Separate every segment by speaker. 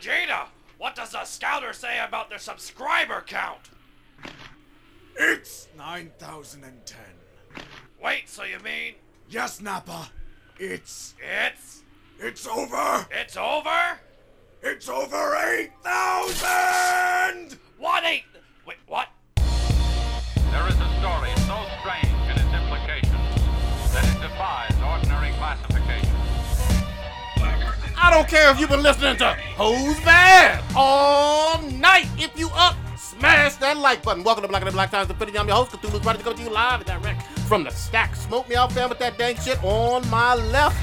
Speaker 1: Vegeta, what does the scouter say about their subscriber count?
Speaker 2: It's 9,010.
Speaker 1: Wait, so you mean
Speaker 2: Yes, Nappa. It's.
Speaker 1: it's
Speaker 2: It's over!
Speaker 1: it's over?
Speaker 2: It's over 8,000!
Speaker 1: What eight? Wait, what?
Speaker 3: There is a story so strange in its implications that it defies ordinary classification.
Speaker 4: I don't care if you've been listening to Who's Bad all night. If you up, smash that like button. Welcome to Black and the Black Times Infinity. I'm your host, Cthulhu's ready to come to you live and direct from the stack. Smoke me out, fam, with that dang shit on my left.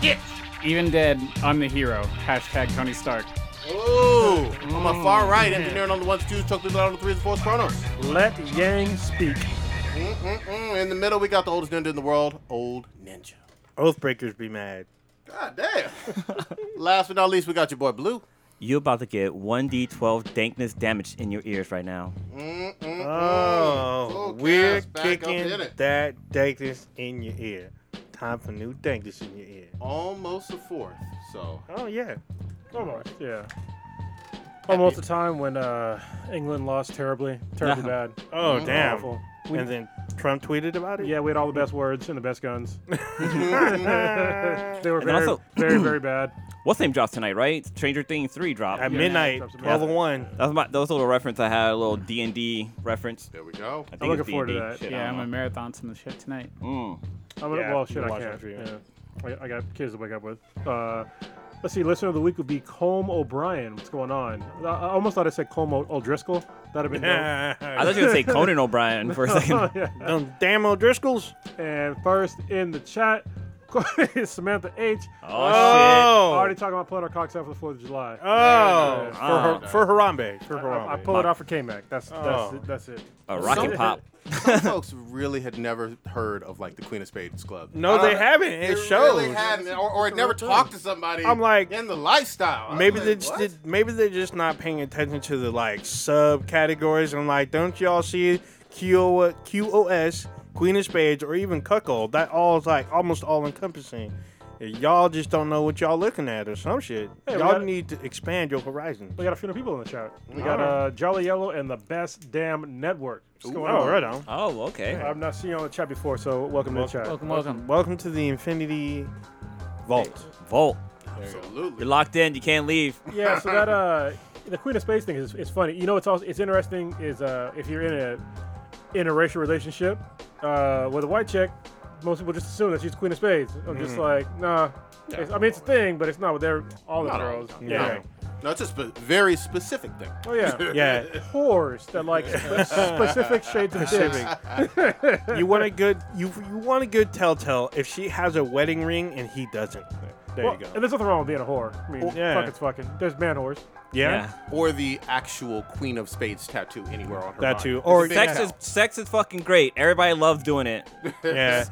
Speaker 4: Shit.
Speaker 5: Even dead, I'm the hero. Hashtag Tony Stark.
Speaker 4: Oh, on my far
Speaker 6: Mm.
Speaker 4: right, engineering on the ones, twos, choke people out on the threes, and fours, chronos.
Speaker 6: Let Yang speak.
Speaker 4: Mm-mm-mm. Mm, In the middle, we got the oldest ninja in the world, Old Ninja.
Speaker 6: Oathbreakers be mad.
Speaker 4: God damn. Last but not least, we got your boy Blue.
Speaker 7: You about to get 1d12 dankness damage in your ears right now.
Speaker 6: Oh,
Speaker 4: Full
Speaker 6: we're
Speaker 4: cast back up
Speaker 6: kicking
Speaker 4: in it.
Speaker 6: that dankness in your ear. Time for new dankness in your ear.
Speaker 4: Almost a fourth, so
Speaker 6: Oh yeah, almost yeah.
Speaker 8: Almost the time when uh, England lost terribly, terribly bad.
Speaker 6: Oh damn.
Speaker 8: Awful. We-
Speaker 6: and then Trump tweeted about it.
Speaker 8: Yeah, we had all the best words and the best guns. they were
Speaker 7: And
Speaker 8: very,
Speaker 7: also-
Speaker 8: very, very bad.
Speaker 7: What's name drops tonight, right? Stranger Things 3 drop.
Speaker 6: At
Speaker 7: That
Speaker 6: midnight,
Speaker 8: Trump's a man.
Speaker 6: twelve to one.
Speaker 7: was my, that was a little reference I had, a little D&D reference.
Speaker 4: there we go.
Speaker 7: I think
Speaker 8: I'm looking
Speaker 7: it's
Speaker 8: forward to
Speaker 7: D&D.
Speaker 8: that.
Speaker 7: Shit, I
Speaker 5: Yeah, I'm
Speaker 7: don't
Speaker 5: gonna
Speaker 7: know.
Speaker 5: marathon some of the shit tonight.
Speaker 8: I'm
Speaker 7: Mm.
Speaker 8: gonna,
Speaker 6: Yeah,
Speaker 8: well, shit,
Speaker 6: we'll
Speaker 8: I
Speaker 6: watch
Speaker 8: can't.
Speaker 6: after you.
Speaker 8: Yeah. I, I got kids to wake up with. Uh, let's see. Listener of the week would be Colm O'Brien. What's going on? I, I almost thought I said Colm O- O'Driscoll. That'd have been. dope.
Speaker 7: I thought you were going to say Conan O'Brien for a second.
Speaker 8: yeah.
Speaker 6: Them damn O'Driscolls.
Speaker 8: And first in the chat, Samantha H.
Speaker 7: Oh,
Speaker 8: Already talking about pulling our cocks out for the Fourth of July.
Speaker 6: Oh,
Speaker 8: Yeah.
Speaker 6: for, her, for Harambe. For
Speaker 8: I, I
Speaker 6: Harambe.
Speaker 8: pull it off for K Mac. That's that's
Speaker 6: Oh.
Speaker 8: it, that's it.
Speaker 7: shit. A rocket
Speaker 4: Some-
Speaker 7: pop.
Speaker 4: Some folks really had never heard of like the Queen of Spades Club. Uh,
Speaker 6: No,
Speaker 8: Uh,
Speaker 6: they haven't.
Speaker 4: They
Speaker 6: It shows.
Speaker 4: really hadn't, or, or had never talked to somebody.
Speaker 6: I'm like-
Speaker 4: in the lifestyle. I'm
Speaker 6: Maybe
Speaker 4: like,
Speaker 6: they just
Speaker 4: what?
Speaker 6: did, maybe they're just not paying attention to the like subcategories. I'm like, don't y'all see QO, QOS, Queen of Spades, or even Cuckold? That all is like almost all encompassing. Y'all just don't know what y'all looking at or some shit.
Speaker 8: Hey, we
Speaker 6: y'all
Speaker 8: got-
Speaker 6: need to expand your horizon.
Speaker 8: We got a few new people in the chat. We got uh, Jolly Yellow and the Best Damn Network. What's going
Speaker 6: Oh,
Speaker 8: on?
Speaker 6: right on.
Speaker 7: Oh, okay.
Speaker 8: I've not seen you on the chat before, so welcome to the chat.
Speaker 5: Welcome, welcome.
Speaker 6: Welcome to the Infinity Vault.
Speaker 7: Volt.
Speaker 4: absolutely.
Speaker 7: You're locked in. You can't leave.
Speaker 8: Yeah, so that uh, the Queen of Space thing is, is funny. You know, it's also it's interesting is uh, if you're in a interracial relationship uh, with a white chick, most people just assume that she's Queen of Spades. I'm
Speaker 4: Mm-hmm.
Speaker 8: just like, nah. It's- I mean, it's a thing, but it's not with their all the
Speaker 4: Not all
Speaker 8: girls.
Speaker 4: the time.
Speaker 8: yeah.
Speaker 4: No, it's a spe- very specific thing.
Speaker 8: Oh yeah.
Speaker 6: Yeah.
Speaker 8: Whores that like spe- specific shades of dicks.
Speaker 6: you want a good you you want a good telltale if she has a wedding ring and he doesn't. There
Speaker 8: Well,
Speaker 6: you go.
Speaker 8: And there's nothing wrong with being a whore. I mean,
Speaker 6: Well, yeah.
Speaker 8: fuck it's fucking. There's man whores.
Speaker 6: yeah.
Speaker 4: Or the actual Queen of Spades tattoo anywhere on her
Speaker 6: That
Speaker 4: body.
Speaker 6: too.
Speaker 4: It's
Speaker 6: Or-
Speaker 4: a big
Speaker 7: Sex
Speaker 4: towel.
Speaker 7: is sex is fucking great. Everybody loves doing it.
Speaker 6: Yeah.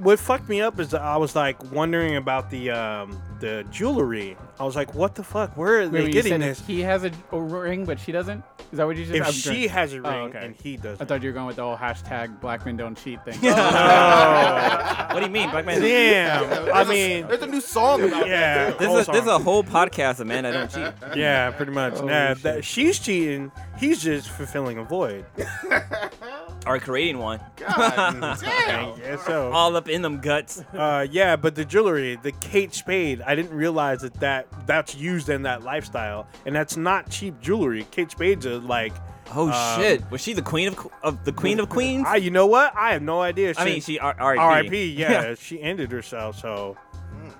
Speaker 6: What fucked me up is that I was like wondering about the um the jewelry. I was like, what the fuck? Where are they
Speaker 5: Wait, you
Speaker 6: getting
Speaker 5: said
Speaker 6: this?
Speaker 5: He has a, a ring, but she doesn't. Is that what you just?
Speaker 6: if
Speaker 5: I'm
Speaker 6: she
Speaker 5: drunk.
Speaker 6: has a ring
Speaker 5: okay.
Speaker 6: and he
Speaker 5: I
Speaker 6: doesn't.
Speaker 5: thought you were going with the whole hashtag black men don't cheat thing. Oh,
Speaker 7: What do you mean, black man? This
Speaker 6: Damn. I
Speaker 4: There's a-
Speaker 6: mean,
Speaker 4: there's a new song about that.
Speaker 6: yeah.
Speaker 4: too.
Speaker 6: whole
Speaker 7: is this is a
Speaker 6: song.
Speaker 7: whole podcast of man that don't cheat.
Speaker 6: yeah, pretty much. Nah, that, she's cheating. He's just fulfilling a void.
Speaker 7: Or creating one.
Speaker 4: God damn.
Speaker 6: Yeah, so.
Speaker 7: All up in them guts.
Speaker 6: Uh, yeah, but the jewelry, the Kate Spade, I didn't realize that, that that's used in that lifestyle, and that's not cheap jewelry. Kate Spade's a, like,
Speaker 7: Oh shit! Was she the queen of of the queen of queens?
Speaker 6: I, you know what? I have no idea.
Speaker 7: I mean, she R- R.I.P.
Speaker 6: R.I.P. Yeah, she ended herself, so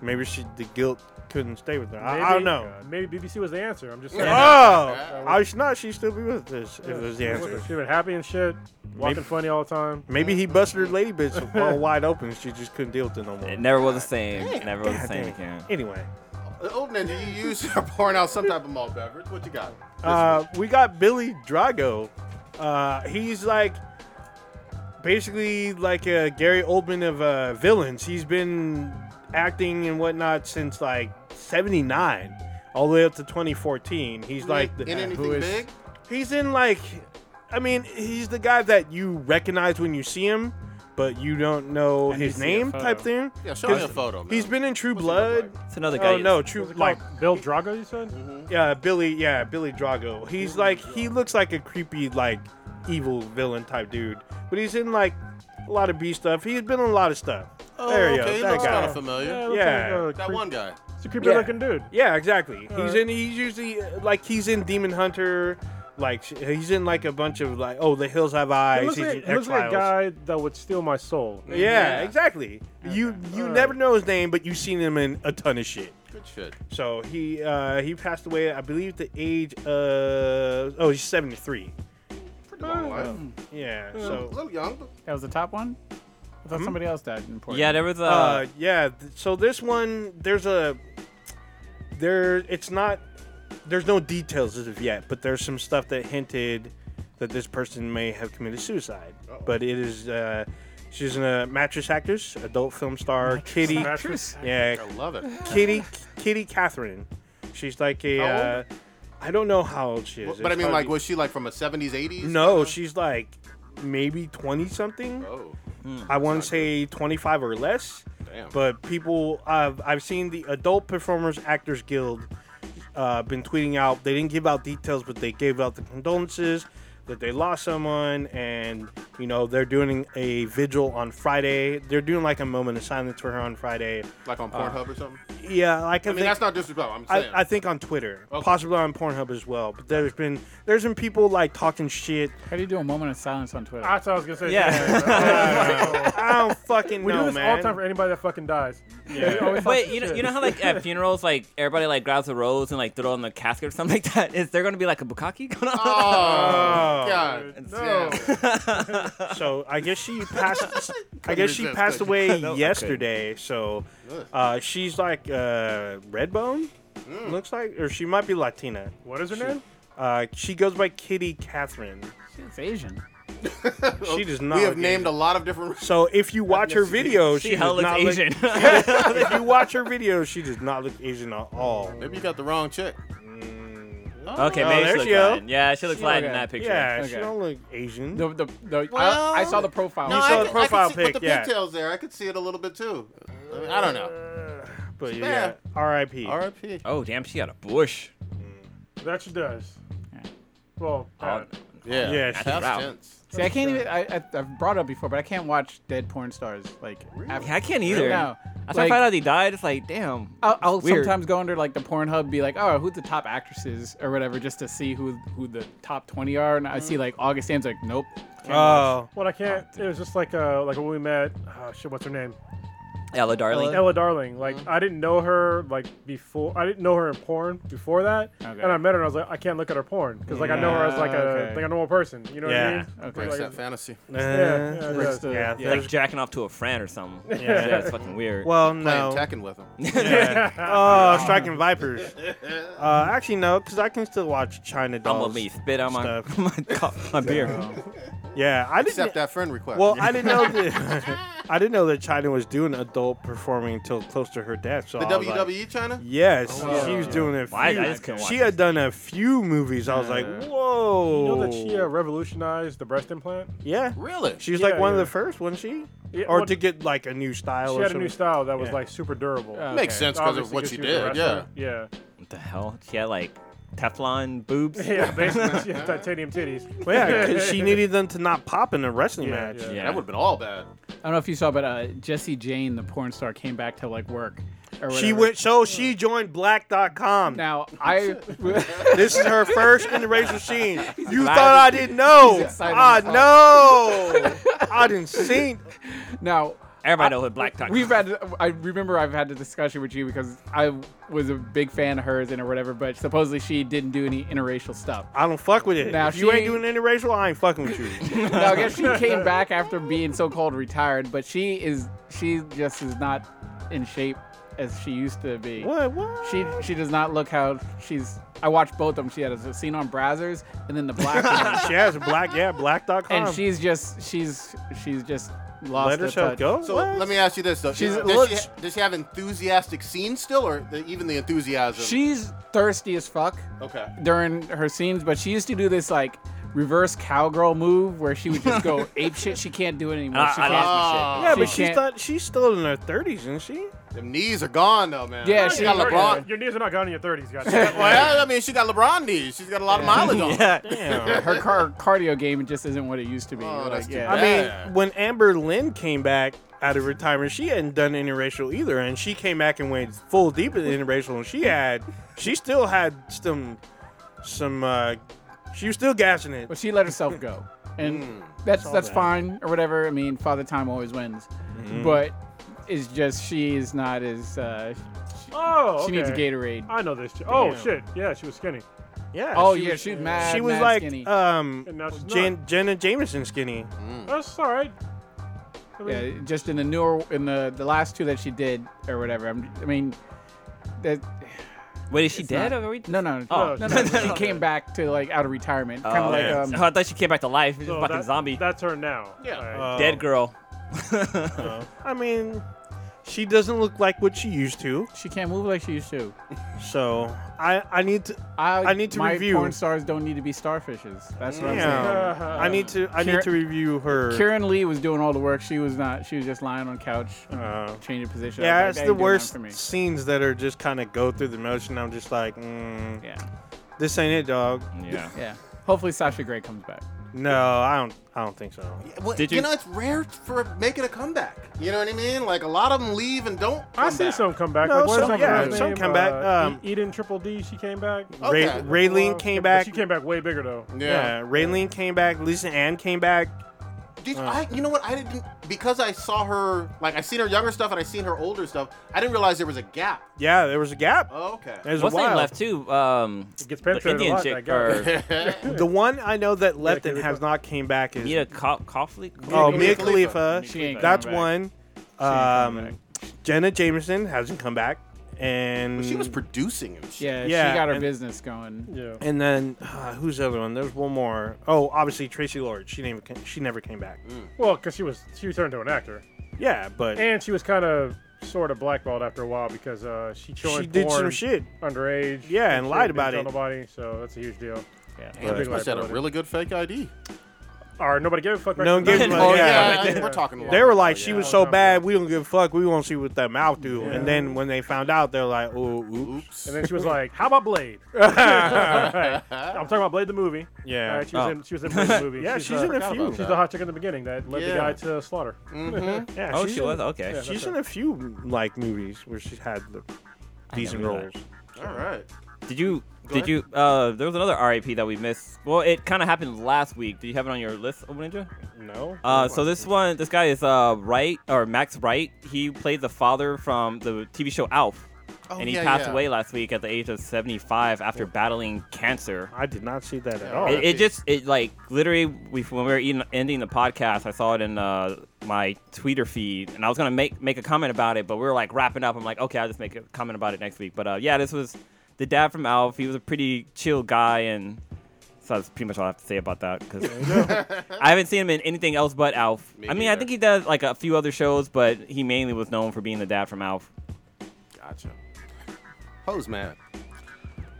Speaker 6: maybe she the guilt couldn't stay with her. I, I don't
Speaker 8: Maybe- uh,
Speaker 6: know.
Speaker 8: Maybe BBC was the answer. I'm just saying.
Speaker 6: Oh, I should not. She'd still be with us if it was the answer.
Speaker 8: She's been happy and shit, walking funny all the time.
Speaker 6: Maybe he busted her lady bitch all wide open. She just couldn't deal with it no more.
Speaker 7: It never was the same. never was the
Speaker 6: God
Speaker 7: same
Speaker 6: damn.
Speaker 7: again.
Speaker 6: Anyway.
Speaker 4: Old ninja, you use or pouring out some type of malt beverage. What you got?
Speaker 6: Uh, we got Billy Drago. Uh, he's like basically like a Gary Oldman of uh, villains. He's been acting and whatnot since like '79, all the way up to 2014. He's like the,
Speaker 4: in anything
Speaker 6: who is-
Speaker 4: big?
Speaker 6: He's in like, I mean, he's the guy that you recognize when you see him, but but you don't know
Speaker 5: I need to
Speaker 6: his
Speaker 5: see a
Speaker 6: name type
Speaker 5: photo.
Speaker 6: thing.
Speaker 9: Yeah, show me a
Speaker 6: 'Cause
Speaker 9: photo, man.
Speaker 6: He's been in True
Speaker 9: What's he
Speaker 6: Blood.
Speaker 9: look like?
Speaker 7: It's another guy.
Speaker 6: Oh no, True like
Speaker 8: Like Bill Drago, you said?
Speaker 6: yeah, Billy, yeah, Billy Drago. He's like he looks like a creepy like evil villain type dude, but he's in like a lot of B stuff. He's been in a lot of stuff.
Speaker 9: Oh,
Speaker 6: there you
Speaker 9: okay.
Speaker 6: go,
Speaker 9: He
Speaker 6: that
Speaker 9: looks
Speaker 6: guy.
Speaker 9: kind of familiar.
Speaker 8: it looks
Speaker 6: Yeah.
Speaker 8: like a
Speaker 9: That
Speaker 8: creep-
Speaker 9: one guy.
Speaker 8: It's a creepy
Speaker 6: Yeah.
Speaker 8: looking dude.
Speaker 6: Yeah, exactly. he's
Speaker 8: right.
Speaker 6: in. He's usually uh, like he's in Demon Hunter. Like sh- he's in like a bunch of like oh the hills have
Speaker 8: He
Speaker 6: eyes.
Speaker 8: looks,
Speaker 6: he's
Speaker 8: like,
Speaker 6: in
Speaker 8: he looks like a
Speaker 6: X-Files.
Speaker 8: guy that would steal my soul.
Speaker 6: Yeah, exactly. You you
Speaker 8: Alright.
Speaker 6: never know his name, but you've seen him in a ton of shit.
Speaker 9: Good shit.
Speaker 6: So he uh, he passed away, I believe, at the age of oh he's seventy three.
Speaker 9: Pretty long life.
Speaker 6: Yeah.
Speaker 9: So, a
Speaker 6: So
Speaker 9: little young, but
Speaker 5: That was the top one? I thought somebody else died in Portland.
Speaker 7: Yeah, there was a.
Speaker 6: uh, yeah. th- So this one there's a there it's not there's no details as of yet, but there's some stuff that hinted that this person may have committed suicide. But it is uh, she's a mattress actress, adult film star, Kitty.
Speaker 8: Mattress.
Speaker 6: Yeah,
Speaker 9: I love it.
Speaker 6: Kitty Kitty Catherine. She's like a.
Speaker 9: How
Speaker 6: Uh, I don't know how old she is.
Speaker 9: But I
Speaker 6: It's
Speaker 9: mean, like,
Speaker 6: probably-
Speaker 9: was she like from a 70s, 80s?
Speaker 6: no, she's like maybe twenty something.
Speaker 9: Oh,
Speaker 6: I want to say twenty five or less.
Speaker 9: damn.
Speaker 6: But people, I've I've seen the Adult Performers Actors Guild uh, been tweeting out. They didn't give out details, but they gave out the condolences that they lost someone, and you know they're doing a vigil on Friday. They're doing like a moment of silence for her on Friday.
Speaker 9: like on Pornhub or something?
Speaker 6: Yeah, like
Speaker 9: I mean, that's not disrespectful. I'm saying.
Speaker 6: Uh, I, I think on Twitter,
Speaker 9: Okay.
Speaker 6: possibly on Pornhub as well. But there's been there's been people like talking shit.
Speaker 5: How do you do a moment of silence on Twitter?
Speaker 8: I thought I was gonna say.
Speaker 6: I don't fucking
Speaker 8: We
Speaker 6: know,
Speaker 8: do this
Speaker 6: man.
Speaker 8: all the time for anybody that fucking dies. Yeah.
Speaker 7: Wait, you know, you know how like at funerals, like everybody like grabs a rose and like throw it in the casket or something like that. Is there gonna be like a bukkake going
Speaker 9: oh,
Speaker 7: on?
Speaker 9: God.
Speaker 8: no.
Speaker 9: damn.
Speaker 6: so I guess she passed. I guess she
Speaker 9: resist,
Speaker 6: passed
Speaker 9: could
Speaker 6: away
Speaker 7: No, okay.
Speaker 6: yesterday. So uh, she's like uh, redbone. Looks like, or she might be Latina.
Speaker 8: What is her name?
Speaker 6: Uh, she goes by Kitty Catherine.
Speaker 5: It's Asian.
Speaker 6: She does not.
Speaker 9: We have
Speaker 6: look
Speaker 9: named
Speaker 6: Asian.
Speaker 9: a lot of different.
Speaker 6: So if you watch her videos,
Speaker 7: She
Speaker 6: she does
Speaker 7: hell is
Speaker 6: not look-
Speaker 7: Asian.
Speaker 6: if you watch her videos, she does not look Asian at all.
Speaker 9: Maybe you got the wrong chick.
Speaker 7: okay,
Speaker 6: Oh,
Speaker 7: maybe
Speaker 6: there
Speaker 7: she looks
Speaker 6: she go.
Speaker 7: Latin. Yeah, she looks
Speaker 5: She-
Speaker 7: Latin
Speaker 5: okay.
Speaker 7: in that picture.
Speaker 6: Yeah, she
Speaker 5: Okay.
Speaker 6: don't look Asian.
Speaker 5: The, the, the,
Speaker 9: Well-
Speaker 5: I, I saw the profile.
Speaker 6: You saw the
Speaker 9: could-
Speaker 6: profile
Speaker 9: could see,
Speaker 6: pic,
Speaker 9: With the
Speaker 6: yeah.
Speaker 9: pigtails there, I could see it a little bit too. I, mean, I don't know.
Speaker 6: But yeah,
Speaker 9: bad.
Speaker 6: R.I.P.
Speaker 9: R.I.P.
Speaker 7: Oh damn, she got a bush.
Speaker 8: That she does. Well, uh,
Speaker 7: Oh,
Speaker 9: Yeah.
Speaker 6: Yeah,
Speaker 9: Past
Speaker 6: she-
Speaker 7: Wow.
Speaker 9: tense.
Speaker 5: See, I can't even. I, I, I've brought it up before, but I can't watch dead porn stars. Like, after,
Speaker 7: yeah, I can't either.
Speaker 5: No.
Speaker 7: After I
Speaker 5: Like-
Speaker 7: found out he died, it's like damn.
Speaker 5: I'll, I'll
Speaker 7: It's weird.
Speaker 5: sometimes go under like the Pornhub, be like, oh, who the top actresses or whatever, just to see who who the top twenty are, and I see
Speaker 6: Mm-hmm.
Speaker 5: like August Sam's like, nope.
Speaker 6: Oh,
Speaker 8: Well, I can't. It was just like uh, like when we met. Uh, shit, what's her name?
Speaker 7: Ella
Speaker 6: Oh,
Speaker 7: Darling.
Speaker 8: Ella Darling. Like
Speaker 6: Mm-hmm.
Speaker 8: I didn't know her like before. I didn't know her in porn before that.
Speaker 5: Okay.
Speaker 8: And I met her and I was like, I can't look at her porn because like I know her as like a
Speaker 5: Okay.
Speaker 8: like a normal person. You know
Speaker 6: Yeah.
Speaker 8: what I mean?
Speaker 5: Okay.
Speaker 9: Breaks
Speaker 8: Like,
Speaker 9: that fantasy.
Speaker 8: yeah,
Speaker 6: Uh,
Speaker 8: yeah,
Speaker 5: Breaks
Speaker 8: yeah.
Speaker 5: the-
Speaker 6: yeah,
Speaker 7: It's
Speaker 6: there's-
Speaker 7: like jacking off to a friend or something.
Speaker 6: Yeah.
Speaker 7: Yeah, it's fucking weird.
Speaker 6: Well,
Speaker 9: Playing
Speaker 6: no.
Speaker 9: Tekken with him.
Speaker 6: Oh, striking vipers. Uh, actually, no, because I can still watch China
Speaker 7: I'm
Speaker 6: dolls.
Speaker 7: gonna be spit on my
Speaker 6: stuff.
Speaker 7: my, cup- my beer.
Speaker 6: Yeah, I didn't.
Speaker 9: Except that friend request.
Speaker 6: Well, I didn't know that. I didn't know that China was doing adult performing until close to her death. So
Speaker 9: the E
Speaker 6: I was like,
Speaker 9: WWE China.
Speaker 6: yes, she was doing a few.
Speaker 7: Oh, Why- I just couldn't watch
Speaker 6: she had done a few movies. I was like, whoa.
Speaker 8: You know that she uh, revolutionized the breast implant.
Speaker 6: yeah.
Speaker 9: Really?
Speaker 6: She was
Speaker 8: Yeah,
Speaker 6: like one of
Speaker 8: yeah.
Speaker 6: the first, wasn't she?
Speaker 8: Yeah,
Speaker 6: or
Speaker 8: well,
Speaker 6: to get like a new style
Speaker 8: She had
Speaker 6: or
Speaker 8: a
Speaker 6: something.
Speaker 8: new style that was
Speaker 6: Yeah.
Speaker 8: like super durable.
Speaker 5: Uh,
Speaker 9: Makes
Speaker 5: Okay.
Speaker 9: sense because of
Speaker 8: Obviously,
Speaker 9: what
Speaker 8: 'cause
Speaker 9: she
Speaker 8: was a
Speaker 9: did. Yeah.
Speaker 8: wrestler. Yeah.
Speaker 7: What the hell? She had like Teflon boobs.
Speaker 8: Yeah, basically, she had titanium titties.
Speaker 6: Well, yeah, 'cause she needed them to not pop in a wrestling
Speaker 8: Yeah,
Speaker 6: match.
Speaker 8: yeah.
Speaker 7: Yeah.
Speaker 9: That would have been all bad.
Speaker 5: I don't know if you saw, but uh, Jesse Jane, the porn star, came back to like work. Or
Speaker 6: She
Speaker 5: whatever.
Speaker 6: went, so she joined Black.com.
Speaker 5: Now I
Speaker 6: This is her first interracial scene. You thought I didn't know.
Speaker 5: excited
Speaker 6: I
Speaker 5: as fuck.
Speaker 6: know. I didn't see.
Speaker 5: now
Speaker 7: Everybody knows what black talk.
Speaker 5: we've had. I remember I've had the discussion with you because I was a big fan of hers and or whatever, but supposedly she didn't do any interracial stuff.
Speaker 6: I don't fuck with it.
Speaker 5: Now,
Speaker 6: if you
Speaker 5: she-
Speaker 6: ain't doing interracial, I ain't fucking with you.
Speaker 5: No, I guess she came back after being so called retired, but she is she just is not in shape as she used to be.
Speaker 6: what? What?
Speaker 5: She she does not look how she's. I watched both of them. She had a scene on Brazzers and then the black one,
Speaker 6: She has a black, yeah, black.com.
Speaker 5: and she's just she's she's just lost
Speaker 6: Um, let
Speaker 5: her
Speaker 6: herself
Speaker 5: touch.
Speaker 6: go.
Speaker 9: So
Speaker 6: What?
Speaker 9: let me ask you this though:
Speaker 5: She's-
Speaker 9: does,
Speaker 5: look-
Speaker 9: she, ha- does she have enthusiastic scenes still, or the, even the enthusiasm?
Speaker 5: She's thirsty as fuck
Speaker 9: okay.
Speaker 5: during her scenes, but she used to do this like reverse cowgirl move where she would just go ape shit. She can't do it anymore.
Speaker 7: I-
Speaker 9: Ah,
Speaker 5: she
Speaker 7: I
Speaker 5: can't.
Speaker 7: lost
Speaker 6: Yeah,
Speaker 5: she
Speaker 6: but she's
Speaker 5: can't-
Speaker 6: not, she's still in her thirties, isn't she?
Speaker 9: Them knees are gone though, man.
Speaker 5: Yeah,
Speaker 9: she
Speaker 5: she-
Speaker 9: got LeBron.
Speaker 8: Your knees are not gone in your 30s, guys.
Speaker 9: Well, I mean, she got LeBron knees. She's got a lot of mileage on. her.
Speaker 7: Yeah.
Speaker 6: Damn.
Speaker 5: her car cardio game just isn't what it used to be.
Speaker 9: Oh,
Speaker 5: Like,
Speaker 9: that's too
Speaker 5: yeah.
Speaker 6: I
Speaker 9: Yeah.
Speaker 6: mean, when Amber Lynn came back out of retirement, she hadn't done interracial either, and she came back and went full deep in interracial, and she had, she still had some, some, uh, she was still gassing it.
Speaker 5: But she let herself go, and that's that's
Speaker 6: Hmm. that. Mm-hmm.
Speaker 5: fine or whatever. I mean, Father Time always wins, but it's just she is not as uh,
Speaker 8: Oh,
Speaker 5: she needs a
Speaker 8: okay.
Speaker 5: Gatorade.
Speaker 8: I know this. chick. Oh
Speaker 6: Damn.
Speaker 8: shit! Yeah, she was skinny.
Speaker 6: Yeah.
Speaker 5: oh
Speaker 6: she
Speaker 5: yeah,
Speaker 6: was,
Speaker 5: she's mad.
Speaker 6: she was
Speaker 5: mad
Speaker 6: like,
Speaker 5: skinny.
Speaker 6: um,
Speaker 8: And now she's
Speaker 6: Jan- Jenna Jameson skinny.
Speaker 9: Hmm.
Speaker 8: That's all right. I mean,
Speaker 5: yeah, just in the newer in the the last two that she did or whatever. I'm, I mean, that
Speaker 7: Wait, is she
Speaker 5: It's
Speaker 7: dead?
Speaker 5: not-
Speaker 7: Or are we...
Speaker 5: no no
Speaker 7: Oh.
Speaker 5: no, no, she came back to like out of retirement, kind
Speaker 7: Oh,
Speaker 5: of like
Speaker 7: okay.
Speaker 5: um,
Speaker 7: Oh, I thought she came back to life. She's
Speaker 8: so
Speaker 7: a fucking
Speaker 8: that-
Speaker 7: zombie.
Speaker 8: That's her now.
Speaker 9: Yeah.
Speaker 8: All right.
Speaker 6: Uh,
Speaker 7: Dead girl.
Speaker 6: I mean, she doesn't look like what she used to,
Speaker 5: she can't move like she used to.
Speaker 6: so I, I need to,
Speaker 5: I,
Speaker 6: I need to
Speaker 5: my
Speaker 6: review.
Speaker 5: porn stars don't need to be starfishes. Uh, That's what I'm saying.
Speaker 6: damn, I need to, I need
Speaker 5: Kira-
Speaker 6: to review her.
Speaker 5: Karen Lee was doing all the work. She was not. She was just lying on couch,
Speaker 6: uh,
Speaker 5: changing position. I
Speaker 6: Yeah,
Speaker 5: was
Speaker 6: it's
Speaker 5: like,
Speaker 6: the
Speaker 5: "That ain't
Speaker 6: worst
Speaker 5: doing nothing
Speaker 6: scenes that are just kind of go through the motion. I'm just like, mm,
Speaker 5: for me. Yeah,
Speaker 6: this ain't it, dog.
Speaker 7: Yeah.
Speaker 5: yeah. Hopefully Sasha Grey comes back.
Speaker 6: No, I don't. I don't think so.
Speaker 9: Well,
Speaker 7: Did
Speaker 9: you,
Speaker 7: you-
Speaker 9: know, it's rare for making a comeback. You know what I mean? Like a lot of them leave and don't.
Speaker 8: I
Speaker 9: come
Speaker 8: see
Speaker 9: back.
Speaker 8: some come back.
Speaker 6: No,
Speaker 8: like, what's
Speaker 6: some-
Speaker 8: her
Speaker 6: yeah,
Speaker 8: girl's
Speaker 6: some
Speaker 8: name?
Speaker 6: come back,
Speaker 8: Uh,
Speaker 6: um,
Speaker 8: E- Eden Triple D. She came back.
Speaker 6: Ray,
Speaker 9: Okay.
Speaker 6: Raylene
Speaker 8: Uh,
Speaker 6: came
Speaker 8: but
Speaker 6: back.
Speaker 8: She came back way bigger though.
Speaker 9: Yeah.
Speaker 6: yeah. Raylene came back. Lisa Ann came back.
Speaker 9: Did I? You know what? I didn't because I saw her. Like I seen her younger stuff and I seen her older stuff. I didn't realize there was a gap.
Speaker 6: Yeah, there was a gap.
Speaker 9: Oh, okay.
Speaker 6: There's
Speaker 7: What's
Speaker 6: a
Speaker 7: name
Speaker 6: wild.
Speaker 7: left too? Um,
Speaker 8: Gets
Speaker 7: the
Speaker 8: penetrated a
Speaker 7: Indian
Speaker 8: lot, that
Speaker 7: chick
Speaker 8: guy.
Speaker 7: or
Speaker 6: The one I know that left
Speaker 8: Yeah,
Speaker 6: and
Speaker 8: Khalifa.
Speaker 6: has not came back is
Speaker 7: Mia Co- Coughley?
Speaker 6: oh
Speaker 5: Mia
Speaker 6: Mia
Speaker 9: Khalifa.
Speaker 8: Uh,
Speaker 6: Khalifa.
Speaker 5: She ain't
Speaker 6: That's
Speaker 5: coming back.
Speaker 6: one. Um, Jenna Jameson hasn't come back, and
Speaker 9: She was producing and shit.
Speaker 5: Yeah,
Speaker 6: Yeah,
Speaker 5: she got her
Speaker 6: and-
Speaker 5: business going.
Speaker 8: Yeah.
Speaker 6: And then uh, who's the other one? There's one more. Oh, obviously Tracy Lord. She never she never came back.
Speaker 8: Well, because she was she turned to an actor,
Speaker 6: Yeah, but
Speaker 8: and she was kind of sort of blackballed after a while because uh, she joined
Speaker 6: she did
Speaker 8: porn
Speaker 6: some shit.
Speaker 8: underage.
Speaker 6: Yeah, and
Speaker 8: shit,
Speaker 6: lied
Speaker 8: didn't
Speaker 6: about
Speaker 8: tell
Speaker 6: it.
Speaker 8: Nobody. So that's a huge deal.
Speaker 9: Damn,
Speaker 8: Big
Speaker 9: she must have had a
Speaker 8: liability.
Speaker 9: really good fake ID.
Speaker 8: Or nobody gave a fuck. back
Speaker 6: No
Speaker 8: then.
Speaker 6: one gave a-
Speaker 9: Oh
Speaker 6: Yeah.
Speaker 9: yeah, I- we're talking. a lot
Speaker 6: They were
Speaker 9: about
Speaker 6: like,
Speaker 9: that,
Speaker 6: she
Speaker 9: yeah.
Speaker 6: was so bad, we don't give a fuck. We want to see what that mouth do. And then when they found out, they're like, oh, oops.
Speaker 9: Oops.
Speaker 8: And then she was like, "How about Blade?" Alright. I'm talking about Blade the movie.
Speaker 6: Yeah.
Speaker 8: Alright, she was
Speaker 7: Oh.
Speaker 8: in she was in Blade the movie.
Speaker 6: Yeah, she's in a
Speaker 8: forgot
Speaker 6: few. Mm-hmm.
Speaker 8: about- She's the hot chick in the beginning that led
Speaker 9: Yeah.
Speaker 8: the guy to slaughter.
Speaker 6: Yeah,
Speaker 7: Oh,
Speaker 6: she's
Speaker 7: she
Speaker 6: in-
Speaker 7: was okay.
Speaker 8: Yeah.
Speaker 6: She's in a few like movies where she's had the decent
Speaker 7: never knew
Speaker 6: roles.
Speaker 9: All right.
Speaker 7: Did you?
Speaker 9: Go
Speaker 7: did
Speaker 9: ahead.
Speaker 7: you? Uh, there was another RIP that we missed. Well, it kind of happened last week. Did you have it on your list, Open Ninja?
Speaker 6: No.
Speaker 7: Uh, so this one, this guy is uh Wright or Max Wright. He played the father from the TV show Alf,
Speaker 9: Oh,
Speaker 7: and he
Speaker 9: yeah,
Speaker 7: passed
Speaker 9: yeah.
Speaker 7: away last week at the age of 75 after battling cancer.
Speaker 6: I did not see that at
Speaker 9: Yeah.
Speaker 6: all.
Speaker 9: It-
Speaker 7: It, it just it like literally we, when we were eating, ending the podcast, I saw it in uh, my Twitter feed, and I was gonna make make a comment about it, but we were like wrapping up. I'm like, okay, I'll just make a comment about it next week. But uh, yeah, this was the dad from Alf. He was a pretty chill guy, and so that's pretty much all I have to say about that because I haven't seen him in anything else but Alf.
Speaker 9: Me
Speaker 7: I mean, I
Speaker 9: neither.
Speaker 7: think he does like a few other shows, but he mainly was known for being the dad from Alf.
Speaker 9: Gotcha. Hose man.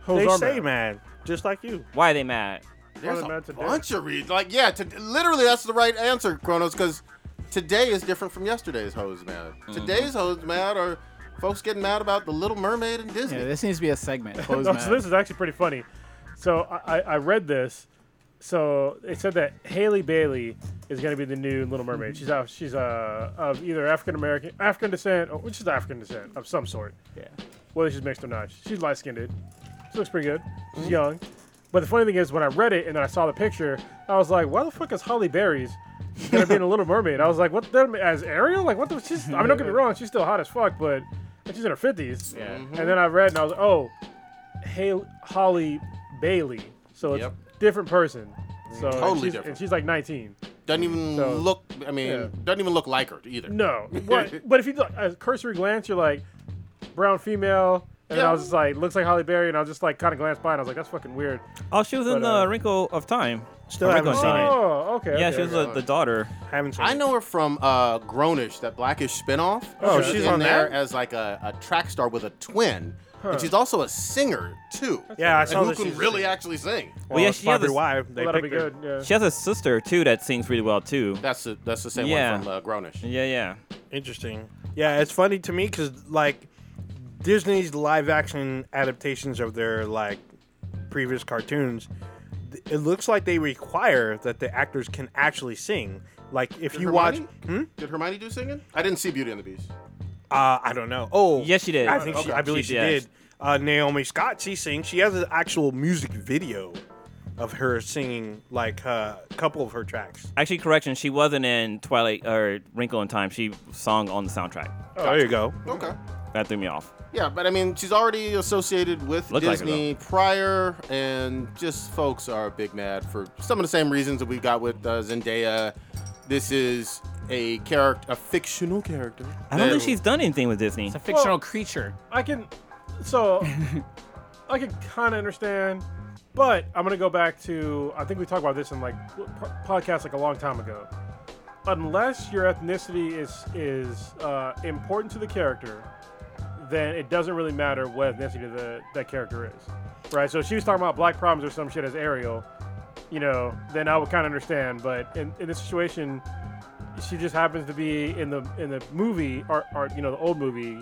Speaker 8: Who's
Speaker 6: they
Speaker 8: our
Speaker 6: say,
Speaker 8: man?
Speaker 6: man, just like you.
Speaker 7: Why are they mad?
Speaker 9: There's a
Speaker 8: mad today.
Speaker 9: bunch of reasons. Like, yeah, to, literally, that's the right answer, Chronos, because today is different from yesterday's hose mad. Today's hose mad are folks getting mad about the Little Mermaid and Disney.
Speaker 5: Yeah, this needs to be a segment. Hose
Speaker 8: No,
Speaker 5: man.
Speaker 8: so this is actually pretty funny. So I, I, I read this. So it said that Haley Bailey is going to be the new Little Mermaid. She's out. She's uh, of either African American, African descent, or which is African descent of some sort.
Speaker 5: Yeah.
Speaker 8: Whether she's mixed or not, she's light skinned. She looks pretty good. She's young. But the funny thing is, when I read it and then I saw the picture, I was like, "Why the fuck is Holly Berry's gonna be in a Little Mermaid?" I was like, "What the, as Ariel? Like what the? She's, I mean, don't get me wrong, she's still hot as fuck, but and she's in her fifties.
Speaker 5: Yeah.
Speaker 8: And then I read and I was like, "Oh, Hal- Holly Bailey. So it's
Speaker 9: Yep. Mm-hmm.
Speaker 8: different person. So and
Speaker 9: Totally
Speaker 8: she's,
Speaker 9: different.
Speaker 8: And she's like 19.
Speaker 9: Doesn't even
Speaker 8: So-
Speaker 9: look. I mean,
Speaker 8: Yeah.
Speaker 9: doesn't even look like her either.
Speaker 8: No, but, but if you look a cursory glance, you're like brown female. And then I was just like, looks like Holly Berry, and I was just like, kind of glanced by, and I was like, that's fucking weird.
Speaker 7: Oh, she was in
Speaker 8: But, uh,
Speaker 7: uh, Wrinkle of Time.
Speaker 6: Still
Speaker 7: Or
Speaker 6: haven't
Speaker 7: Wrinkle in
Speaker 6: seen
Speaker 7: Time.
Speaker 6: it.
Speaker 8: Oh, okay.
Speaker 7: Yeah,
Speaker 8: okay,
Speaker 7: she was
Speaker 8: okay.
Speaker 7: the, the daughter.
Speaker 6: Haven't seen
Speaker 9: I
Speaker 6: it.
Speaker 9: know her from uh, Grownish, that Blackish spinoff.
Speaker 6: Oh,
Speaker 9: She was
Speaker 6: she's
Speaker 9: in
Speaker 6: on
Speaker 9: there
Speaker 6: that?
Speaker 9: as like a, a track star with a twin.
Speaker 8: Huh.
Speaker 4: and she's also a singer too.
Speaker 6: Yeah, I
Speaker 4: And
Speaker 6: saw
Speaker 4: who
Speaker 6: that
Speaker 4: can
Speaker 6: she's-
Speaker 4: really actually sing?
Speaker 6: Well,
Speaker 7: yeah,
Speaker 6: it's
Speaker 7: she had
Speaker 6: Barbie
Speaker 7: this-
Speaker 6: Wire. They
Speaker 8: Well, that'll be
Speaker 6: picked her.
Speaker 8: good. Yeah.
Speaker 7: She has a sister too that sings really well too.
Speaker 4: That's the that's the same
Speaker 7: Yeah.
Speaker 4: one from uh, Grownish.
Speaker 7: Yeah, yeah.
Speaker 6: Interesting. Yeah, it's funny to me because like Disney's live action adaptations of their like previous cartoons, th- it looks like they require that the actors can actually sing. Like if you watch, hmm?
Speaker 4: Did Hermione do singing? I didn't see Beauty and the Beast.
Speaker 6: uh, I don't know. Oh,
Speaker 7: Yes, she did.
Speaker 6: I think she,
Speaker 7: Okay.
Speaker 6: I believe she,
Speaker 7: She did.
Speaker 6: did. Uh, Naomi Scott, she sings. She has an actual music video of her singing like uh, a couple of her tracks.
Speaker 7: Actually, correction. She wasn't in Twilight or Wrinkle in Time. She sung on the soundtrack.
Speaker 6: Oh, there you go.
Speaker 4: Okay.
Speaker 7: That threw me off.
Speaker 4: Yeah, but I mean, she's already associated with
Speaker 7: Looked like her,
Speaker 4: Disney prior, and just folks are a big mad for some of the same reasons that we got with uh, Zendaya. This is a character, a fictional character.
Speaker 7: I don't
Speaker 4: that-
Speaker 7: think she's done anything with Disney.
Speaker 5: It's a fictional creature.
Speaker 8: I can, so I can kind of understand, but I'm gonna go back to I think we talked about this in like po- podcasts like a long time ago. Unless your ethnicity is is uh, important to the character, then it doesn't really matter what ethnicity the, that character is, right? So if she was talking about black problems or some shit as Ariel, you know, then I would kind of understand. But in, in this situation, she just happens to be in the in the movie or, or you know the old movie,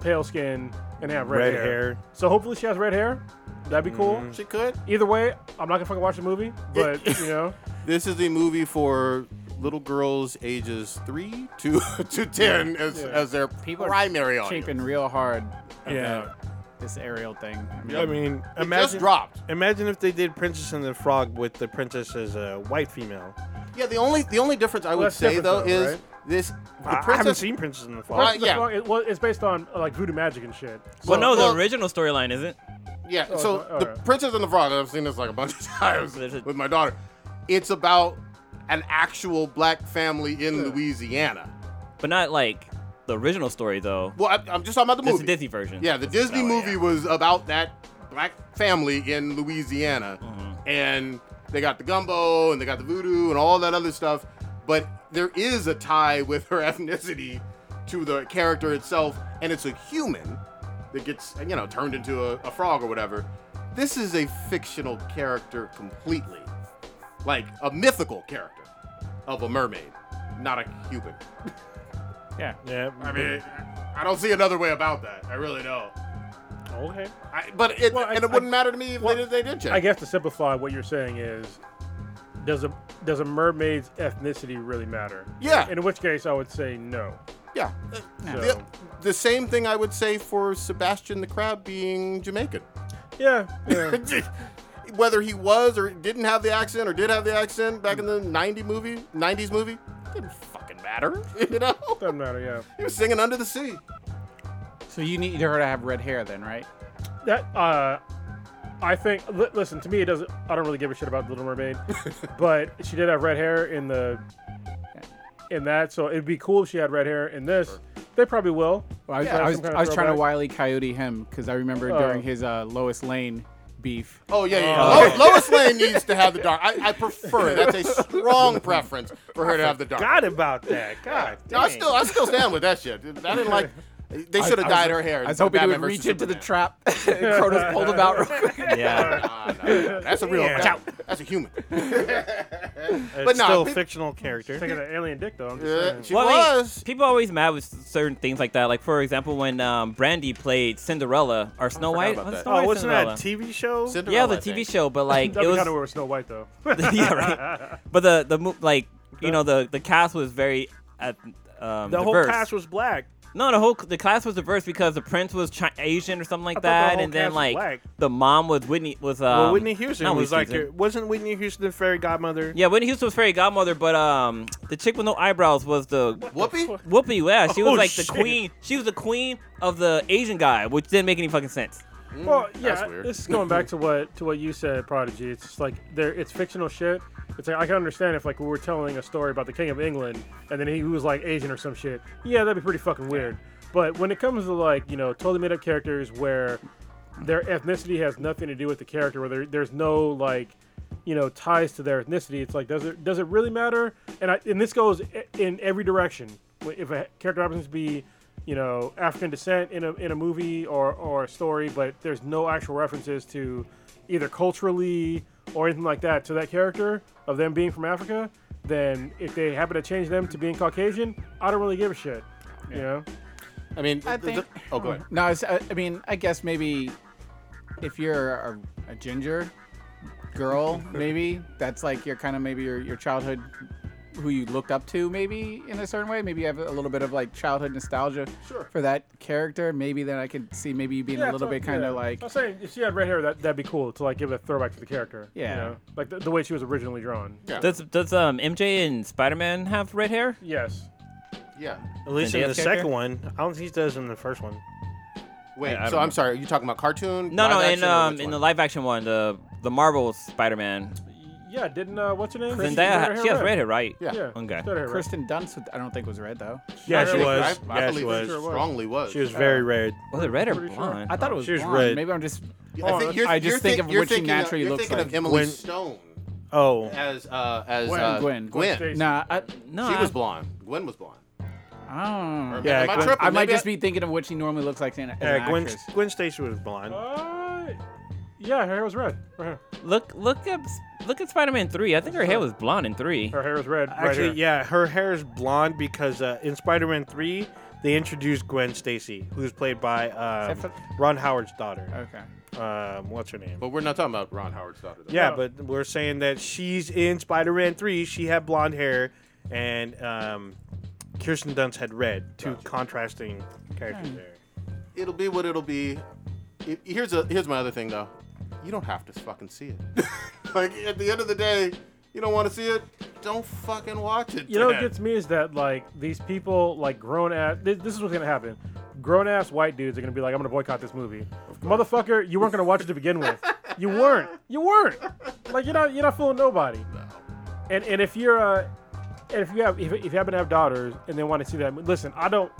Speaker 8: pale skin and have red,
Speaker 6: Red
Speaker 8: hair.
Speaker 6: hair.
Speaker 8: So hopefully she has red hair. That'd be cool.
Speaker 4: She could.
Speaker 8: Either way, I'm not gonna fucking watch the movie, but you know,
Speaker 4: This is the movie for little girls ages three to to ten as,
Speaker 8: Yeah.
Speaker 4: as their
Speaker 5: People are
Speaker 4: primary audience.
Speaker 5: Shaping real hard
Speaker 6: Yeah.
Speaker 5: about this aerial thing. I mean,
Speaker 6: I mean,
Speaker 4: It
Speaker 6: imagine
Speaker 4: just dropped.
Speaker 6: Imagine if they did Princess and the Frog with the princess as a white female.
Speaker 4: Yeah, the only the only difference I would
Speaker 8: that's
Speaker 4: say
Speaker 8: different,
Speaker 4: though,
Speaker 8: though,
Speaker 4: is
Speaker 8: right?
Speaker 4: this
Speaker 6: I-
Speaker 4: the
Speaker 6: I haven't
Speaker 4: princess.
Speaker 6: seen Princess and the Frog.
Speaker 4: Right,
Speaker 8: The
Speaker 4: yeah.
Speaker 8: Frog- it, well, it's based on uh, like voodoo magic and shit.
Speaker 7: well, no,
Speaker 4: well-
Speaker 7: the original storyline isn't.
Speaker 4: Yeah, so
Speaker 8: Oh, it's not-
Speaker 4: the
Speaker 8: alright.
Speaker 4: Princess and the Frog, I've seen this like a bunch of times
Speaker 7: There's a-
Speaker 4: with my daughter. It's about an actual black family in Louisiana.
Speaker 7: But not like the original story though.
Speaker 4: Well, I, I'm just talking about the
Speaker 7: That's
Speaker 4: movie.
Speaker 7: the Disney version.
Speaker 4: Yeah, the Disney
Speaker 7: that way,
Speaker 4: movie
Speaker 7: yeah.
Speaker 4: was about that black family in Louisiana, and they got the gumbo and they got the voodoo and all that other stuff. But there is a tie with her ethnicity to the character itself, and it's a human that gets you know turned into a, a frog or whatever. This is a fictional character completely, like a mythical character of a mermaid, not a human.
Speaker 5: yeah.
Speaker 6: Yeah.
Speaker 4: I mean, I don't see another way about that. I really don't.
Speaker 8: Okay.
Speaker 4: I, but it,
Speaker 8: Well, I-
Speaker 4: and it wouldn't matter to me if
Speaker 8: well,
Speaker 4: they, did, they did check.
Speaker 8: I guess to simplify what you're saying is, does a does a mermaid's ethnicity really matter?
Speaker 4: Yeah.
Speaker 8: In which case, I would say no.
Speaker 4: yeah. Uh,
Speaker 8: So,
Speaker 4: The, the same thing I would say for Sebastian the Crab being Jamaican.
Speaker 8: yeah. yeah.
Speaker 4: Whether he was or didn't have the accent or did have the accent back in the 90 movie, 90s movie, didn't fucking matter. You know?
Speaker 8: Doesn't matter, yeah.
Speaker 4: He was singing Under the Sea.
Speaker 5: So you need her to have red hair then, right?
Speaker 8: That uh, I think. Li- listen to me. It doesn't. I don't really give a shit about Little Mermaid, but she did have red hair in the in that, so it'd be cool if she had red hair in this. They probably will.
Speaker 5: Well, I was,
Speaker 8: Yeah,
Speaker 5: I was,
Speaker 8: some kind of
Speaker 5: I was trying to
Speaker 8: throwback.
Speaker 5: wily coyote him because I remember
Speaker 8: Oh.
Speaker 5: during his uh, Lois Lane beef.
Speaker 4: Oh, yeah, yeah. yeah. Lo- Lois Lane needs to have the dark. I, I prefer. That's a strong preference for her to have the dark.
Speaker 6: God about that. God.
Speaker 4: No, I still, I still stand with that shit. I didn't like. They should have
Speaker 5: I was-
Speaker 4: dyed her hair.
Speaker 5: I was hoping he
Speaker 4: Batman
Speaker 5: would
Speaker 4: versus
Speaker 5: reach into the
Speaker 4: Superman.
Speaker 5: trap. Cronus pulled him out real quick.
Speaker 7: Yeah.
Speaker 4: Nah, nah, nah. That's a real.
Speaker 6: Yeah.
Speaker 4: Watch out. That's a human.
Speaker 6: It's
Speaker 4: But no,
Speaker 6: still a
Speaker 4: peop-
Speaker 6: fictional character.
Speaker 8: Taking an alien dick though. I'm just
Speaker 4: Yeah,
Speaker 8: saying.
Speaker 4: Uh, she
Speaker 7: Well, I mean,
Speaker 4: was.
Speaker 7: people are always mad with certain things like that. Like for example, when um, Brandy played Cinderella or Snow White.
Speaker 4: about
Speaker 7: was
Speaker 4: that.
Speaker 7: Snow
Speaker 6: Oh,
Speaker 7: White
Speaker 6: wasn't that
Speaker 7: Cinderella?
Speaker 6: a TV show?
Speaker 4: Cinderella,
Speaker 7: yeah, the
Speaker 4: I
Speaker 7: TV
Speaker 4: think.
Speaker 7: show, but like it
Speaker 8: That'd be kind of
Speaker 7: was
Speaker 8: weird with Snow White though.
Speaker 7: yeah, right. But the the mo- like you know the the cast was very at um,
Speaker 6: The whole
Speaker 7: diverse.
Speaker 6: cast was black.
Speaker 7: no the whole the class was diverse because the prince was chi- Asian or something like
Speaker 6: I thought the
Speaker 7: that,
Speaker 6: whole
Speaker 7: and then
Speaker 6: cast was
Speaker 7: like
Speaker 6: black.
Speaker 7: the mom was Whitney was um,
Speaker 6: Well, Whitney Houston
Speaker 7: not
Speaker 6: was
Speaker 7: Whitney
Speaker 6: like,
Speaker 7: Houston.
Speaker 6: your- wasn't Whitney Houston the fairy godmother?
Speaker 7: yeah Whitney Houston was fairy godmother, but um the chick with no eyebrows was the
Speaker 4: Whoopi.
Speaker 7: Whoopi. Yeah, she was
Speaker 6: Oh,
Speaker 7: like the
Speaker 6: shit.
Speaker 7: queen. She was the queen of the Asian guy, which didn't make any fucking sense.
Speaker 8: Well, yeah,
Speaker 4: Mm, that's weird.
Speaker 8: this is going back to what to what you said, Prodigy. It's just like there, it's fictional shit. It's like I can understand if like we were telling a story about the King of England and then he was like Asian or some shit. Yeah, that'd be pretty fucking weird. But when it comes to like you know totally made up characters where their ethnicity has nothing to do with the character, where there, there's no like you know ties to their ethnicity, it's like does it does it really matter? And I, and this goes i- in every direction. If a character happens to be you know African descent in a in a movie or or a story, but there's no actual references to either culturally or anything like that to that character of them being from Africa, then if they happen to change them to being Caucasian, I don't really give a shit. You know,
Speaker 4: I mean,
Speaker 5: I
Speaker 4: th- th-
Speaker 5: think-
Speaker 4: oh, go ahead.
Speaker 5: No, I, was- I- I mean, I guess maybe if you're a, a ginger girl, maybe that's like your kind of maybe your, your childhood, who you looked up to, maybe in a certain way. Maybe you have a little bit of like childhood nostalgia for that character. Maybe then I could see maybe you being a little bit kind of like.
Speaker 8: I'm saying if she had red hair, that that'd be cool to like give a throwback to the character. you
Speaker 5: Yeah.
Speaker 8: know? like the, the way she was originally drawn.
Speaker 7: Does does um MJ and Spider Man have red hair?
Speaker 8: Yes.
Speaker 4: Yeah.
Speaker 6: At least in the
Speaker 7: Zendaya's
Speaker 6: second
Speaker 7: character?
Speaker 6: one. I don't think he does in the first one.
Speaker 4: Wait.
Speaker 7: Yeah, I
Speaker 4: so
Speaker 7: don't
Speaker 4: I'm
Speaker 7: know.
Speaker 4: sorry. Are you talking about cartoon?
Speaker 7: No,
Speaker 4: live
Speaker 7: no, in
Speaker 4: action, or
Speaker 7: um
Speaker 4: which
Speaker 7: in
Speaker 4: one?
Speaker 7: the live action one, the the Marvel Spider Man,
Speaker 8: Yeah, didn't uh, what's her name?
Speaker 7: Zendaya,
Speaker 8: She had
Speaker 7: she has red hair, right?
Speaker 4: Yeah.
Speaker 8: Yeah.
Speaker 7: Okay.
Speaker 8: she had her hair red.
Speaker 5: Kristen Dunst, with- I don't think was red though.
Speaker 6: Yeah,
Speaker 4: I
Speaker 6: she
Speaker 4: think-
Speaker 6: was.
Speaker 4: I, I
Speaker 6: Yeah, she
Speaker 4: believe
Speaker 6: was.
Speaker 4: it strongly was.
Speaker 6: She was very red.
Speaker 7: Was it red or
Speaker 8: Pretty sure.
Speaker 7: blonde?
Speaker 5: I thought it was.
Speaker 6: She was
Speaker 5: blonde.
Speaker 6: red.
Speaker 5: Maybe I'm just.
Speaker 4: I, think you're,
Speaker 5: I just
Speaker 4: you're
Speaker 5: think of
Speaker 4: you're
Speaker 5: what she
Speaker 4: thinking of-
Speaker 5: naturally
Speaker 4: you're
Speaker 5: looks
Speaker 4: thinking
Speaker 5: like.
Speaker 4: of Emily
Speaker 6: When-
Speaker 4: Stone
Speaker 6: Oh,
Speaker 4: as uh, as
Speaker 5: Gwen.
Speaker 4: uh,
Speaker 5: Gwen.
Speaker 4: Gwen.
Speaker 8: Gwen
Speaker 5: Nah, I,
Speaker 7: no,
Speaker 4: She
Speaker 7: I-
Speaker 4: was blonde. Gwen was blonde.
Speaker 5: I don't. know.
Speaker 4: Or
Speaker 6: Yeah,
Speaker 4: am I
Speaker 6: Gwen-
Speaker 4: tripping?
Speaker 5: I might
Speaker 4: Maybe
Speaker 5: just be thinking of what she normally looks like in, as
Speaker 6: yeah,
Speaker 5: an
Speaker 6: uh, Gwen,
Speaker 5: actress.
Speaker 6: Gwen Stacy was blonde.
Speaker 8: Uh, yeah, her hair was red. Her hair,
Speaker 7: Look look up look at Spider Man three. I think her hair was blonde in three.
Speaker 8: her hair was red.
Speaker 6: Actually,
Speaker 8: right here.
Speaker 6: yeah, her hair is blonde because uh, in Spider-Man Three, they introduced Gwen Stacy, who's played by um,
Speaker 5: Except
Speaker 6: Ron Howard's daughter.
Speaker 5: Okay.
Speaker 6: Um, what's her name?
Speaker 4: But we're not talking about Ron Howard's daughter. Though.
Speaker 6: Yeah,
Speaker 8: No.
Speaker 6: but we're saying that she's in Spider-Man Three. She had blonde hair, and um, Kirsten Dunst had red. Two contrasting characters
Speaker 8: Hmm.
Speaker 6: there.
Speaker 4: It'll be what it'll be. It- here's a here's my other thing though. You don't have to fucking see it. like at the end of the day, you don't want to see it. Don't fucking watch it.
Speaker 8: You know what
Speaker 4: then.
Speaker 8: gets me is that like these people, like grown ass. This, this is what's gonna happen. Grown ass white dudes are gonna be like, I'm gonna boycott this movie. Motherfucker, you weren't gonna watch it to begin with. You weren't. You weren't. Like you're not. You're not fooling nobody. And and if you're uh, and if you have if, if you happen to have daughters and they want to see that, mo- listen, I don't,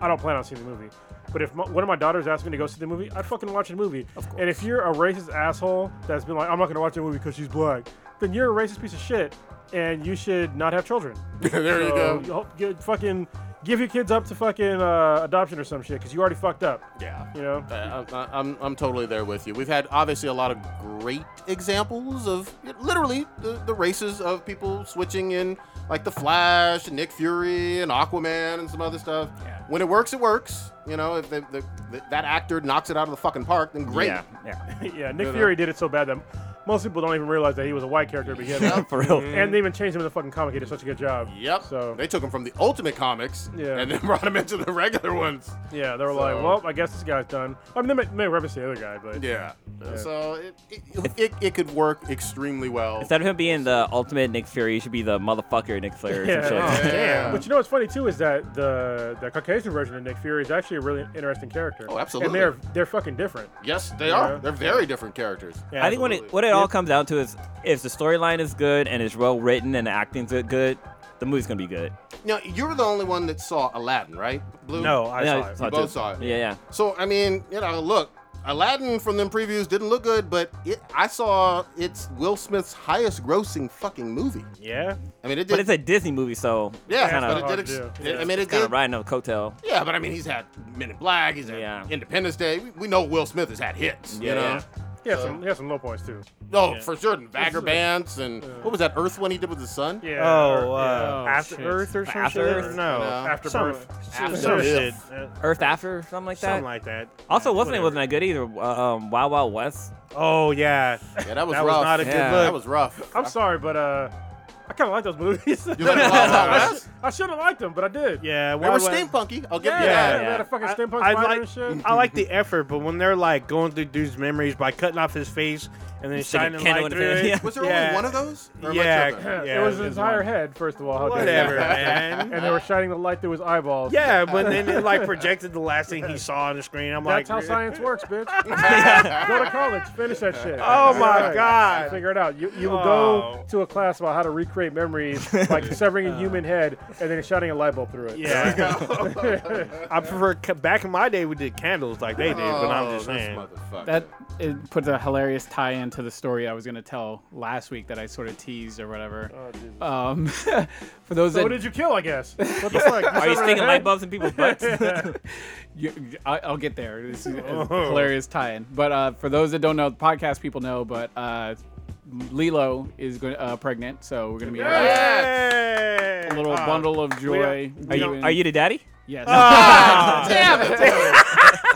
Speaker 8: I don't plan on seeing the movie. But if my, one of my daughters asked me to go see the movie, I'd fucking watch the movie. Of course. And if you're a racist asshole that's been like, I'm not gonna watch the movie because she's black, then you're a racist piece of shit, and you should not have children.
Speaker 4: there you
Speaker 8: So,
Speaker 4: go.
Speaker 8: you hope- get- Um, oh, fucking give your kids up to fucking uh, adoption or some shit because you already fucked up.
Speaker 4: Yeah.
Speaker 8: You know.
Speaker 4: I- I- I'm, I'm totally there with you. We've had obviously a lot of great examples of literally the, the races of people switching in, like The Flash and Nick Fury and Aquaman and some other stuff.
Speaker 5: Yeah.
Speaker 4: When it works, it works. You know, if they, the, the, that actor knocks it out of the fucking park, then great.
Speaker 7: Yeah, yeah.
Speaker 8: yeah. Nick Fury did it so bad that most people don't even realize that he was a white character to begin with.
Speaker 7: For real.
Speaker 8: And they even changed him in the fucking comic. He did such a good job.
Speaker 4: Mm-hmm. Yep.
Speaker 8: So
Speaker 4: They took him from the Ultimate Comics
Speaker 8: Yeah.
Speaker 4: and then brought him into the regular ones.
Speaker 8: yeah, they were like, well, I guess this guy's done. I mean, they may, may reference the other guy, but
Speaker 4: Yeah. So it, it, it, it could work extremely well.
Speaker 7: Instead of him being the ultimate Nick Fury, he should be the motherfucker Nick Fury or some
Speaker 8: Yeah.
Speaker 7: shit.
Speaker 8: Oh,
Speaker 4: Yeah.
Speaker 8: But you know what's funny too is that the the Caucasian version of Nick Fury is actually a really interesting character.
Speaker 4: Oh, absolutely.
Speaker 8: And they're they're fucking different.
Speaker 4: Yes, they
Speaker 8: Yeah.
Speaker 4: are. They're very different characters.
Speaker 6: Yeah,
Speaker 7: I think when it
Speaker 4: absolutely.
Speaker 7: what it all comes down to is if the storyline is good and it's well written and the acting's good, good, the movie's gonna be good.
Speaker 4: Now, you were the only one that saw Aladdin, right? Blue?
Speaker 6: No, Oh, I
Speaker 7: yeah,
Speaker 6: saw it.
Speaker 4: You
Speaker 7: too.
Speaker 4: both saw it.
Speaker 7: Yeah, yeah.
Speaker 4: So, I mean, you know, look, Aladdin from them previews didn't look good, but it, I saw it's Will Smith's highest grossing fucking movie.
Speaker 6: Yeah.
Speaker 4: I mean, it
Speaker 7: But it's
Speaker 4: did.
Speaker 7: a Disney movie, so
Speaker 4: yeah,
Speaker 7: kind
Speaker 4: but
Speaker 7: of
Speaker 4: it
Speaker 8: hard
Speaker 4: did.
Speaker 8: to
Speaker 4: Ex-
Speaker 8: do.
Speaker 4: it- I mean, it
Speaker 7: kind
Speaker 4: did.
Speaker 7: of riding a coattail.
Speaker 4: Yeah, but I mean, he's had Men in Black, he's had
Speaker 7: Yeah.
Speaker 4: Independence Day. We, we know Will Smith has had hits, you
Speaker 7: Yeah,
Speaker 4: know?
Speaker 7: yeah.
Speaker 8: He has some he has some low points too.
Speaker 4: No, for sure. And Vagabants and what was that Earth one he did with his son?
Speaker 8: Yeah.
Speaker 6: Oh,
Speaker 8: or-
Speaker 6: uh,
Speaker 8: yeah.
Speaker 6: After
Speaker 8: shit.
Speaker 6: Earth or some
Speaker 7: After
Speaker 6: shit?
Speaker 7: Earth?
Speaker 6: No.
Speaker 4: No.
Speaker 8: After
Speaker 6: some,
Speaker 8: Birth.
Speaker 6: Some,
Speaker 4: After
Speaker 6: some
Speaker 4: Birth.
Speaker 6: shit.
Speaker 7: Earth After or something like that.
Speaker 6: Something like that.
Speaker 7: also,
Speaker 6: Yeah,
Speaker 7: what's the name
Speaker 6: whatever.
Speaker 7: wasn't that good either. Uh, um, Wild Wild West.
Speaker 6: Oh yeah.
Speaker 4: Yeah, that was
Speaker 6: That was
Speaker 4: rough.
Speaker 6: not a good
Speaker 7: Yeah.
Speaker 6: look.
Speaker 4: That was rough.
Speaker 8: I'm sorry, but uh, I kind of like those movies.
Speaker 4: You like Wild Wild
Speaker 8: I,
Speaker 4: West?
Speaker 8: should have liked them, but I did.
Speaker 6: yeah.
Speaker 4: They were
Speaker 6: Wild West-
Speaker 4: steampunky. I'll give
Speaker 8: yeah,
Speaker 4: you that.
Speaker 8: they had a fucking steampunk
Speaker 6: I, I
Speaker 8: spider
Speaker 6: like,
Speaker 8: and shit.
Speaker 6: I like the effort, but when they're like going through dude's memories by cutting off his face and then
Speaker 7: Sticking
Speaker 6: shining
Speaker 7: candle
Speaker 6: light
Speaker 7: in
Speaker 6: through
Speaker 7: his
Speaker 6: it.
Speaker 7: hand. Yeah.
Speaker 4: Was there
Speaker 6: Yeah.
Speaker 4: only one of those? Or am I tripping?
Speaker 6: Yeah, yeah.
Speaker 8: it was his entire head, first of all. How dare you.
Speaker 6: Whatever, man.
Speaker 8: And they were shining the light through his eyeballs.
Speaker 6: Yeah, but then it like projected the last thing he saw on the screen. I'm
Speaker 8: That's
Speaker 6: like,
Speaker 8: how science works, bitch. Go to college, finish that shit.
Speaker 6: Oh my
Speaker 8: Alright,
Speaker 6: God.
Speaker 8: Figure it out. You you will
Speaker 6: Oh.
Speaker 8: go to a class about how to recreate memories, like severing a human head and then shining a light bulb through it.
Speaker 6: Yeah, I prefer. ca- Back in my day, we did candles like they did, but I'm
Speaker 4: Oh,
Speaker 6: just
Speaker 4: this
Speaker 6: saying.
Speaker 4: motherfucker.
Speaker 5: That it puts a hilarious tie-in relevant to the story I was going to tell last week that I sort of teased or whatever.
Speaker 7: Oh,
Speaker 5: um, for those
Speaker 8: So
Speaker 5: that
Speaker 8: what did you kill? I guess. What the fuck?
Speaker 7: Are you sticking light bulbs in people's butts?
Speaker 5: You, I, I'll get there. This is
Speaker 7: Oh.
Speaker 5: a hilarious tie-in. But uh, for those that don't know, the podcast people know, but uh, Lilo is going uh, pregnant, so we're gonna be
Speaker 6: Yes!
Speaker 5: a little bundle of joy.
Speaker 7: Ah. Are you, are you Ah. the daddy?
Speaker 5: Yes.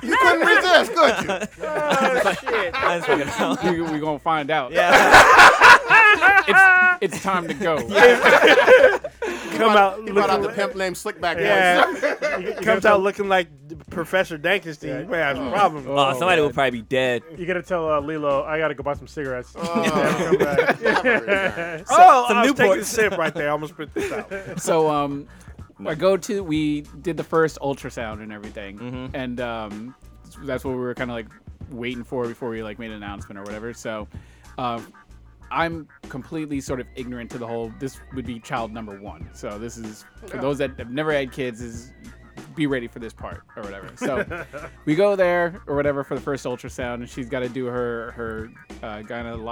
Speaker 9: You couldn't resist, could you?
Speaker 7: I was fucking-
Speaker 5: we, we're gonna find out.
Speaker 7: yeah.
Speaker 5: It's, it's time to go.
Speaker 6: Come out
Speaker 9: He brought out the
Speaker 6: looking.
Speaker 9: pimp named Slickback. Boy.
Speaker 6: Yeah, comes out looking like Professor Dankisty. You may have some problems.
Speaker 7: Oh, somebody will probably be dead.
Speaker 8: You gotta tell uh, Lilo I gotta go buy some cigarettes.
Speaker 6: oh,
Speaker 7: some
Speaker 6: I was taking
Speaker 7: Newports.
Speaker 6: a sip right there. I almost spit this out.
Speaker 5: so um I go to we did the first ultrasound and everything and um that's what we were kind of like waiting for before we like made an announcement or whatever so um I'm completely sort of ignorant to the whole this would be child number 1 so this is for those that have never had kids is be ready for this part or whatever so we go there or whatever for the first ultrasound and she's got to do her her uh, gyne-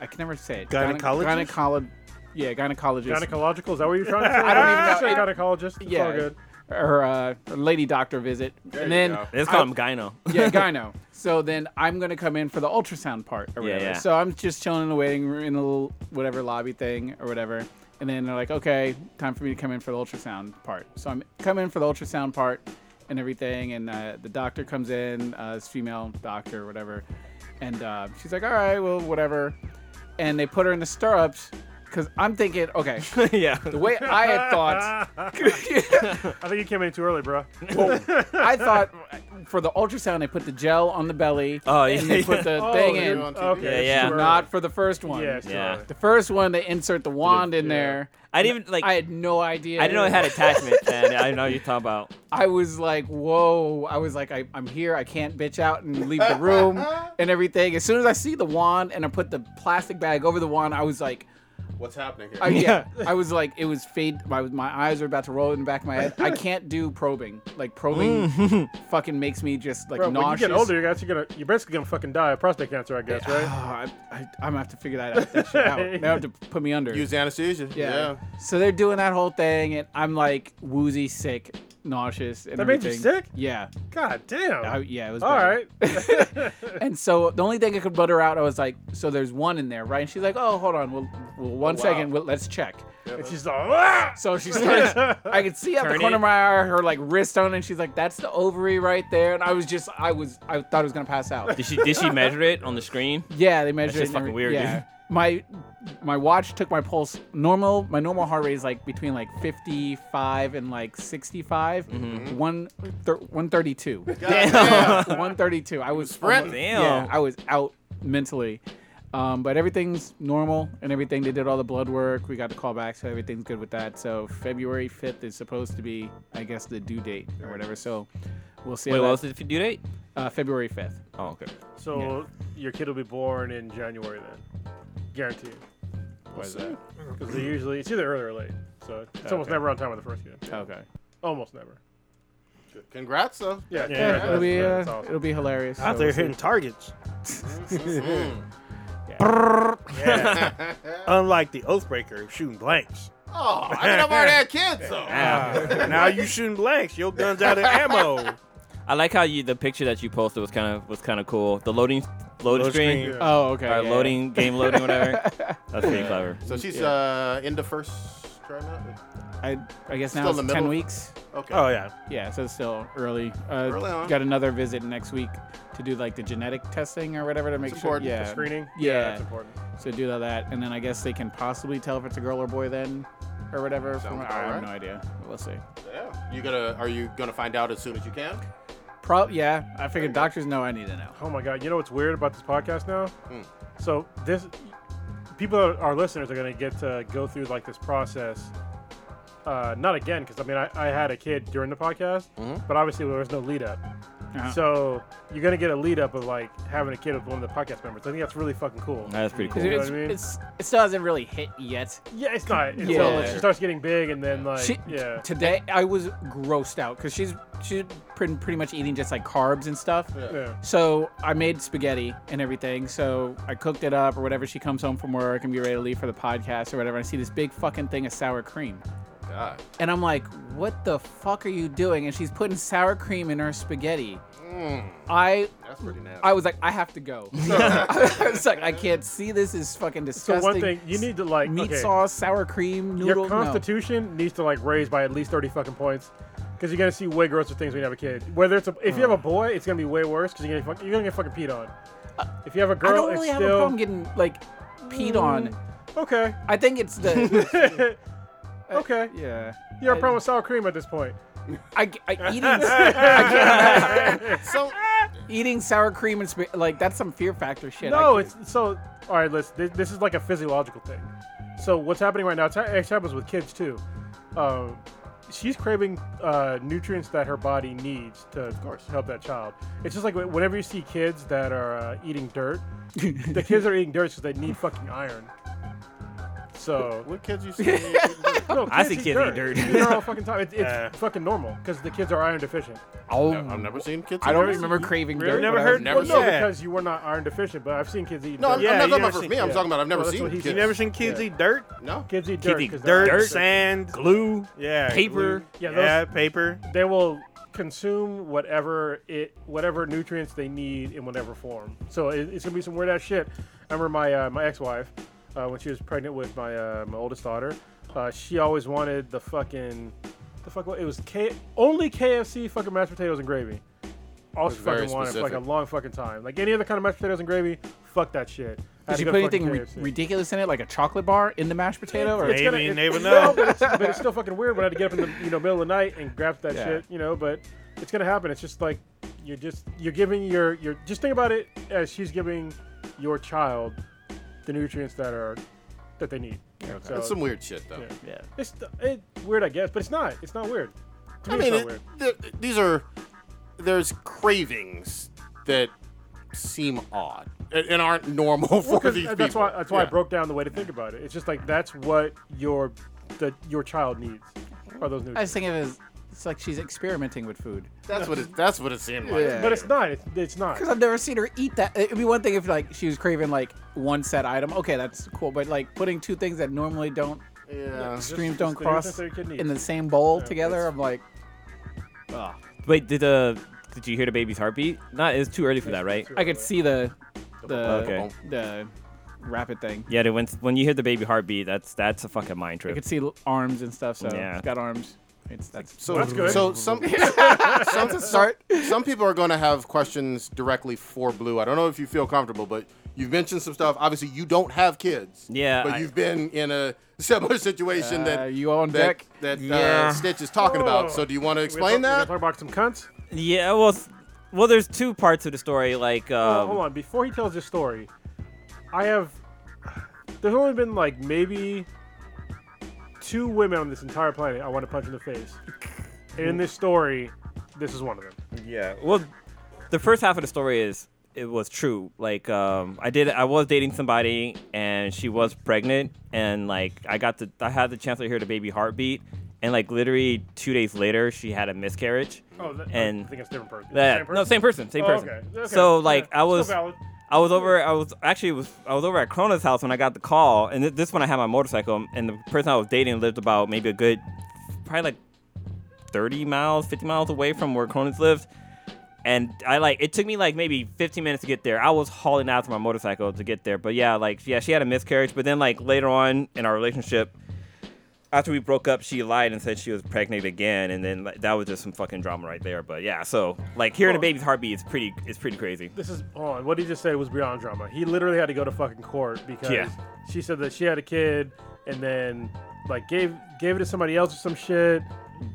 Speaker 5: I can never say it Gyne-
Speaker 6: Gynecologist?
Speaker 5: gynecolo- yeah gynecologist
Speaker 8: Gynecological? Is that what you're trying to say?
Speaker 5: I don't even know.
Speaker 8: Gynecologist. It's
Speaker 5: yeah,
Speaker 8: all good.
Speaker 5: her uh, lady doctor visit, and then
Speaker 7: Let's call him Gyno.
Speaker 5: yeah, gyno. So then I'm gonna come in for the ultrasound part or
Speaker 7: Yeah,
Speaker 5: whatever.
Speaker 7: yeah.
Speaker 5: So I'm just chilling in the waiting room in the little whatever lobby thing or whatever, and then they're like, okay, time for me to come in for the ultrasound part. So I'm come in for the ultrasound part and everything, and uh, the doctor comes in, uh, this female doctor or whatever, and uh, she's like, all right, well, whatever, and they put her in the stirrups. Cause I'm thinking, okay,
Speaker 7: yeah.
Speaker 5: the way I had thought
Speaker 8: I think you came in too early, bro.
Speaker 5: I thought for the ultrasound they put the gel on the belly
Speaker 7: Oh,
Speaker 5: and they
Speaker 7: yeah.
Speaker 5: put the
Speaker 8: Oh,
Speaker 5: thing
Speaker 8: you're
Speaker 5: in.
Speaker 9: on TV.
Speaker 8: Okay.
Speaker 7: Yeah,
Speaker 8: it's
Speaker 7: yeah.
Speaker 8: too
Speaker 5: Not for the first one.
Speaker 8: early. Yeah. it's too
Speaker 7: Yeah.
Speaker 8: early.
Speaker 5: The first one they insert the wand in there.
Speaker 7: I didn't even, like.
Speaker 5: I
Speaker 7: I,
Speaker 5: had no idea.
Speaker 7: didn't know it had attachment, and I didn't know what you're talking about.
Speaker 5: I was like, whoa. I was like, I, I'm here. I can't bitch out and leave the room and everything. As soon as I see the wand and I put the plastic bag over the wand, I was like,
Speaker 9: What's happening here?
Speaker 5: I, yeah. I was like, it was fade. My, my eyes are about to roll in the back of my head. I can't do probing. Like probing
Speaker 7: Mm.
Speaker 5: fucking makes me just like
Speaker 8: Bro, when you
Speaker 5: nauseous.
Speaker 8: get older, you're actually gonna you're basically gonna fucking die of prostate cancer, I guess, right?
Speaker 5: Ah, I, I, I'm gonna have to figure that out. That shit out. They have to put me under.
Speaker 9: Use anesthesia.
Speaker 5: yeah. So they're doing that whole thing, and I'm like woozy, sick, nauseous, and
Speaker 8: That made you
Speaker 5: everything.
Speaker 8: sick?
Speaker 5: Yeah.
Speaker 8: God damn.
Speaker 5: I, Oh, yeah. It was.
Speaker 8: all
Speaker 5: bad.
Speaker 8: right.
Speaker 5: And so the only thing I could butter out, I was like, so there's one in there, right? And she's like, oh, hold on, we'll, we'll one second, we'll, let's check.
Speaker 8: and she's like, "Ah!"
Speaker 5: So she starts. I could see out the
Speaker 7: Turn
Speaker 5: corner
Speaker 7: it.
Speaker 5: of my eye her like wrist on, it, and she's like, that's the ovary right there. And I was just, I was, I thought I was gonna pass out.
Speaker 7: Did she did she measure it on the screen?
Speaker 5: Yeah, they measured
Speaker 7: just
Speaker 5: it. and
Speaker 7: fucking
Speaker 5: every-
Speaker 7: weird,
Speaker 5: yeah.
Speaker 7: dude.
Speaker 5: My my watch took my pulse normal. My normal heart rate is like between like 55 and like 65.
Speaker 7: Mm-hmm.
Speaker 5: One thir- 132.
Speaker 9: Damn.
Speaker 5: 132. I was
Speaker 9: Sprinting.
Speaker 5: almost- Yeah, I was out mentally. Um, but everything's normal and everything. They did all the blood work. We got the call back, so everything's good with that. So February 5th is supposed to be, I guess, the due date or whatever. So we'll see.
Speaker 7: Wait,
Speaker 5: how
Speaker 7: what
Speaker 5: that-
Speaker 7: was the due date?
Speaker 5: uh, February 5th.
Speaker 7: Oh, okay.
Speaker 8: So your kid will be born in January then, guaranteed.
Speaker 5: Why is that?
Speaker 8: Because they usually it's either early or late. So it's almost never on time with the first kid.
Speaker 5: Okay.
Speaker 8: Almost never.
Speaker 9: Congrats, though.
Speaker 8: Yeah.
Speaker 5: Yeah, it'll be uh,
Speaker 8: That's awesome.
Speaker 5: it'll be hilarious.
Speaker 6: Out
Speaker 5: So
Speaker 6: there
Speaker 5: we'll see.
Speaker 6: hitting targets.
Speaker 8: Yeah.
Speaker 6: Unlike the Oathbreaker shooting blanks. Uh,
Speaker 9: Oh, I mean, I've already had kids, so.
Speaker 6: now you shooting blanks. Your gun's out of ammo.
Speaker 7: I like how you the picture that you posted was kind of was kind of cool. The loading loading
Speaker 6: Load
Speaker 7: screen,
Speaker 6: screen,
Speaker 5: Oh, okay.
Speaker 7: or
Speaker 5: yeah,
Speaker 7: loading game loading whatever. That's pretty clever.
Speaker 9: So she's uh, in the first trimester.
Speaker 5: yeah. I, I guess now
Speaker 9: Still in
Speaker 5: it's
Speaker 9: the
Speaker 5: 10
Speaker 9: middle.
Speaker 5: weeks.
Speaker 9: Okay.
Speaker 6: Oh yeah.
Speaker 5: Yeah, so it's still early. Uh,
Speaker 9: Early on.
Speaker 5: Got another visit next week to do like the genetic testing or whatever to make sure.
Speaker 9: important.
Speaker 5: Yeah.
Speaker 8: Screening.
Speaker 5: Yeah.
Speaker 8: That's important.
Speaker 5: So do all that, and then I guess they can possibly tell if it's a girl or boy then, or whatever. From,
Speaker 9: Sounds
Speaker 5: I have
Speaker 9: alright.
Speaker 5: no idea. We'll see.
Speaker 9: Yeah. You gonna? Are you gonna find out as soon as you can?
Speaker 5: Pro- yeah, I figured doctors know I need to know.
Speaker 8: Oh my god, you know what's weird about this podcast now?
Speaker 7: Hmm.
Speaker 8: So this people that our listeners are going to get to go through like this process uh, not again because I mean I, I had a kid during the podcast,
Speaker 7: Mm-hmm.
Speaker 8: but obviously there was no lead up.
Speaker 5: Uh-huh.
Speaker 8: So you're gonna get a lead up of like having a kid with one of the podcast members. I think that's really fucking cool.
Speaker 7: That's pretty cool.
Speaker 8: You know
Speaker 5: It's,
Speaker 8: what I mean?
Speaker 5: it's, it still hasn't really hit yet.
Speaker 8: yeah, it's not until
Speaker 5: Yeah.
Speaker 8: like, she starts getting big and then like
Speaker 5: She,
Speaker 8: yeah.
Speaker 5: Today I was grossed out because she's she's pretty, pretty much eating just like carbs and stuff.
Speaker 8: Yeah.
Speaker 5: So I made spaghetti and everything. So I cooked it up or whatever. She comes home from work and be ready to leave for the podcast or whatever. And I see this big fucking thing of sour cream.
Speaker 4: God.
Speaker 5: And I'm like, what the fuck are you doing? And she's putting sour cream in her spaghetti. I
Speaker 4: Mm. That's pretty nasty.
Speaker 5: I was like, I have to go. I was like, I can't see this is fucking
Speaker 8: So
Speaker 5: disgusting.
Speaker 8: one thing you need to like
Speaker 5: meat
Speaker 8: okay,
Speaker 5: sauce, sour cream, noodle.
Speaker 8: Your constitution needs to like raise by at least thirty fucking points, because you're gonna see way grosser things when you have a kid. Whether it's a, if you
Speaker 5: Hmm.
Speaker 8: have a boy, it's gonna be way worse because you're gonna fuck, you're gonna get fucking peed on. If you have a
Speaker 5: no.
Speaker 8: girl,
Speaker 5: Uh, I don't really
Speaker 8: it's
Speaker 5: have a
Speaker 8: still
Speaker 5: problem getting like peed
Speaker 8: Mm.
Speaker 5: on.
Speaker 8: okay.
Speaker 5: I think it's the
Speaker 8: Okay,
Speaker 5: yeah.
Speaker 8: you have a problem with sour cream at this point.
Speaker 5: I, I eating I can't- so eating sour cream and sp- like that's some fear factor shit. I
Speaker 8: No,
Speaker 5: can't-
Speaker 8: it's so. All right, let's. This, this is like a physiological thing. So what's happening right now? It's, it happens with kids too. Um, she's craving uh, nutrients that her body needs to, of course, help that child. It's just like wh- whenever you see kids that are uh, eating dirt, the kids are eating dirt because they need fucking iron. So
Speaker 6: What kids you see?
Speaker 8: no,
Speaker 7: I see kids eat dirt.
Speaker 8: They're all fucking time. It's, it's
Speaker 6: Yeah.
Speaker 8: fucking normal because the kids are iron deficient.
Speaker 5: oh,
Speaker 4: No, I've never seen kids.
Speaker 5: I don't
Speaker 4: eat it.
Speaker 5: remember craving
Speaker 6: Really?
Speaker 5: dirt.
Speaker 6: Never
Speaker 5: but I-
Speaker 6: heard.
Speaker 4: never
Speaker 6: well,
Speaker 4: seen
Speaker 8: No,
Speaker 6: yeah.
Speaker 8: because you were not iron deficient, but I've seen kids eat
Speaker 4: No, I'm,
Speaker 8: dirt.
Speaker 6: Yeah,
Speaker 4: I'm not
Speaker 6: you
Speaker 4: talking
Speaker 6: never
Speaker 4: about for
Speaker 6: seen-
Speaker 4: me. I'm
Speaker 6: yeah.
Speaker 4: talking about I've never
Speaker 8: Well, that's
Speaker 4: seen
Speaker 8: what he-
Speaker 4: kids.
Speaker 8: You
Speaker 6: You never seen kids eat dirt?
Speaker 4: No.
Speaker 8: Kids eat dirt.
Speaker 7: Kids eat
Speaker 8: 'cause they're
Speaker 6: Dirt,
Speaker 8: iron
Speaker 7: Dirt.
Speaker 6: sand,
Speaker 7: Glue.
Speaker 6: yeah,
Speaker 7: Paper.
Speaker 6: glue.
Speaker 8: Yeah,
Speaker 6: Yeah,
Speaker 8: those-
Speaker 6: paper.
Speaker 8: they will consume whatever it whatever nutrients they need in whatever form. So it, it's gonna be some weird ass shit. I remember my uh, my ex wife uh, when she was pregnant with my uh, my oldest daughter. Uh, she always wanted the fucking the fuck what it was K only KFC fucking mashed potatoes and gravy. All she
Speaker 4: very
Speaker 8: fucking wanted for like a
Speaker 4: specific.
Speaker 8: long fucking time. Like any other kind of mashed potatoes and gravy, fuck that shit. I had
Speaker 5: Did you
Speaker 8: to
Speaker 5: put
Speaker 8: go to fucking
Speaker 5: anything re-
Speaker 8: KFC.
Speaker 5: ridiculous in it, like a chocolate bar in the mashed potato? Or
Speaker 6: Maybe they would
Speaker 8: No,
Speaker 6: know.
Speaker 8: but it's, but it's still fucking weird when I had to get up in the you know middle of the night and grab that
Speaker 5: Yeah.
Speaker 8: shit, you know. But it's gonna happen. It's just like you're just you're giving your your just think about it as she's giving your child the nutrients that are that they need. you know,
Speaker 4: That's
Speaker 8: So
Speaker 4: some weird shit though.
Speaker 8: Yeah.
Speaker 7: Yeah.
Speaker 8: it's it, weird, I guess, but it's not. It's not weird. To
Speaker 4: I
Speaker 8: me,
Speaker 4: mean,
Speaker 8: it's not
Speaker 4: it,
Speaker 8: weird.
Speaker 4: th- these are there's cravings that seem odd and, and aren't normal for
Speaker 8: Well, 'cause
Speaker 4: these people.
Speaker 8: that's why that's why I
Speaker 4: Yeah.
Speaker 8: broke down the way to think about it. It's just like that's what your the your child needs are those
Speaker 5: I
Speaker 8: nutrients.
Speaker 5: was thinking it was, it's like she's experimenting with food.
Speaker 4: That's what it, that's what it seemed like.
Speaker 5: Yeah.
Speaker 8: But it's not. It's, it's not.
Speaker 5: Because I've never seen her eat that. It'd be one thing if like she was craving like one set item. Okay, that's cool. But like putting two things that normally don't
Speaker 4: Yeah.
Speaker 5: streams
Speaker 8: just
Speaker 5: don't
Speaker 8: the
Speaker 5: cross
Speaker 8: nutrients that your kid
Speaker 5: in the
Speaker 8: needs.
Speaker 5: same bowl together, I'm like,
Speaker 7: Wait, did uh did you hear the baby's heartbeat? Not. It's too early for that, right?
Speaker 5: I could see the the
Speaker 7: Okay.
Speaker 5: the rapid thing.
Speaker 7: Yeah. Dude, when when you hear the baby heartbeat, that's that's a fucking mind
Speaker 5: I
Speaker 7: trip.
Speaker 5: could see l- arms and stuff. So
Speaker 7: Yeah.
Speaker 5: it's got arms. It's that's
Speaker 4: So
Speaker 8: That's good.
Speaker 4: so some some,
Speaker 5: start.
Speaker 4: some people are going to have questions directly for Blue. I don't know if you feel comfortable, but you've mentioned some stuff. Obviously, you don't have kids.
Speaker 7: Yeah,
Speaker 4: But
Speaker 7: I-
Speaker 4: you've been in a similar situation
Speaker 5: Uh,
Speaker 4: that
Speaker 5: you on
Speaker 4: that,
Speaker 5: deck?
Speaker 4: that
Speaker 7: Yeah.
Speaker 4: uh, Stitch is talking
Speaker 8: Oh.
Speaker 4: about. So do you want to
Speaker 8: We're talk-
Speaker 4: explain
Speaker 8: we're gonna
Speaker 4: that?
Speaker 8: Talk about some cunts.
Speaker 7: yeah. Well, s- well, there's two parts of the story. Like,
Speaker 8: Hold-
Speaker 7: um,
Speaker 8: Oh, hold on. Before he tells his story, I have. There's only been like maybe two women on this entire planet I want to punch in the face. And in this story, this is one of them.
Speaker 7: Yeah. Well, the first half of the story is it was true. Like, um, I did. I was dating somebody, and she was pregnant, and like, I got the. I had the chance to hear the baby heartbeat, and like, literally two days later, she had a miscarriage.
Speaker 8: Oh, that,
Speaker 7: And-
Speaker 8: I think it's a different person.
Speaker 7: Yeah,
Speaker 8: Same person?
Speaker 7: no, same person, same
Speaker 8: Oh,
Speaker 7: person.
Speaker 8: okay, okay,
Speaker 7: So
Speaker 8: yeah,
Speaker 7: like, I
Speaker 8: still
Speaker 7: was.
Speaker 8: valid.
Speaker 7: I was over. I was actually it was I was over at Krona's house when I got the call, and th- this one I had my motorcycle, and the person I was dating lived about maybe a good, probably like, thirty miles, fifty miles away from where Krona's lived, and I like it took me like maybe fifteen minutes to get there. I was hauling out to my motorcycle to get there, but yeah, like yeah, she had a miscarriage, but then like later on in our relationship, after we broke up, she lied and said she was pregnant again, and then like, that was just some fucking drama right there. But yeah, so like hearing a baby's heartbeat is pretty is pretty crazy.
Speaker 8: This is hold on. What he just said was beyond drama. He literally had to go to fucking court because
Speaker 7: Yeah.
Speaker 8: she said that she had a kid and then like gave gave it to somebody else or some shit.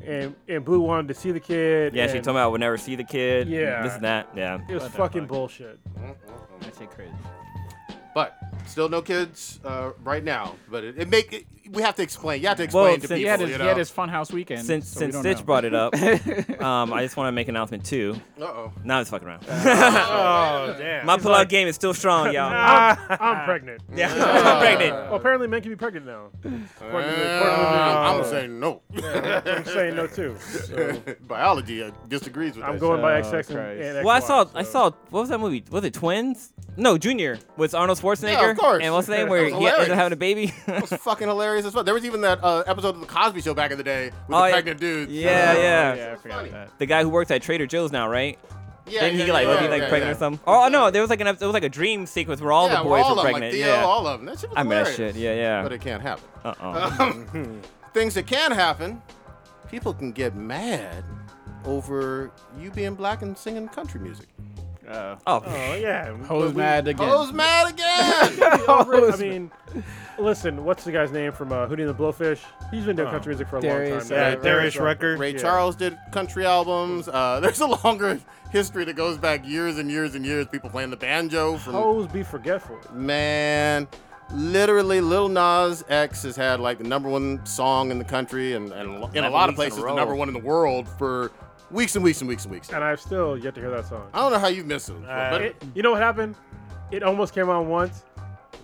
Speaker 8: And and Blue wanted to see the kid.
Speaker 7: Yeah, she
Speaker 8: and
Speaker 7: told me I would never see the kid.
Speaker 8: Yeah.
Speaker 7: This and that. Yeah.
Speaker 8: It was fucking bullshit.
Speaker 5: that's crazy.
Speaker 4: But still no kids uh, right now. But it, it make it, we have to explain. You have to explain
Speaker 7: Well,
Speaker 4: to
Speaker 7: since-
Speaker 4: people.
Speaker 7: He
Speaker 5: He had
Speaker 4: you
Speaker 5: his,
Speaker 4: know?
Speaker 5: he had his funhouse weekend.
Speaker 7: Since
Speaker 5: so we
Speaker 7: since
Speaker 5: don't
Speaker 7: Stitch
Speaker 5: know.
Speaker 7: brought it up, um, I just want to make an announcement too.
Speaker 4: Uh-oh.
Speaker 7: Now it's fucking around.
Speaker 6: Oh damn.
Speaker 7: My pullout game is still strong, y'all.
Speaker 8: I'm, I'm pregnant.
Speaker 7: Yeah, I'm pregnant.
Speaker 8: Well, apparently men can be pregnant now. According to the- according to the-
Speaker 4: Uh, I'm saying no.
Speaker 8: I'm saying no too.
Speaker 4: Biology uh, disagrees with
Speaker 8: I'm
Speaker 4: that
Speaker 8: going by
Speaker 5: Oh,
Speaker 6: uh,
Speaker 8: XX and,
Speaker 5: Christ.
Speaker 8: and XY.
Speaker 7: Well, I saw, I
Speaker 8: so.
Speaker 7: saw. What was that movie? Was it Twins? No, Junior with Arnold Schwarzenegger.
Speaker 4: Yeah, of course.
Speaker 7: And what's the name
Speaker 4: That
Speaker 7: where
Speaker 4: was
Speaker 7: he ended
Speaker 4: hilarious.
Speaker 7: up having a baby?
Speaker 4: shit. It's fucking hilarious as well. There was even that uh, episode of the Cosby Show back in the day with
Speaker 7: Oh,
Speaker 4: the
Speaker 7: yeah.
Speaker 4: pregnant dude. Uh, Oh,
Speaker 7: Yeah, yeah.
Speaker 5: Yeah, I forgot
Speaker 4: funny.
Speaker 5: that.
Speaker 7: The guy who works at Trader Joe's now, right?
Speaker 4: yeah.
Speaker 7: Didn't
Speaker 4: yeah,
Speaker 7: he like
Speaker 4: yeah,
Speaker 7: was he
Speaker 4: yeah,
Speaker 7: like
Speaker 4: yeah,
Speaker 7: pregnant
Speaker 4: yeah.
Speaker 7: or something? Oh no, there was like an ep- it was like a dream sequence where all
Speaker 4: yeah,
Speaker 7: the
Speaker 4: well,
Speaker 7: boys
Speaker 4: all
Speaker 7: were
Speaker 4: of them,
Speaker 7: pregnant.
Speaker 4: Like Theo,
Speaker 7: yeah,
Speaker 4: all of them. That shit was
Speaker 7: I mean that
Speaker 4: hilarious.
Speaker 7: shit. Yeah, yeah.
Speaker 4: But it can't happen.
Speaker 7: Uh oh.
Speaker 4: Things that can happen, people can get mad over you being black and singing country music.
Speaker 7: oh.
Speaker 8: Oh yeah.
Speaker 5: Hoes mad again.
Speaker 4: Who's mad again?
Speaker 8: I mean, listen, what's the guy's name from uh, Hootie and the Blowfish? He's been doing country music for a
Speaker 5: Darius,
Speaker 8: long
Speaker 5: uh,
Speaker 8: time.
Speaker 6: Oh. Yeah, Darius Rucker.
Speaker 4: Ray
Speaker 6: Yeah.
Speaker 4: Charles did country albums. Uh, there's a longer history that goes back years and years and years. People playing the banjo from
Speaker 8: Hoes be forgetful.
Speaker 4: man. Literally, Lil Nas X has had like the number one song in the country and, and in a lot of
Speaker 7: weeks in a
Speaker 4: places the
Speaker 7: row.
Speaker 4: number one in the world for weeks and weeks and weeks and weeks.
Speaker 8: And I've still yet to hear that song.
Speaker 4: I don't know how you miss him.
Speaker 6: Uh,
Speaker 4: but
Speaker 8: It, you know what happened? It almost came on once.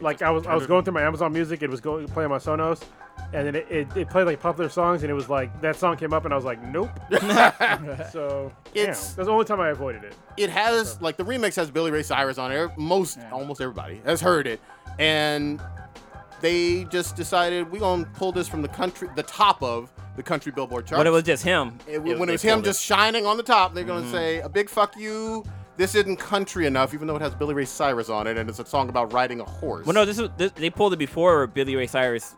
Speaker 8: Like I was, I was going through my Amazon Music. It was going playing my Sonos, and then it, it, it played like popular songs, and it was like that song came up, and I was like, nope. so damn,
Speaker 4: It's-
Speaker 8: that's the only time I avoided it.
Speaker 4: it has like the remix has Billy Ray Cyrus on it. Most almost everybody has heard it, and they just decided we're gonna pull this from the country, the top of the country Billboard chart.
Speaker 7: But it was just him.
Speaker 4: when it was him just shining on the top, they're
Speaker 7: Mm-hmm.
Speaker 4: gonna say a big fuck you. This isn't country enough, even though it has Billy Ray Cyrus on it, and it's a song about riding a horse.
Speaker 7: Well, no, this was this, they pulled it before Billy Ray Cyrus.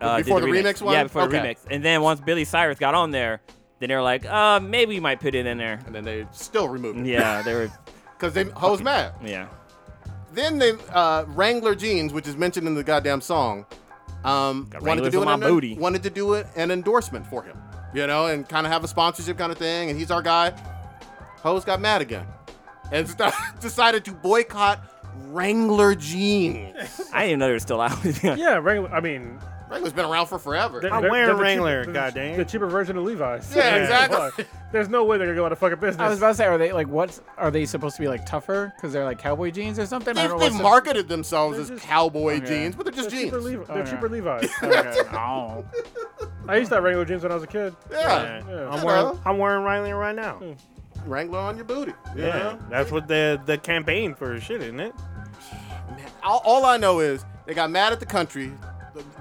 Speaker 7: Uh,
Speaker 4: Before
Speaker 7: did
Speaker 4: the remix one?
Speaker 7: Yeah, before the
Speaker 4: Okay.
Speaker 7: remix. And then once Billy Cyrus got on there, then they were like, uh, maybe we might put it in there.
Speaker 4: and then they still removed it.
Speaker 7: Yeah, they Mm. were.
Speaker 4: because they hoes mad.
Speaker 7: Yeah.
Speaker 4: Then they uh, Wrangler jeans, which is mentioned in the goddamn song, um, wanted
Speaker 7: Got
Speaker 4: to
Speaker 7: Wranglers
Speaker 4: do
Speaker 7: on
Speaker 4: an
Speaker 7: my
Speaker 4: en-
Speaker 7: booty.
Speaker 4: wanted to do it an endorsement for him, you know, and kind of have a sponsorship kind of thing. And he's our guy. Hoes got mad again, and st- decided to boycott Wrangler jeans.
Speaker 7: I didn't even know they were still out.
Speaker 8: Yeah, Wrangler. I mean,
Speaker 4: Wrangler's been around for forever.
Speaker 8: they're-
Speaker 6: I'm
Speaker 8: they're-
Speaker 6: wearing
Speaker 8: they're the
Speaker 6: Wrangler,
Speaker 8: cheaper-
Speaker 6: goddamn.
Speaker 8: The cheaper version of Levi's.
Speaker 4: Yeah, exactly.
Speaker 8: fuck. There's no way they're gonna go out of fucking business.
Speaker 5: I was about to say, are they like what? Are they supposed to be like tougher because they're like cowboy jeans or something? I
Speaker 4: They've,
Speaker 5: don't know
Speaker 4: they've
Speaker 5: what's-
Speaker 4: marketed themselves as
Speaker 8: They're just-
Speaker 4: cowboy
Speaker 5: Okay.
Speaker 4: jeans, but they're just
Speaker 8: they're
Speaker 4: jeans.
Speaker 8: cheaper, Levi-
Speaker 5: Oh,
Speaker 8: they're
Speaker 5: yeah.
Speaker 8: cheaper Levi's.
Speaker 5: Oh.
Speaker 8: I used to have Wrangler jeans when I was a kid.
Speaker 4: yeah.
Speaker 8: Yeah.
Speaker 6: I'm
Speaker 4: Yeah,
Speaker 6: wearing
Speaker 4: bro.
Speaker 6: I'm wearing Wrangler right now.
Speaker 4: Wrangler on your booty. you
Speaker 6: Yeah,
Speaker 4: know?
Speaker 6: that's what the the campaign for shit, isn't it?
Speaker 4: Man, all, all I know is they got mad at the country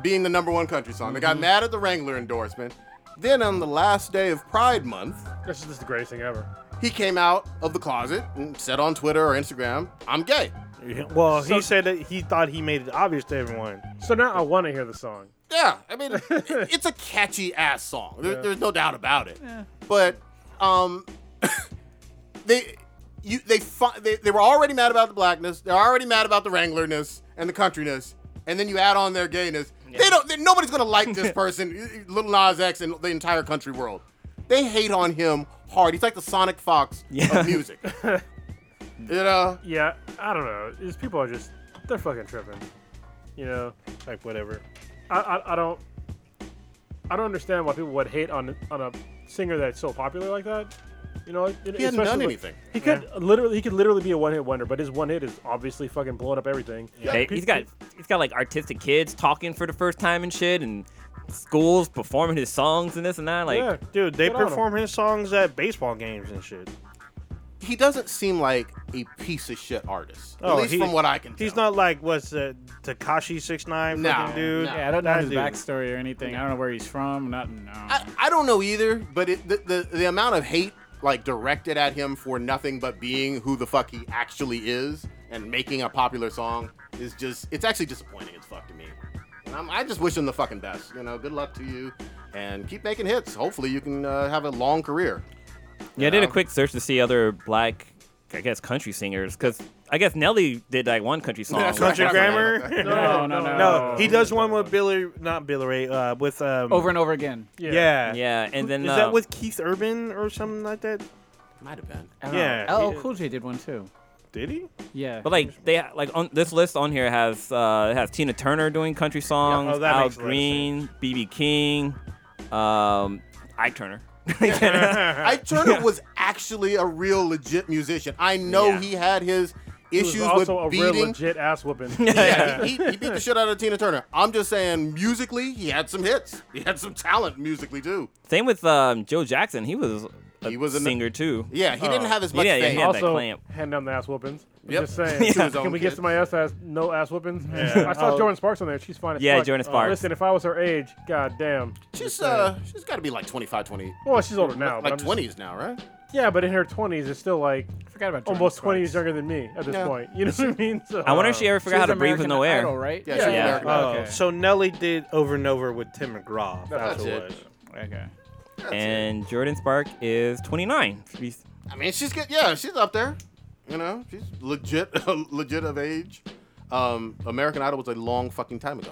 Speaker 4: being the number one country song. They got mad at the Wrangler endorsement. Then on the last day of Pride Month,
Speaker 8: That's just the greatest thing ever.
Speaker 4: he came out of the closet and said on Twitter or Instagram, "I'm gay."
Speaker 6: Well,
Speaker 8: So-
Speaker 6: he said that he thought he made it obvious to everyone.
Speaker 8: So now I want to hear the song.
Speaker 4: Yeah, I mean, it- it's a catchy ass song. There, There's no doubt about it. But um, they you they, fi- they they were already mad about the blackness. They're already mad about the Wranglerness and the countryness. And then you add on their gayness. They don't. They, nobody's gonna like this person, Little Nas X, and the entire country world. They hate on him hard. He's like the Sonic Fox
Speaker 7: Yeah.
Speaker 4: of music. you know.
Speaker 8: Yeah, I don't know. These people are just they're fucking tripping. You know, like whatever. I I, I don't I don't understand why people would hate on on a singer that's so popular like that. You know, it,
Speaker 4: He hadn't
Speaker 8: especially
Speaker 4: done
Speaker 8: with-
Speaker 4: anything.
Speaker 8: He could literally he could literally be a one hit wonder, but his one hit is obviously fucking blowing up everything.
Speaker 7: Hey, he's got he's got like artistic kids talking for the first time and shit, and schools performing his songs and this and that. Like,
Speaker 6: yeah, dude, they
Speaker 8: Good on 'em.
Speaker 6: perform his songs at baseball games and shit.
Speaker 4: He doesn't seem like a piece of shit artist.
Speaker 6: Oh,
Speaker 4: at least
Speaker 6: he-
Speaker 4: from what I can tell.
Speaker 6: He's not like what's uh, Takashi six nine
Speaker 4: No,
Speaker 6: fucking dude.
Speaker 4: no.
Speaker 5: Yeah, I don't know
Speaker 6: That
Speaker 5: his
Speaker 6: dude.
Speaker 5: backstory or anything. I don't know where he's from. Nothing. No.
Speaker 4: I, I don't know either, but it, the, the the amount of hate like directed at him for nothing but being who the fuck he actually is and making a popular song is just it's actually disappointing as fuck to me. And I'm, I just wish him the fucking best. You know, good luck to you, and keep making hits. Hopefully, you can uh, have a long career.
Speaker 7: yeah, I
Speaker 4: Um,
Speaker 7: did a quick search to see other black, I guess, country singers, because I guess Nelly did like one country song.
Speaker 4: That's
Speaker 6: Country
Speaker 4: right.
Speaker 6: grammar.
Speaker 4: No,
Speaker 5: no, no, no.
Speaker 6: No, he does one with Billy, not Billy Ray, uh, with um,
Speaker 5: over and over again.
Speaker 6: Yeah,
Speaker 7: Yeah, and then
Speaker 6: is
Speaker 7: uh,
Speaker 6: that with Keith Urban or something like that?
Speaker 4: Might have been.
Speaker 5: Oh, I don't know.
Speaker 6: Yeah.
Speaker 5: LL Cool J did one too.
Speaker 6: Did he?
Speaker 5: Yeah.
Speaker 7: But like they like on this list on here has uh it has Tina Turner doing
Speaker 4: oh,
Speaker 7: country songs,
Speaker 6: that
Speaker 7: Al
Speaker 6: makes a lot of
Speaker 7: Green, BB King, um Ike Turner. yeah,
Speaker 4: Ike Turner was actually a real legit musician. I know
Speaker 7: Yeah.
Speaker 4: he had his
Speaker 8: He was
Speaker 4: issues with
Speaker 8: also a real
Speaker 4: beating.
Speaker 8: legit ass whooping.
Speaker 4: yeah, he, he, he beat the shit out of Tina Turner. I'm just saying, musically, he had some hits. He had some talent musically too.
Speaker 7: Same with um Joe Jackson. He was a
Speaker 4: He was in the-
Speaker 7: singer too.
Speaker 4: Yeah, he didn't have as much
Speaker 7: Oh. Yeah, yeah,
Speaker 4: fame.
Speaker 7: he had that
Speaker 8: also
Speaker 7: clamp.
Speaker 8: hand down the ass whoopings. I'm
Speaker 4: Yep.
Speaker 8: Just saying.
Speaker 4: To his
Speaker 8: Can
Speaker 4: own
Speaker 8: we
Speaker 4: kid.
Speaker 8: get somebody else that has no ass whoopings? I saw
Speaker 6: Oh.
Speaker 8: Jordan Sparks on there. She's fine as
Speaker 7: Yeah,
Speaker 8: fuck.
Speaker 7: Jordan
Speaker 8: Uh,
Speaker 7: Sparks.
Speaker 8: listen, if I was her age, god damn.
Speaker 4: She's uh, she's got to be like 25, 20,
Speaker 8: Well, she's older now. but
Speaker 4: like
Speaker 8: I'm
Speaker 4: 20s
Speaker 8: just-
Speaker 4: now, right?
Speaker 8: yeah, but in her 20s, it's still like
Speaker 5: I forgot about Jordan
Speaker 8: almost
Speaker 5: Sparks.
Speaker 8: 20 years younger than me at this
Speaker 4: Yeah.
Speaker 8: point. You know what I mean? So,
Speaker 7: I wonder if she ever
Speaker 5: um, She
Speaker 7: forgot how
Speaker 5: was
Speaker 7: to breathe with
Speaker 5: American
Speaker 7: no air.
Speaker 5: Idol, right?
Speaker 4: Yeah, she's
Speaker 8: Yeah.
Speaker 4: American.
Speaker 6: Oh,
Speaker 5: Okay.
Speaker 6: so Nelly did over and over with Tim McGraw. That's,
Speaker 4: That's
Speaker 6: what
Speaker 4: it.
Speaker 6: it was.
Speaker 5: Okay.
Speaker 7: And Jordan Spark is 29. He's-
Speaker 4: I mean, she's good. Yeah, she's up there. You know, she's legit, legit of age. Um, American Idol was a long fucking time ago.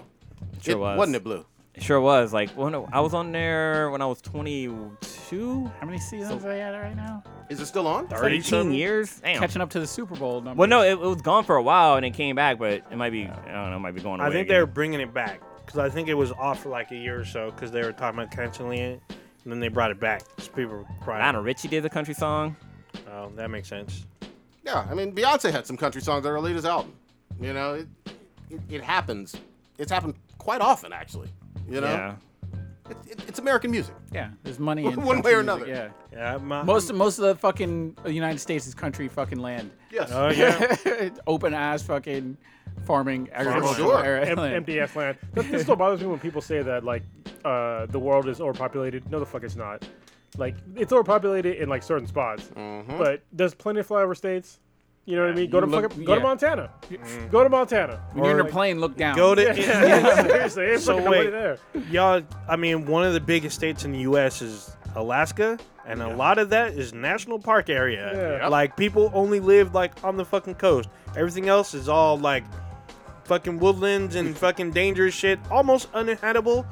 Speaker 7: Sure
Speaker 4: it,
Speaker 7: was.
Speaker 4: Wasn't it, Blue?
Speaker 7: Sure was. Like when I was on there when I was 22,
Speaker 5: How many seasons are they at right now?
Speaker 4: Is it still on?
Speaker 7: 13 years. Damn.
Speaker 5: Catching up to the Super Bowl number.
Speaker 7: Well, no, it, it was gone for a while and it came back, but it might be, I don't know, it might be going away.
Speaker 6: I think
Speaker 7: again.
Speaker 6: they're bringing it back because I think it was off for like a year or so because they were talking about canceling it, and then they brought it back. 'cause people were crying.
Speaker 7: Lionel Richie did the country song.
Speaker 6: Oh, that makes sense.
Speaker 4: Yeah, I mean, Beyonce had some country songs on her latest album. You know, it, it, it happens. It's happened quite often, actually. You know,
Speaker 7: Yeah.
Speaker 4: it, it, it's American music.
Speaker 5: Yeah, there's money in
Speaker 4: One
Speaker 5: country
Speaker 4: way or another.
Speaker 5: music, Yeah.
Speaker 6: Yeah, my,
Speaker 5: Most most of the fucking uh, United States is country fucking land.
Speaker 4: Yes.
Speaker 6: Oh yeah.
Speaker 5: Open ass fucking farming agricultural
Speaker 4: sure.
Speaker 5: area.
Speaker 8: Em-
Speaker 5: land.
Speaker 8: empty ass land. uh, That, this still bothers me when people say that like uh, the world is overpopulated. No, the fuck it's not. Like it's overpopulated in like certain spots, but there's plenty of flyover states. You know what I mean? Go to
Speaker 5: You look-
Speaker 8: fucking, go to
Speaker 5: yeah.
Speaker 8: Montana. Go to Montana.
Speaker 5: When you're in a plane, look down.
Speaker 6: Go to
Speaker 8: Seriously, it's
Speaker 6: So
Speaker 8: fucking nobody
Speaker 6: wait.
Speaker 8: there.
Speaker 6: y'all. I mean, one of the biggest states in the U.S. is Alaska, and a lot of that is national park area.
Speaker 8: Yeah. Yep.
Speaker 6: Like people only live like on the fucking coast. Everything else is all like fucking woodlands and fucking dangerous shit, almost uninhabitable,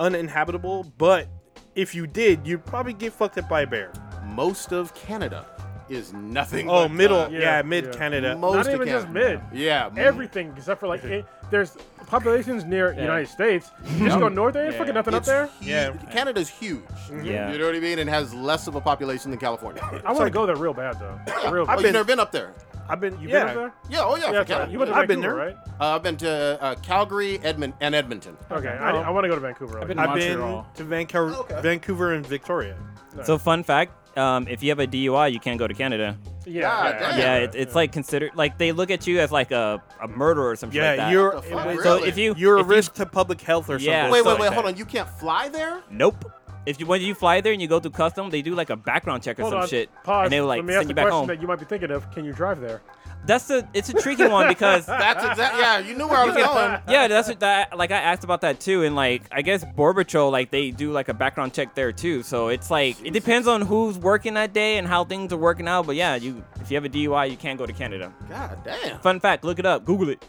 Speaker 6: uninhabitable. But if you did, you'd probably get fucked up by a bear.
Speaker 4: Most of Canada is nothing.
Speaker 6: Oh,
Speaker 4: but,
Speaker 6: middle,
Speaker 4: uh,
Speaker 6: yeah,
Speaker 8: yeah,
Speaker 6: mid
Speaker 8: yeah.
Speaker 6: Canada.
Speaker 4: Most
Speaker 8: Not
Speaker 4: of
Speaker 8: even just
Speaker 4: Canada.
Speaker 8: mid.
Speaker 4: Yeah. m-
Speaker 8: Everything except for like it, there's populations near United States. You just go north there, ain't fucking nothing up
Speaker 4: It's
Speaker 8: there.
Speaker 4: huge.
Speaker 6: Yeah.
Speaker 4: Canada's huge.
Speaker 7: Yeah.
Speaker 4: You know what I mean? And has less of a population than California.
Speaker 8: I want to go there real bad though. Real
Speaker 4: I've
Speaker 8: bad.
Speaker 4: been, Oh, never been up there.
Speaker 6: I've been,
Speaker 8: You
Speaker 6: yeah.
Speaker 8: been up there?
Speaker 4: Yeah, oh yeah, for
Speaker 8: Yeah, that's right.
Speaker 4: Canada.
Speaker 8: You went to
Speaker 6: I've
Speaker 8: Vancouver,
Speaker 6: been there.
Speaker 8: right?
Speaker 4: uh, I've been to uh, Calgary, Edmond, and Edmonton.
Speaker 8: Okay, I, I want to go to Vancouver.
Speaker 5: I've been to
Speaker 6: I've been
Speaker 5: Montreal.
Speaker 6: to Vancouver, Vancouver and Victoria.
Speaker 7: So, fun fact um, if you have a DUI, you can't go to Canada.
Speaker 4: God
Speaker 8: yeah,
Speaker 4: damn.
Speaker 7: Yeah, it, it's like considered, like they look at you as like a, a murderer or something
Speaker 6: Yeah,
Speaker 7: like that.
Speaker 6: you're
Speaker 4: the fuck?
Speaker 6: wait,
Speaker 7: so,
Speaker 4: really?
Speaker 7: if you.
Speaker 6: you're a
Speaker 7: if you-
Speaker 6: risk to public health or
Speaker 7: Yeah.
Speaker 6: something.
Speaker 4: Wait,
Speaker 7: So
Speaker 4: wait,
Speaker 7: like
Speaker 4: wait,
Speaker 7: that.
Speaker 4: hold on. You can't fly there?
Speaker 7: nope. If you when you fly there and you go through custom, they do like a background check or
Speaker 8: Hold
Speaker 7: some
Speaker 8: on.
Speaker 7: shit,
Speaker 8: Pause.
Speaker 7: and they will like
Speaker 8: Let me
Speaker 7: send
Speaker 8: ask
Speaker 7: you
Speaker 8: the
Speaker 7: back
Speaker 8: question
Speaker 7: home.
Speaker 8: that you might be thinking of. Can you drive there?
Speaker 7: That's the it's a tricky one because
Speaker 4: That's exactly. Yeah, you knew where I was going.
Speaker 7: yeah, that's what that like I asked about that too, and like I guess Border Patrol like they do like a background check there too, so it's like it depends on who's working that day and how things are working out. But yeah, you if you have a DUI, you can't go to Canada.
Speaker 4: God damn.
Speaker 7: Fun fact, look it up, Google it.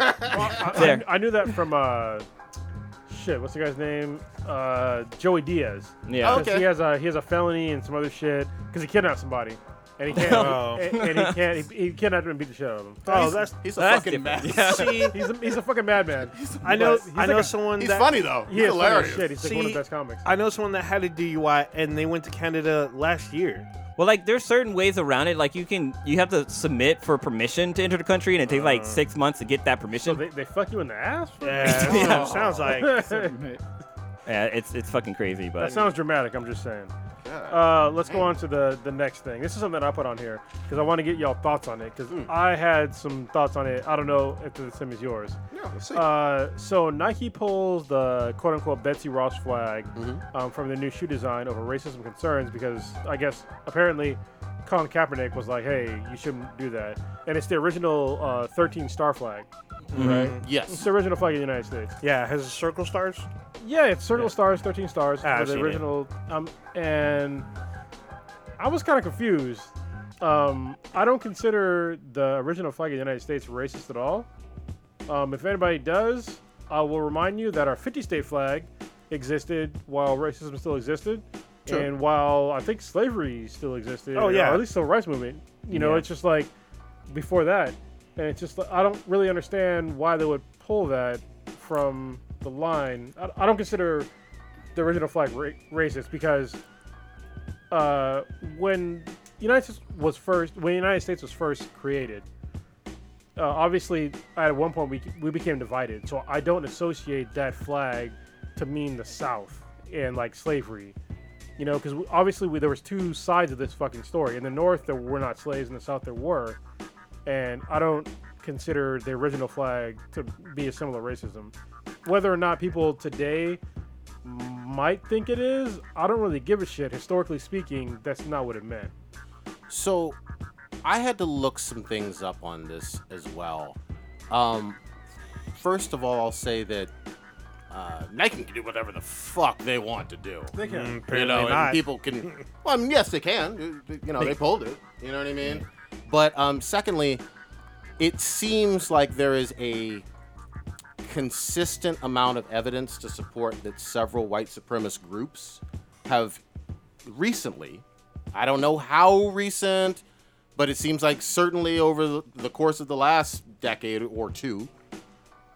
Speaker 8: I,
Speaker 7: There.
Speaker 8: I, I knew that from uh, shit. What's the guy's name? Uh, Joey Diaz.
Speaker 7: Yeah,
Speaker 8: 'Cause
Speaker 4: Okay.
Speaker 8: He has a he has a felony and some other shit because he kidnapped somebody. And he can't.
Speaker 6: Oh.
Speaker 8: and, and he can't. He, he kidnapped him and beat the shit out of him.
Speaker 6: Oh, that's.
Speaker 4: He's a
Speaker 7: That's
Speaker 4: fucking
Speaker 7: different.
Speaker 4: mess.
Speaker 7: Yeah.
Speaker 6: See,
Speaker 8: He's a, he's a fucking madman. He's,
Speaker 6: I know,
Speaker 8: He's
Speaker 6: I
Speaker 8: like
Speaker 6: know
Speaker 8: a-
Speaker 6: someone
Speaker 4: He's
Speaker 6: that
Speaker 4: funny, though. He's
Speaker 8: he is funny as
Speaker 4: hilarious.
Speaker 8: shit. He's like one of
Speaker 6: See,
Speaker 8: the best comics.
Speaker 6: I know someone that had a DUI and they went to Canada last year.
Speaker 7: well, like there's certain ways around it. Like you can you have to submit for permission to enter the country, and it takes like six months to get that
Speaker 8: so
Speaker 7: permission.
Speaker 8: they, they fuck you in the ass. for
Speaker 6: Yeah,
Speaker 8: that?
Speaker 6: that's what it sounds like.
Speaker 7: yeah, it's it's fucking crazy, but
Speaker 8: That sounds dramatic. I'm just saying. Uh, let's go on to the the next thing. This is something that I put on here because I want to get y'all thoughts on it because
Speaker 4: Hmm.
Speaker 8: I had some thoughts on it. I don't know if they're the same as yours.
Speaker 4: Yeah, let's see.
Speaker 8: Uh, so Nike pulls the quote unquote Betsy Ross flag
Speaker 4: Mm-hmm.
Speaker 8: um, from their new shoe design over racism concerns because I guess apparently Colin Kaepernick was like, "Hey, you shouldn't do that," and it's the original uh, 13 star flag. It's
Speaker 4: yes.
Speaker 8: the original flag of the United States.
Speaker 6: Yeah, has a circle stars.
Speaker 8: Yeah, it's Circle Stars, 13 Stars
Speaker 6: Ah,
Speaker 8: for
Speaker 6: I've
Speaker 8: the
Speaker 6: seen it.
Speaker 8: original. Um, and I was kind of confused. Um, I don't consider the original flag of the United States racist at all. Um, if anybody does, I will remind you that our 50 state flag existed while racism still existed. And while I think slavery still existed,
Speaker 6: Oh,
Speaker 8: or
Speaker 6: yeah.
Speaker 8: at least civil rights movement, you know,
Speaker 7: Yeah.
Speaker 8: it's just like before that, and it's just like, I don't really understand why they would pull that from the line. I, I don't consider the original flag ra- racist because uh, when United States was first when the United States was first created, uh, obviously at one point we we became divided. So I don't associate that flag to mean the South and like slavery. You know, because obviously we, there was two sides of this fucking story. In the North, there were not slaves. In the South, there were. And I don't consider the original flag to be a similar racism. Whether or not people today might think it is, I don't really give a shit. Historically speaking, that's not what it meant.
Speaker 4: So I had to look some things up on this as well. Um, first of all, I'll say that uh, Nike can do whatever the fuck they want to do.
Speaker 6: They can.
Speaker 4: you know, and
Speaker 6: Mm, not.
Speaker 4: people can. Well, I mean, yes, they can. You know, they pulled it. You know what I mean? But um, secondly, it seems like there is a consistent amount of evidence to support that several white supremacist groups have recently, I don't know how recent, but it seems like certainly over the- the course of the last decade or two,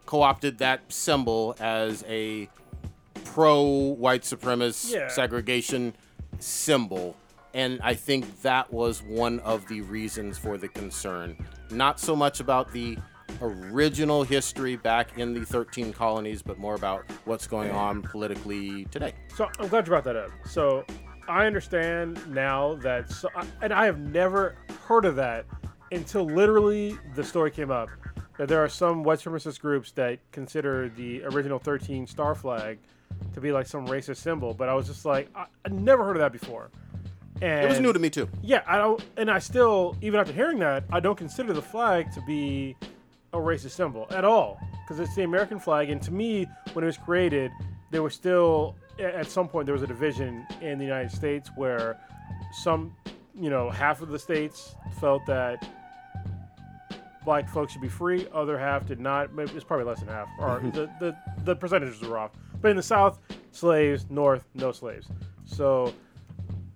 Speaker 4: co opted that symbol as a pro white supremacist
Speaker 8: Yeah.
Speaker 4: segregation symbol. And I think that was one of the reasons for the concern. Not so much about the original history back in the 13 colonies, but more about what's going on politically today.
Speaker 8: So I'm glad you brought that up. So I understand now that, so, I- and I have never heard of that until literally the story came up that there are some white supremacist groups that consider the original 13 star flag to be like some racist symbol. But I was just like, I, I never heard of that before. And
Speaker 4: It was new to me, too.
Speaker 8: yeah, I don't, and I still, even after hearing that, I don't consider the flag to be a racist symbol at all, because it's the American flag, and to me, when it was created, there was still, a- at some point, there was a division in the United States where some, you know, half of the states felt that black folks should be free, other half did not. Maybe it's probably less than half, or the, the the percentages were off. But in the South, slaves; North, no slaves. So.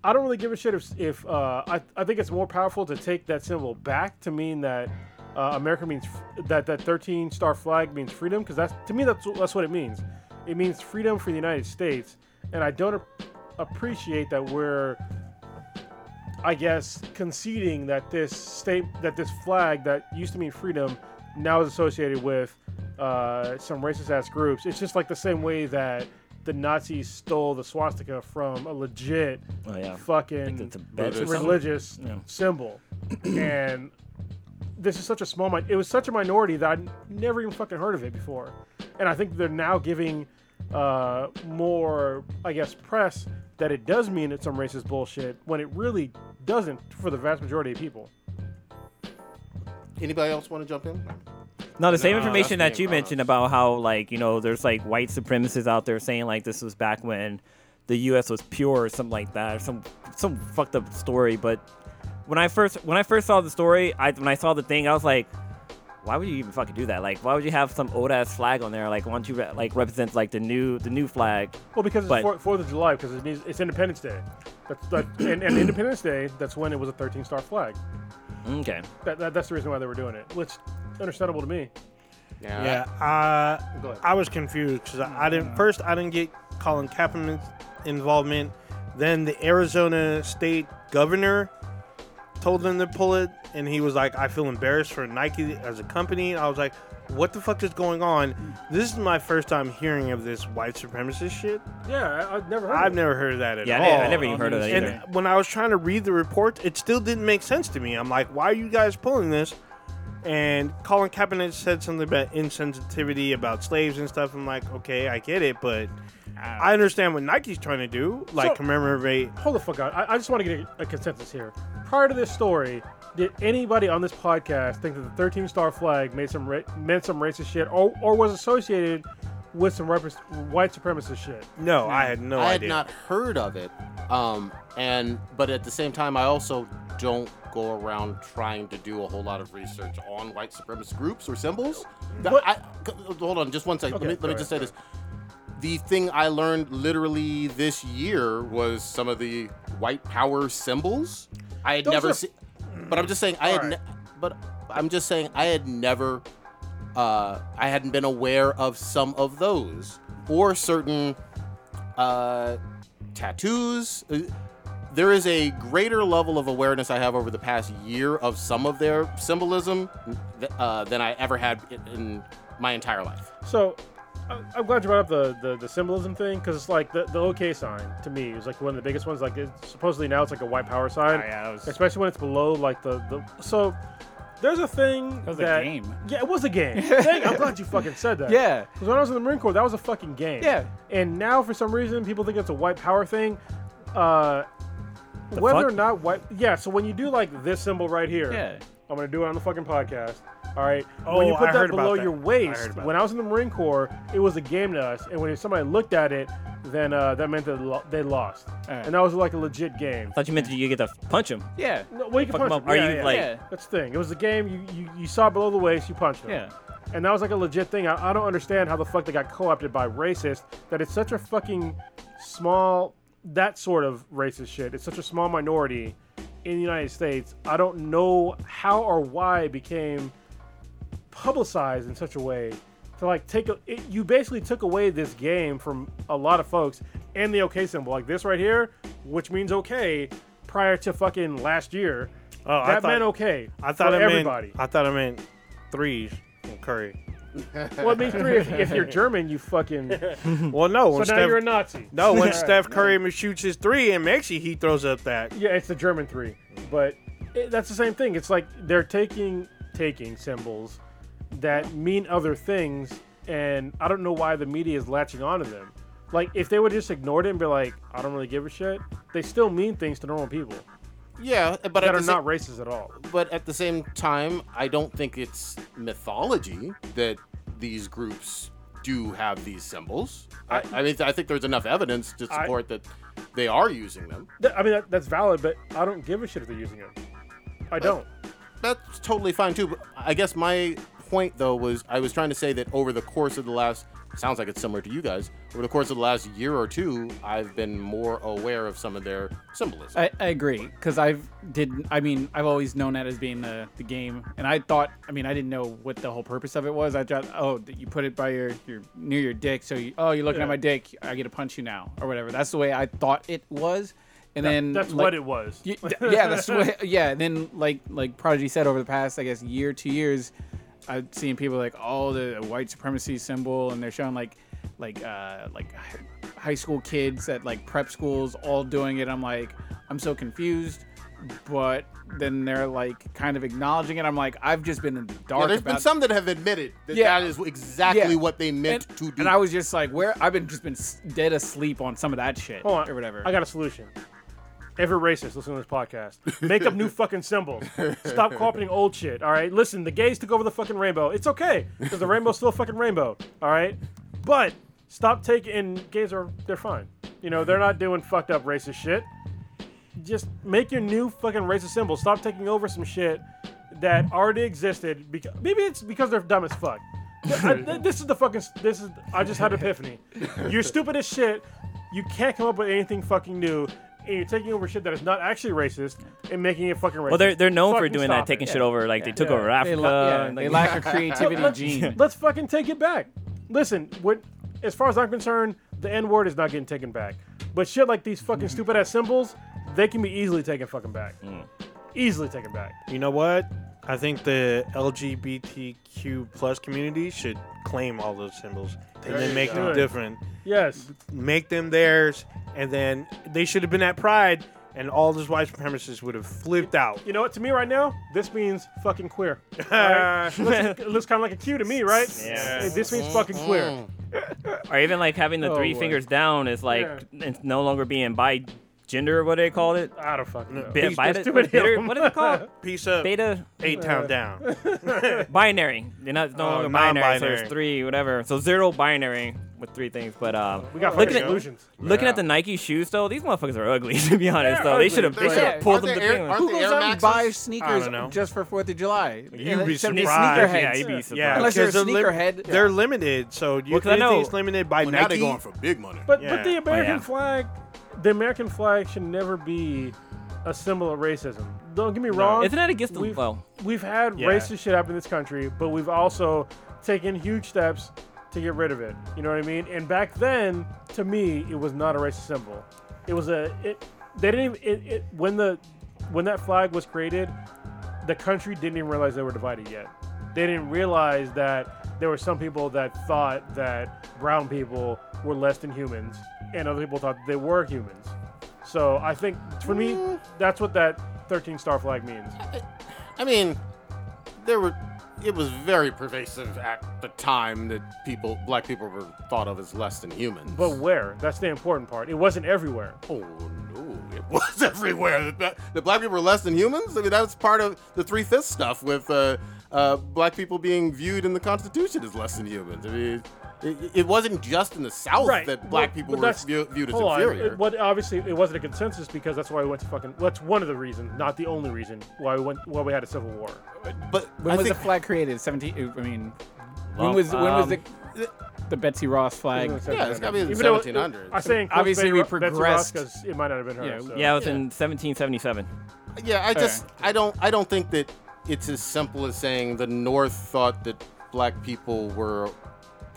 Speaker 8: I don't really give a shit if, if uh, I, I think it's more powerful to take that symbol back to mean that uh, America means f- that that 13 star flag means freedom because that's to me that's wh- that's what it means. It means freedom for the United States, and I don't ap- appreciate that we're, I guess, conceding that this state that this flag that used to mean freedom now is associated with uh, some racist ass groups. It's just like the same way that the Nazis stole the swastika from a legit
Speaker 7: Oh yeah.
Speaker 8: fucking
Speaker 7: It's a bad
Speaker 8: religious symbol. and this is such a small mi- it was such a minority that I'd never even fucking heard of it before. And I think they're now giving uh, more, I guess, press that it does mean it's some racist bullshit when it really doesn't for the vast majority of people.
Speaker 4: Anybody else want to jump in?
Speaker 7: No, the same
Speaker 4: No,
Speaker 7: information
Speaker 4: uh, that's
Speaker 7: that you
Speaker 4: being
Speaker 7: mentioned
Speaker 4: honest.
Speaker 7: about how like you know there's like white supremacists out there saying like this was back when the U.S. was pure or something like that, or some some fucked up story. But when I first when I first saw the story, I when I saw the thing, I was like. Why would you even fucking do that? Like, why would you have some old ass flag on there? Like, why don't you re- like represent like the new the new flag?
Speaker 8: Well, because it's
Speaker 7: But-
Speaker 8: Fourth Fourth of July, because it needs, it's Independence Day. That's that, and, and Independence Day, that's when it was a 13 star flag.
Speaker 7: Okay,
Speaker 8: That, that, that's the reason why they were doing it, which understandable to me.
Speaker 6: Yeah,
Speaker 8: Go
Speaker 6: uh,
Speaker 8: ahead.
Speaker 6: I was confused because I, I didn't. First, I didn't get Colin Kaepernick's involvement. Then the Arizona state governor told them to pull it, and he was like, "I feel embarrassed for Nike as a company." I was like, "What the fuck is going on?" This is my first time hearing of this white supremacist shit.
Speaker 8: Yeah, I, I've never heard of
Speaker 6: I've
Speaker 8: it.
Speaker 6: never heard of that at
Speaker 7: yeah, I,
Speaker 6: all.
Speaker 7: didn't- I never even heard
Speaker 8: Oh,
Speaker 7: of that either.
Speaker 6: And when I was trying to read the report, it still didn't make sense to me. I'm like, why are you guys pulling this? And Colin Kaepernick said something about insensitivity about slaves and stuff. I'm like, okay, I get it, but I understand what Nike's trying to do, like
Speaker 8: So-
Speaker 6: commemorate.
Speaker 8: hold the fuck on. I, I just want to get a, a consensus here. Prior to this story, did anybody on this podcast think that the 13 star flag made some ra- meant some racist shit, or, or was associated with some repres white supremacist shit?
Speaker 6: No, I had no
Speaker 4: I had
Speaker 6: idea.
Speaker 4: not heard of it. Um, and but at the same time, I also don't go around trying to do a whole lot of research on white supremacist groups or symbols. That- I- c- hold on, just one second.
Speaker 8: Okay,
Speaker 4: let me, let me
Speaker 8: sorry,
Speaker 4: just say this. The thing I learned literally this year was some of the white power symbols. I had
Speaker 8: Those
Speaker 4: never
Speaker 8: are-
Speaker 4: seen, but I'm just saying I had.
Speaker 8: Alright.
Speaker 4: Ne- but I'm just saying I had never, uh, I hadn't been aware of some of those or certain uh, tattoos. Uh, There is a greater level of awareness I have over the past year of some of their symbolism th- uh, than I ever had in- in my entire life.
Speaker 8: So, I- I'm glad you brought up the, the, the symbolism thing because it's like the, the OK sign to me is like one of the biggest ones. Like it's, supposedly now it's like a white power sign,
Speaker 5: Oh, yeah, that was-
Speaker 8: especially when it's below like the, the so. There's a thing that
Speaker 5: was a game.
Speaker 8: Yeah, it was a game. Dang, I'm glad you fucking said that.
Speaker 5: Yeah.
Speaker 8: because when I was in the Marine Corps, that was a fucking game.
Speaker 5: Yeah.
Speaker 8: and now for some reason people think it's a white power thing. Uh, whether
Speaker 7: fuck?
Speaker 8: or not white, yeah. So when you do like this symbol right here,
Speaker 5: Yeah.
Speaker 8: I'm gonna do it on the fucking podcast. All right.
Speaker 6: Oh,
Speaker 8: when you put
Speaker 6: I
Speaker 8: that
Speaker 6: heard about
Speaker 8: below
Speaker 6: that.
Speaker 8: your
Speaker 6: I heard
Speaker 8: waist,
Speaker 6: about
Speaker 8: when I was in the Marine Corps, it was a game to us, and when somebody looked at it, then uh, that meant that lo- they lost,
Speaker 5: Alright.
Speaker 8: and that was like a legit game.
Speaker 7: I thought you meant that you get to punch him.
Speaker 5: Yeah.
Speaker 8: No, well, you can
Speaker 7: Fuck 'em
Speaker 8: punch
Speaker 7: up.
Speaker 8: them.
Speaker 7: Are
Speaker 8: Yeah,
Speaker 7: you,
Speaker 8: yeah.
Speaker 7: like-
Speaker 5: Yeah.
Speaker 8: That's the thing. It was a game. You, you, you saw below the waist. You punched them.
Speaker 5: Yeah.
Speaker 8: And that was like a legit thing. I, I don't understand how the fuck they got co-opted by racists. That it's such a fucking small that sort of racist shit. It's such a small minority in the United States. I don't know how or why it became publicized in such a way to like take a, it, you basically took away this game from a lot of folks and the okay symbol like this right here which means okay prior to fucking last year
Speaker 6: Oh, I
Speaker 8: that
Speaker 6: thought-
Speaker 8: meant okay
Speaker 6: I thought
Speaker 8: for
Speaker 6: I meant
Speaker 8: everybody
Speaker 6: I thought I meant threes from Curry.
Speaker 8: well it means three if, if you're german you fucking so
Speaker 6: Well, no.
Speaker 8: now
Speaker 6: When Steph,
Speaker 8: you're a nazi
Speaker 6: no, when
Speaker 8: Alright.
Speaker 6: Steph Curry shoots his three and makes it, he throws up that.
Speaker 8: Yeah, it's the German three, but it, that's the same thing. It's like they're taking taking symbols that mean other things, and I don't know why the media is latching onto them. Like if they would just ignored it and be like, I don't really give a shit, they still mean things to normal people
Speaker 4: Yeah, but
Speaker 8: that
Speaker 4: at
Speaker 8: are
Speaker 4: the sa-
Speaker 8: not racist at all.
Speaker 4: but at the same time, I don't think it's mythology that these groups do have these symbols. I, I mean, I think there's enough evidence to
Speaker 8: I-
Speaker 4: support that they are using them.
Speaker 8: Th- I mean, that, that's valid, but I don't give a shit if they're using them. I don't.
Speaker 4: That's totally fine too. But I guess my point though was I was trying to say that over the course of the last sounds like it's similar to you guys. Over the course of the last year or two, I've been more aware of some of their symbolism.
Speaker 5: I, I agree because I've did I mean I've always known that as being the, the game and I thought I mean I didn't know what the whole purpose of it was I thought oh that you put it by your, your near your dick so you, oh you're looking at my dick I get to punch you now or whatever that's the way I thought it was and then
Speaker 8: That's
Speaker 5: like-
Speaker 8: what it was.
Speaker 5: Y- th- yeah, that's the way. Yeah, and then like like Prodigy said over the past, I guess, year two years, I've seen people like oh the white supremacy symbol, and they're showing like like uh like hi- high school kids at like prep schools all doing it. I'm like I'm so confused, but then they're like kind of acknowledging it. I'm like I've just been in the dark.
Speaker 4: Yeah, there's
Speaker 5: about
Speaker 4: been some that have admitted that
Speaker 5: Yeah.
Speaker 4: that is exactly
Speaker 5: Yeah.
Speaker 4: what they meant
Speaker 5: and,
Speaker 4: to do.
Speaker 5: and I was just like where I've been just been s- dead asleep on some of that shit
Speaker 8: Hold on.
Speaker 5: or whatever.
Speaker 8: I got a solution. Every racist listening to this podcast, make up new fucking symbols. Stop copying old shit. All right. Listen, the gays took over the fucking rainbow. It's okay because the rainbow's still a fucking rainbow. All right. But stop taking. And gays are they're fine. You know they're not doing fucked up racist shit. Just make your new fucking racist symbol. Stop taking over some shit that already existed. Because maybe it's because they're dumb as fuck. I- th- this is the fucking. This is. I just had an epiphany. You're stupid as shit. You can't come up with anything fucking new, and you're taking over shit that is not actually racist and making it fucking racist.
Speaker 7: Well, they're they're known for
Speaker 8: Fucking
Speaker 7: doing
Speaker 8: stop
Speaker 7: that,
Speaker 8: it.
Speaker 7: taking shit over. Like they took
Speaker 5: Yeah.
Speaker 7: over
Speaker 5: They,
Speaker 7: Africa.
Speaker 5: la- yeah,
Speaker 7: and,
Speaker 5: they
Speaker 7: like,
Speaker 5: lack a creativity
Speaker 8: Let's-
Speaker 5: gene.
Speaker 8: Let's fucking take it back. Listen, what, as far as I'm concerned, the N word is not getting taken back. But shit like these fucking stupid ass symbols, they can be easily taken fucking back. Easily taken back.
Speaker 6: You know what? I think the LGBTQ plus community should claim all those symbols and then make
Speaker 8: go.
Speaker 6: them different.
Speaker 8: Yes.
Speaker 6: Make them theirs, and then they should have been at Pride, and all those white supremacists would have flipped out.
Speaker 8: You know what? To me right now, this means fucking queer. All right? looks, it looks kind of like a Q to me, right? Yeah. This means fucking queer.
Speaker 7: or even like having the
Speaker 5: Oh,
Speaker 7: three
Speaker 5: uh,
Speaker 7: fingers down is like it's no longer being by gender or what do they call it?
Speaker 8: I don't fucking know.
Speaker 7: Bi- bi-
Speaker 8: just
Speaker 7: bi-
Speaker 8: doing
Speaker 7: bitter-
Speaker 8: him.
Speaker 7: what is it called?
Speaker 6: Peace up.
Speaker 7: Beta
Speaker 6: Eight town down.
Speaker 7: binary. You're not it's no
Speaker 6: Oh,
Speaker 7: longer binary, so
Speaker 6: non-binary.
Speaker 7: it's three, whatever. So zero binary with three things. But uh,
Speaker 8: We got
Speaker 7: looking
Speaker 8: fucking
Speaker 7: at
Speaker 8: illusions.
Speaker 7: looking at the Nike shoes though, these motherfuckers are ugly to be honest.
Speaker 8: They're
Speaker 7: Though they should have
Speaker 8: ugly.
Speaker 7: they
Speaker 4: They
Speaker 7: should
Speaker 5: are.
Speaker 7: have pulled
Speaker 4: Aren't
Speaker 7: them
Speaker 4: they
Speaker 7: to
Speaker 4: Air-
Speaker 7: clean
Speaker 4: aren't
Speaker 5: Who
Speaker 4: the
Speaker 5: goes
Speaker 4: Air
Speaker 5: out and buys
Speaker 4: Maxes?
Speaker 5: sneakers
Speaker 6: know.
Speaker 5: just for Fourth of July?
Speaker 6: You'd be
Speaker 5: Sne-
Speaker 6: surprised.
Speaker 7: Yeah,
Speaker 5: Sneakerheads.
Speaker 7: you'd be surprised.
Speaker 6: Yeah,
Speaker 5: Unless they're a
Speaker 6: because they're lim-
Speaker 5: sneakerhead.
Speaker 6: They're limited, so you
Speaker 7: Well, 'cause I know-
Speaker 6: anything's limited by
Speaker 4: well, now
Speaker 6: Nike.
Speaker 4: they're going for big money.
Speaker 8: But
Speaker 6: Yeah.
Speaker 8: but the American
Speaker 7: yeah.
Speaker 8: flag, the American flag should never be a symbol of racism. don't get me wrong.
Speaker 7: Isn't that against the
Speaker 8: we've,
Speaker 7: well?
Speaker 8: We've had
Speaker 6: Yeah.
Speaker 8: racist shit happen in this country, but we've also taken huge steps to get rid of it. You know what I mean? And back then, to me, it was not a racist symbol. It was a it. They didn't even it, it when the when that flag was created, the country didn't even realize they were divided yet. They didn't realize that there were some people that thought that brown people were less than humans, and other people thought they were humans. So I think for me, that's what that 13 star flag means.
Speaker 4: I mean, there were. It was very pervasive at the time that people, black people, were thought of as less than humans.
Speaker 8: But where? That's the important part. It wasn't everywhere.
Speaker 4: oh no, it was everywhere. That- That, that black people were less than humans. I mean, that was part of the three fifths stuff with uh, uh, black people being viewed in the Constitution as less than humans. I mean, it, it wasn't just in the South that black
Speaker 8: But-
Speaker 4: people
Speaker 8: but
Speaker 4: were
Speaker 8: that's-
Speaker 4: view, viewed as
Speaker 8: hold on.
Speaker 4: inferior.
Speaker 8: It- What obviously it wasn't a consensus because that's why we went to fucking. That's one of the reasons, not the only reason, why we went why we had a civil war.
Speaker 4: but
Speaker 5: When
Speaker 4: I
Speaker 5: was
Speaker 4: think,
Speaker 5: the flag created? Seventeen. I mean,
Speaker 7: Well,
Speaker 5: when was when was the
Speaker 7: um,
Speaker 5: the Betsy Ross flag?
Speaker 4: yeah, it's gotta be in the
Speaker 8: Even though-
Speaker 4: 1700s.
Speaker 8: I say includes
Speaker 5: Obviously,
Speaker 8: Betty
Speaker 5: we
Speaker 8: Ro- Betsy
Speaker 5: progressed.
Speaker 8: Ross 'cause it might not have been her.
Speaker 5: Yeah,
Speaker 8: so.
Speaker 7: Yeah, it was in 1777.
Speaker 4: Yeah, I just
Speaker 5: Okay.
Speaker 4: I don't I don't think that it's as simple as saying the North thought that black people were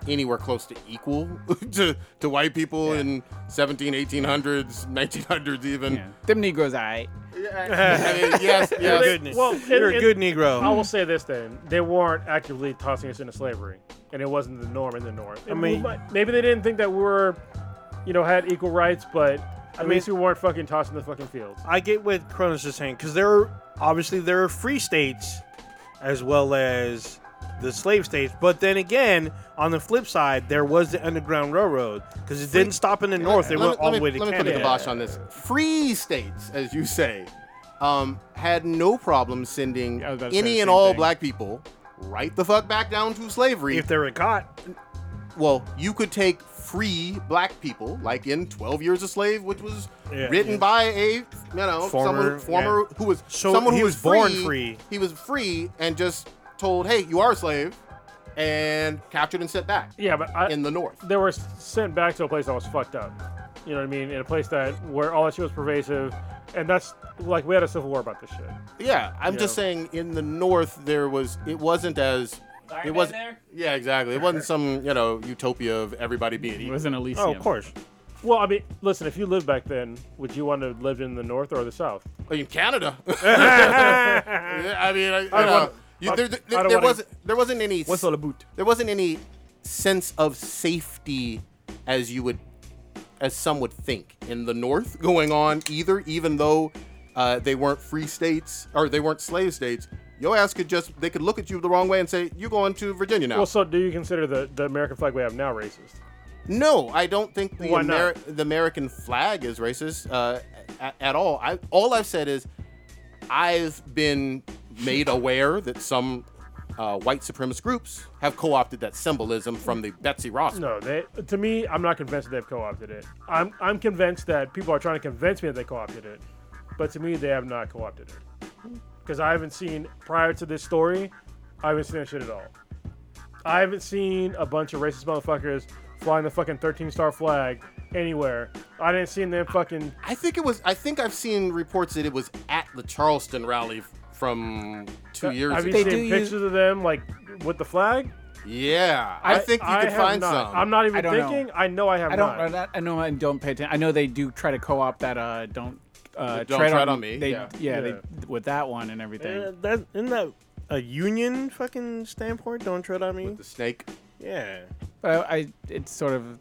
Speaker 4: anywhere close to equal to, to white people in 17 1800s 1900s even
Speaker 5: Yeah. Them Negroes, I.
Speaker 4: I mean, yes
Speaker 6: You're a
Speaker 4: yes
Speaker 6: good, ne-
Speaker 8: well, it-
Speaker 6: you're a
Speaker 8: it-
Speaker 6: good
Speaker 8: I
Speaker 6: Negro.
Speaker 8: will say this then: they weren't actively tossing us into slavery, and it wasn't the norm in the North. I
Speaker 6: mean-
Speaker 8: maybe they didn't think that we were, you know, had equal rights, but at
Speaker 6: mean-
Speaker 8: least we weren't fucking tossed in the fucking fields.
Speaker 6: I get what Cronus is saying because there are obviously there are free states as well as the slave states. But then again, on the flip side, there was the Underground Railroad because it didn't stop in the north; it
Speaker 4: Let me-
Speaker 6: went all
Speaker 4: let
Speaker 6: the
Speaker 4: me-
Speaker 6: way to
Speaker 4: let me
Speaker 6: Canada.
Speaker 4: put a kibosh on this. Free states, as you say, um, had no problem sending
Speaker 6: Oh,
Speaker 5: I was about to say
Speaker 4: any
Speaker 5: the
Speaker 4: and
Speaker 5: same
Speaker 4: all
Speaker 5: thing.
Speaker 4: black people right the fuck back down to slavery.
Speaker 6: If they were caught,
Speaker 4: well, you could take free black people, like in Twelve Years a Slave, which was
Speaker 6: Yeah,
Speaker 4: written
Speaker 6: yeah.
Speaker 4: by a you know
Speaker 6: Former-
Speaker 4: someone former
Speaker 6: yeah.
Speaker 4: who was
Speaker 6: So
Speaker 4: someone
Speaker 6: he
Speaker 4: who
Speaker 6: was born free.
Speaker 4: He was free and just told, "Hey, you are a slave," and captured and sent back
Speaker 8: Yeah, but I,
Speaker 4: in the north.
Speaker 8: they were sent back to a place that was fucked up. You know what I mean? In a place that where all that shit was pervasive, and that's like we had a civil war about this shit.
Speaker 4: Yeah, I'm just saying in the north there was it wasn't as it was
Speaker 7: there?
Speaker 4: Yeah, exactly. It wasn't some, you know, utopia of everybody being
Speaker 5: It
Speaker 4: equal.
Speaker 5: was an Elysium.
Speaker 6: oh, of course.
Speaker 8: Well, I mean, listen, if you lived back then, would you want to live in the north or the south?
Speaker 4: I mean, Canada. Yeah, I mean, I, you know,
Speaker 8: wanna-
Speaker 4: you-
Speaker 8: I-
Speaker 4: there, there-
Speaker 8: I don't
Speaker 4: there
Speaker 8: wanna-
Speaker 4: wasn't there wasn't any
Speaker 7: What's all the boot?
Speaker 4: there wasn't any sense of safety as you would as some would think in the north going on either even though uh, they weren't free states or they weren't slave states your ass could just they could look at you the wrong way and say you going to virginia now
Speaker 8: Well, so do you consider the, the American flag we have now racist?
Speaker 4: No, I don't think the,
Speaker 8: Why not?
Speaker 4: Ameri- the American flag is racist uh, at, at all. I, all I've said is I've been made aware that some uh, white supremacist groups have co opted that symbolism from the Betsy Ross.
Speaker 8: No, they. To me, I'm not convinced that they've co-opted it. I'm I'm convinced that people are trying to convince me that they co-opted it, but to me, they have not co-opted it. Because I haven't seen prior to this story, I haven't seen that shit at all. I haven't seen a bunch of racist motherfuckers flying the fucking 13 star flag anywhere. I didn't see them fucking.
Speaker 4: I think it was. I think I've seen reports that it was at the Charleston rally f- from two years
Speaker 8: Have you
Speaker 4: ago.
Speaker 5: They do
Speaker 8: seen
Speaker 5: use-
Speaker 8: pictures of them like with the flag?
Speaker 4: Yeah, I, think you could
Speaker 8: have
Speaker 4: find
Speaker 8: not.
Speaker 4: some.
Speaker 8: I'm not even
Speaker 5: I don't know.
Speaker 8: thinking. I know I have
Speaker 5: I don't.
Speaker 8: not.
Speaker 5: I don't- I know. I don't pay attention. I know they do try to co-opt that. Uh, don't. Uh,
Speaker 4: Don't tread on me,
Speaker 5: They,
Speaker 4: yeah.
Speaker 5: They,
Speaker 8: Yeah.
Speaker 5: with that one and everything.
Speaker 6: Uh, that isn't that a union fucking standpoint? Don't tread on me.
Speaker 4: the snake.
Speaker 6: Yeah.
Speaker 5: But I, I it's sort of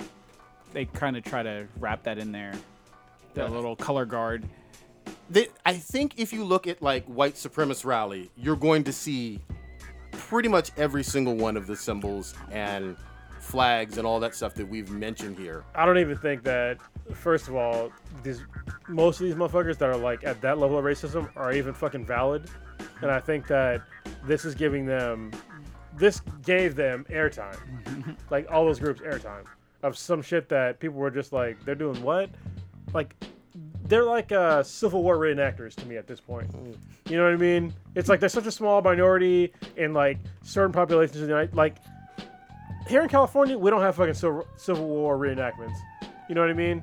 Speaker 5: they kind of try to wrap that in there. That little color guard.
Speaker 4: they, I think if you look at like white supremacist rally, you're going to see pretty much every single one of the symbols and flags and all that stuff that we've mentioned here.
Speaker 8: I don't even think that. First of all, these most of these motherfuckers that are like at that level of racism are even fucking valid, and I think that this is giving them, this gave them airtime, like all those groups airtime of some shit that people were just like, they're doing what, like. They're like uh, Civil War reenactors to me at this point.
Speaker 4: Mm.
Speaker 8: You know what I mean? It's like they're such a small minority in like certain populations in the United. Like here in California, we don't have fucking Civil, Civil War reenactments. You know what I mean?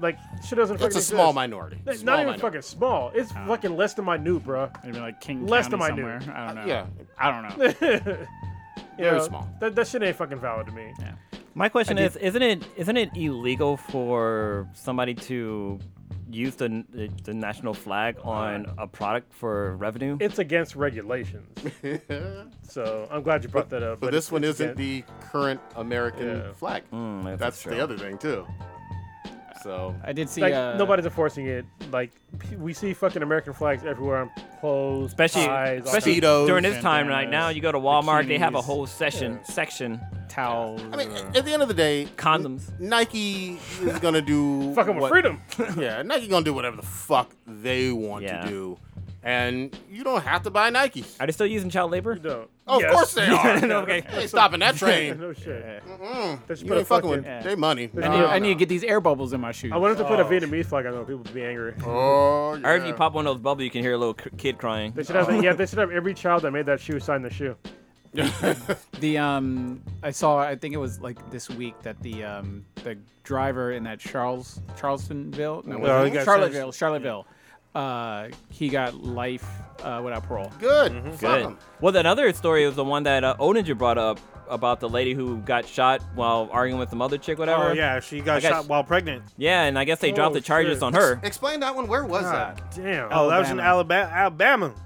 Speaker 8: Like, shit doesn't.
Speaker 4: It's
Speaker 8: fucking
Speaker 4: a small
Speaker 8: exist.
Speaker 4: minority.
Speaker 8: Not
Speaker 4: Small
Speaker 8: even
Speaker 4: minority.
Speaker 8: fucking small. It's fucking less than minute, bro.
Speaker 5: Uh, Maybe like King
Speaker 8: Less
Speaker 5: County
Speaker 8: than I
Speaker 5: somewhere. Uh,
Speaker 8: knew.
Speaker 5: I don't know.
Speaker 4: yeah.
Speaker 5: I don't know.
Speaker 4: Very small.
Speaker 8: That, that shit ain't fucking valid to me.
Speaker 7: My question is, isn't it isn't it illegal for somebody to use the the, the national flag on a product for revenue?
Speaker 8: It's against regulations. so I'm glad you brought that up.
Speaker 4: But
Speaker 8: it's-
Speaker 4: this one
Speaker 8: it's
Speaker 4: isn't
Speaker 8: against-
Speaker 4: the current American
Speaker 8: Yeah.
Speaker 4: flag.
Speaker 7: Mm, that's
Speaker 4: That's
Speaker 7: true.
Speaker 4: the other thing too. So
Speaker 5: I did see.
Speaker 8: Like
Speaker 5: uh,
Speaker 8: nobody's enforcing it. Like p- we see fucking American flags everywhere on clothes,
Speaker 7: Especially,
Speaker 8: ties, all
Speaker 7: especially
Speaker 8: kinds
Speaker 4: Speedos,
Speaker 7: during this time right
Speaker 5: bandanas,
Speaker 7: now, you go to Walmart, they have a
Speaker 5: bikinis.
Speaker 7: whole session section
Speaker 5: towels.
Speaker 4: I mean,
Speaker 5: uh,
Speaker 4: at the end of the day,
Speaker 7: condoms.
Speaker 4: Nike is gonna do
Speaker 8: of- fucking with
Speaker 4: what-
Speaker 8: freedom.
Speaker 4: Yeah, Nike gonna do whatever the fuck they want
Speaker 7: Yeah.
Speaker 4: to do, and you don't have to buy Nike.
Speaker 7: Are they still using child labor?
Speaker 8: No.
Speaker 4: Oh, Of
Speaker 8: Yes.
Speaker 4: course they are.
Speaker 7: Okay.
Speaker 4: They ain't stopping that train.
Speaker 8: no shit. They should
Speaker 4: You
Speaker 8: put a
Speaker 4: ain't fucking
Speaker 8: fucking.
Speaker 4: with they money.
Speaker 5: I need, I need to get these air bubbles in my shoes.
Speaker 8: I wanted to
Speaker 7: Oh,
Speaker 8: put a Vietnamese flag on there. People would be angry.
Speaker 4: Oh,
Speaker 7: Or if you
Speaker 4: yeah.
Speaker 7: pop one of those bubbles, you can hear a little c- kid crying.
Speaker 8: They should have.
Speaker 4: Oh.
Speaker 8: Yeah, they should have every child that made that shoe sign the shoe.
Speaker 5: the um I saw I think it was like this week that the um the driver in that Charles Charlestonville
Speaker 8: Oh,
Speaker 5: no, was
Speaker 6: he
Speaker 5: it?
Speaker 6: got
Speaker 5: Charlottesville Charlottesville uh he got life uh without parole
Speaker 4: Good. Fuck
Speaker 7: Good.
Speaker 4: 'em.
Speaker 7: Well, that other story was the one that uh, Oninja brought up about the lady who got shot while arguing with some other chick, whatever.
Speaker 6: Oh yeah, she got
Speaker 7: I guess-
Speaker 6: shot while pregnant.
Speaker 7: Yeah, and I guess they dropped
Speaker 8: Oh,
Speaker 7: the charges
Speaker 8: shit.
Speaker 7: on her.
Speaker 4: Explain that one. Where was that?
Speaker 8: Damn.
Speaker 6: Oh, that was in Alabama.
Speaker 5: Alabama.
Speaker 6: Alabama.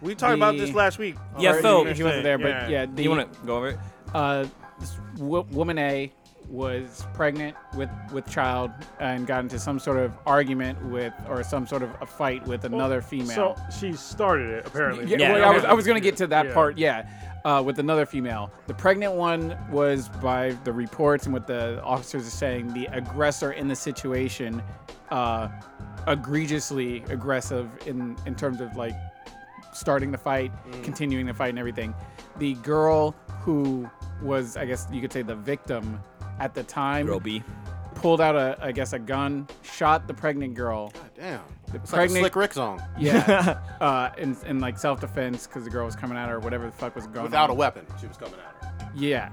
Speaker 6: We talked about this
Speaker 5: The-
Speaker 6: last week.
Speaker 7: Yeah,
Speaker 6: Or
Speaker 7: so-
Speaker 6: the next
Speaker 5: he wasn't
Speaker 6: day.
Speaker 5: there but yeah the
Speaker 7: you want to go over it?
Speaker 5: uh this w- woman A was pregnant with with child and got into some sort of argument with or some sort of a fight with another female
Speaker 8: So she started it apparently.
Speaker 5: Yeah,
Speaker 7: Yeah,
Speaker 5: well, I
Speaker 7: okay.
Speaker 5: was, I was going to get to that
Speaker 8: Yeah.
Speaker 5: part, yeah, uh, with another female. The pregnant one was, by the reports and what the officers are saying, the aggressor in the situation, uh, egregiously aggressive in, in terms of like starting the fight, continuing the fight, and everything. The girl who was, I guess you could say, the victim at the time
Speaker 7: Girl B.
Speaker 5: pulled out a, I guess, a gun, shot the pregnant girl.
Speaker 4: Damn. It's
Speaker 5: pregnant-
Speaker 4: like a Slick Rick song
Speaker 5: Yeah. uh, in, in like self defense because the girl was coming at her or whatever the fuck was going
Speaker 4: without a
Speaker 5: on.
Speaker 4: weapon. She was coming at her.
Speaker 5: Yeah.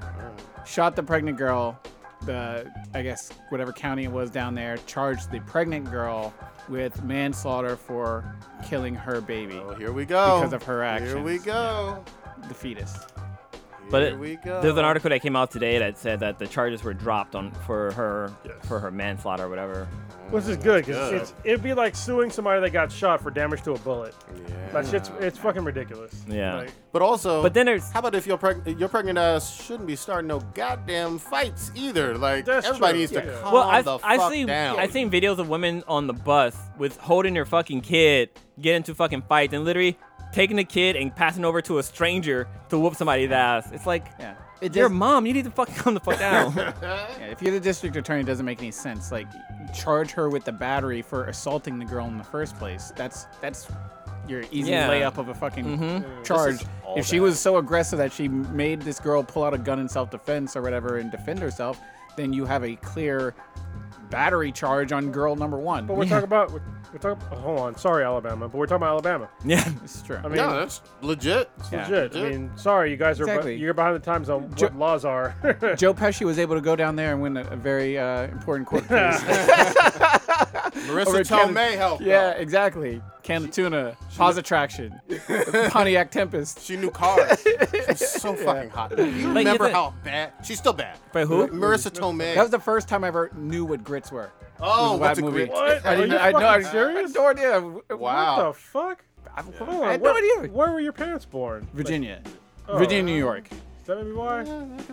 Speaker 5: Shot the pregnant girl. The, I guess, whatever county it was down there, charged the pregnant girl with manslaughter for killing her baby,
Speaker 4: Oh, here we go.
Speaker 5: Because of her actions.
Speaker 4: Here we go.
Speaker 5: the fetus.
Speaker 7: But
Speaker 4: here
Speaker 7: it-
Speaker 4: we go.
Speaker 7: there's an article that came out today that said that the charges were dropped on for her for her manslaughter or whatever.
Speaker 8: Which is good because it'd be like suing somebody that got shot for damage to a bullet.
Speaker 4: Yeah.
Speaker 8: That shit's it's fucking ridiculous.
Speaker 7: Yeah.
Speaker 8: Like,
Speaker 4: But also,
Speaker 7: But then there's
Speaker 4: how about if your preg- your pregnant ass shouldn't be starting no goddamn fights either? Like
Speaker 8: That's
Speaker 4: everybody
Speaker 8: true.
Speaker 4: needs to
Speaker 8: Yeah.
Speaker 4: calm
Speaker 7: well, I've,
Speaker 4: the
Speaker 7: I've
Speaker 4: fuck
Speaker 7: seen
Speaker 4: down.
Speaker 7: I've seen videos of women on the bus with holding their fucking kid, get into fucking fights, and literally taking the kid and passing over to a stranger to whoop somebody's ass. It's like
Speaker 5: Yeah. It
Speaker 7: your
Speaker 5: does-
Speaker 7: mom, you need to fucking calm the fuck down.
Speaker 5: yeah, if you're the district attorney, it doesn't make any sense. Like, charge her with the battery for assaulting the girl in the first place. That's that's your easy
Speaker 7: Yeah.
Speaker 5: layup of a fucking charge.
Speaker 4: all
Speaker 5: If she
Speaker 4: that.
Speaker 5: was so aggressive that she made this girl pull out a gun in self-defense or whatever and defend herself, then you have a clear battery charge on girl number one.
Speaker 8: but we're talking about we're, we're talking. oh, hold on, sorry Alabama, but we're talking about Alabama.
Speaker 7: yeah.
Speaker 5: it's true.
Speaker 8: I mean,
Speaker 4: No, that's legit.
Speaker 5: Yeah.
Speaker 8: legit. I mean, sorry, you guys are bu-
Speaker 5: Exactly.
Speaker 8: you're behind the times on what
Speaker 5: Ju-
Speaker 8: laws are.
Speaker 5: Joe Pesci was able to go down there and win a, a very uh, important court case. Over
Speaker 4: Marissa
Speaker 5: in Canada.
Speaker 4: Tomei helped.
Speaker 5: yeah,
Speaker 4: out.
Speaker 5: exactly. Can of tuna, pause attraction, Pontiac Tempest.
Speaker 4: She knew cars. She was so fucking hot. You remember
Speaker 7: think-
Speaker 4: how bad? She's still bad.
Speaker 7: But who?
Speaker 4: Marissa Tomei.
Speaker 5: That was the first time I ever knew what grits were.
Speaker 4: oh,
Speaker 5: It was
Speaker 4: what's
Speaker 5: a bad
Speaker 4: a
Speaker 5: movie.
Speaker 4: great-
Speaker 8: what?
Speaker 5: I
Speaker 8: Are
Speaker 5: didn't.
Speaker 8: you
Speaker 5: I had no
Speaker 8: fucking
Speaker 5: idea. I
Speaker 8: serious?
Speaker 5: had no idea.
Speaker 4: Wow.
Speaker 8: What the fuck? Come on,
Speaker 5: I had
Speaker 8: where-
Speaker 5: no idea.
Speaker 8: Where were your parents born?
Speaker 5: Virginia, Oh. Virginia, New York.
Speaker 8: Is that maybe why?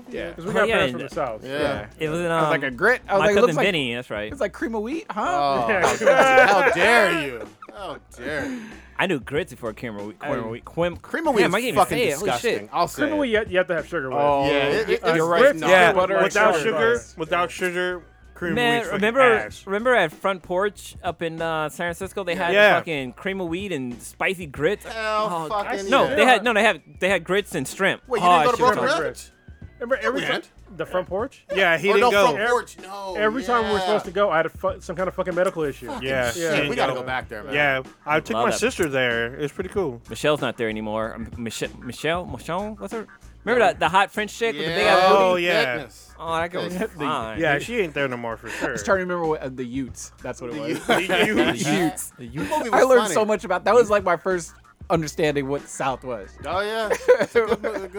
Speaker 4: Yeah.
Speaker 8: Because we
Speaker 7: Oh,
Speaker 8: got
Speaker 7: yeah,
Speaker 8: parents
Speaker 7: and-
Speaker 8: from the south.
Speaker 4: Yeah.
Speaker 7: It was in,
Speaker 5: I was
Speaker 7: um,
Speaker 5: like a grit. I was
Speaker 7: my
Speaker 5: like, it
Speaker 7: cousin
Speaker 5: looks like
Speaker 7: Vinny. That's right.
Speaker 5: it's like cream of wheat, huh?
Speaker 4: Oh,
Speaker 8: Yeah, come on.
Speaker 4: how dare you? How dare you?
Speaker 7: I knew grits before creamer wheat. Creamer wheat. Quim,
Speaker 4: Cream of wheat
Speaker 7: Damn, I
Speaker 4: is
Speaker 7: can't even
Speaker 4: fucking
Speaker 7: say it. Holy
Speaker 4: disgusting.
Speaker 7: shit.
Speaker 4: I'll say
Speaker 8: Criminal,
Speaker 4: it.
Speaker 8: you have you have to have sugar with.
Speaker 4: Yeah,
Speaker 8: it.
Speaker 4: it, it,
Speaker 8: Uh,
Speaker 4: it's
Speaker 8: grits,
Speaker 4: not-
Speaker 7: yeah,
Speaker 8: butter,
Speaker 6: without
Speaker 8: and
Speaker 6: sugar,
Speaker 8: butter.
Speaker 6: without sugar, cream
Speaker 7: Man,
Speaker 6: wheat fucking
Speaker 7: remember
Speaker 6: ass.
Speaker 7: remember at front porch up in uh, San Francisco they had
Speaker 6: Yeah.
Speaker 7: fucking cream of wheat and spicy grits.
Speaker 4: Hell
Speaker 7: Oh,
Speaker 4: fucking
Speaker 7: no,
Speaker 4: yeah.
Speaker 7: they had no, they had they had grits and shrimp.
Speaker 4: Wait, you
Speaker 7: Oh,
Speaker 4: didn't
Speaker 7: I
Speaker 4: go to
Speaker 7: should've
Speaker 4: Broken
Speaker 7: gone-
Speaker 8: Brothers?
Speaker 4: Rabbit?
Speaker 8: Remember every
Speaker 4: Yeah,
Speaker 8: time,
Speaker 4: man.
Speaker 8: the front porch.
Speaker 6: Yeah, he
Speaker 4: Oh, no,
Speaker 6: didn't go.
Speaker 4: front porch. No.
Speaker 8: Every time we were
Speaker 4: yeah.
Speaker 8: supposed to go, I had a fu- some kind of fucking medical issue.
Speaker 6: yeah,
Speaker 8: Yeah.
Speaker 6: he
Speaker 4: Shit,
Speaker 6: didn't
Speaker 4: we gotta go back there, man.
Speaker 6: Yeah, I took
Speaker 7: Love
Speaker 6: my
Speaker 7: that.
Speaker 6: sister there. It was pretty cool.
Speaker 7: Michelle's not there anymore. Um, Mich- Michelle, Michelle, what's her? Remember that the hot French chick with the big ass
Speaker 6: Oh,
Speaker 7: booty?
Speaker 6: yeah.
Speaker 4: Thickness.
Speaker 7: Oh, that girl was fine.
Speaker 6: Yeah, she ain't there no more for sure.
Speaker 5: I was trying to remember what uh, the Utes. That's what it was.
Speaker 6: You-
Speaker 5: Utes.
Speaker 4: The movie was
Speaker 5: I learned
Speaker 4: funny.
Speaker 5: so much about that. Was like my first understanding what South was.
Speaker 4: Oh yeah.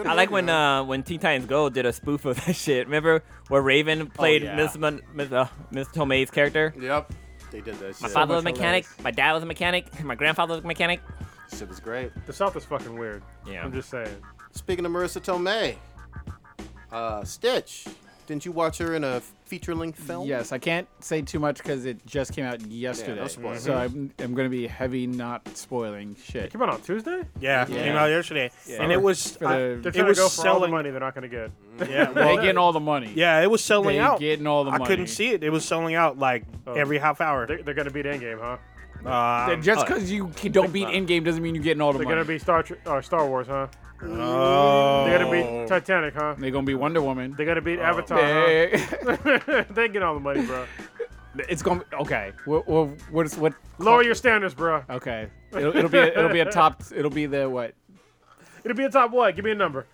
Speaker 7: I like when uh, when Teen Titans Go did a spoof of that shit. Remember where Raven played
Speaker 4: Oh, yeah.
Speaker 7: Miss Mon- Miss, uh, Miss Tomei's character?
Speaker 4: Yep. They did that shit.
Speaker 7: My father was a mechanic. My dad was a mechanic. My grandfather was a mechanic.
Speaker 4: Shit was great.
Speaker 8: The South is fucking weird.
Speaker 7: Yeah.
Speaker 8: I'm just saying.
Speaker 4: Speaking of Marissa Tomei, uh, Stitch. Didn't you watch her in a feature-length film?
Speaker 5: Yes, I can't say too much because it just came out yesterday. so I'm, I'm going to be heavy not spoiling shit.
Speaker 8: Came out on Tuesday?
Speaker 6: yeah, came out yesterday, and it was
Speaker 5: For the-
Speaker 6: I-
Speaker 8: They're
Speaker 6: it
Speaker 8: trying
Speaker 6: was
Speaker 8: to go for all the
Speaker 6: selling.
Speaker 8: money they're not going to get.
Speaker 6: Yeah,
Speaker 5: They
Speaker 6: well,
Speaker 5: getting all the money.
Speaker 6: yeah, it was selling
Speaker 5: They
Speaker 6: out.
Speaker 5: getting all the
Speaker 6: I
Speaker 5: money.
Speaker 6: couldn't see it. It was selling out like
Speaker 4: Oh.
Speaker 6: every half hour.
Speaker 8: They're, they're going to beat Endgame, huh?
Speaker 6: Um,
Speaker 5: And just because you c- don't beat Endgame doesn't mean you're getting all the
Speaker 8: They're
Speaker 5: money.
Speaker 8: going to be Star Tre- or Star Wars, huh?
Speaker 6: oh.
Speaker 8: They're going to beat Titanic, huh?
Speaker 5: They're gonna be Wonder Woman.
Speaker 8: They're going to beat Avatar,
Speaker 5: They-
Speaker 4: Uh-huh.
Speaker 8: huh? they get all the money, bro.
Speaker 5: it's gonna be, okay. What, what, what's what?
Speaker 8: Lower your standards, bro.
Speaker 5: Okay. It'll, it'll be a, it'll be a top. It'll be the what?
Speaker 8: It'll be a top what? Give me a number.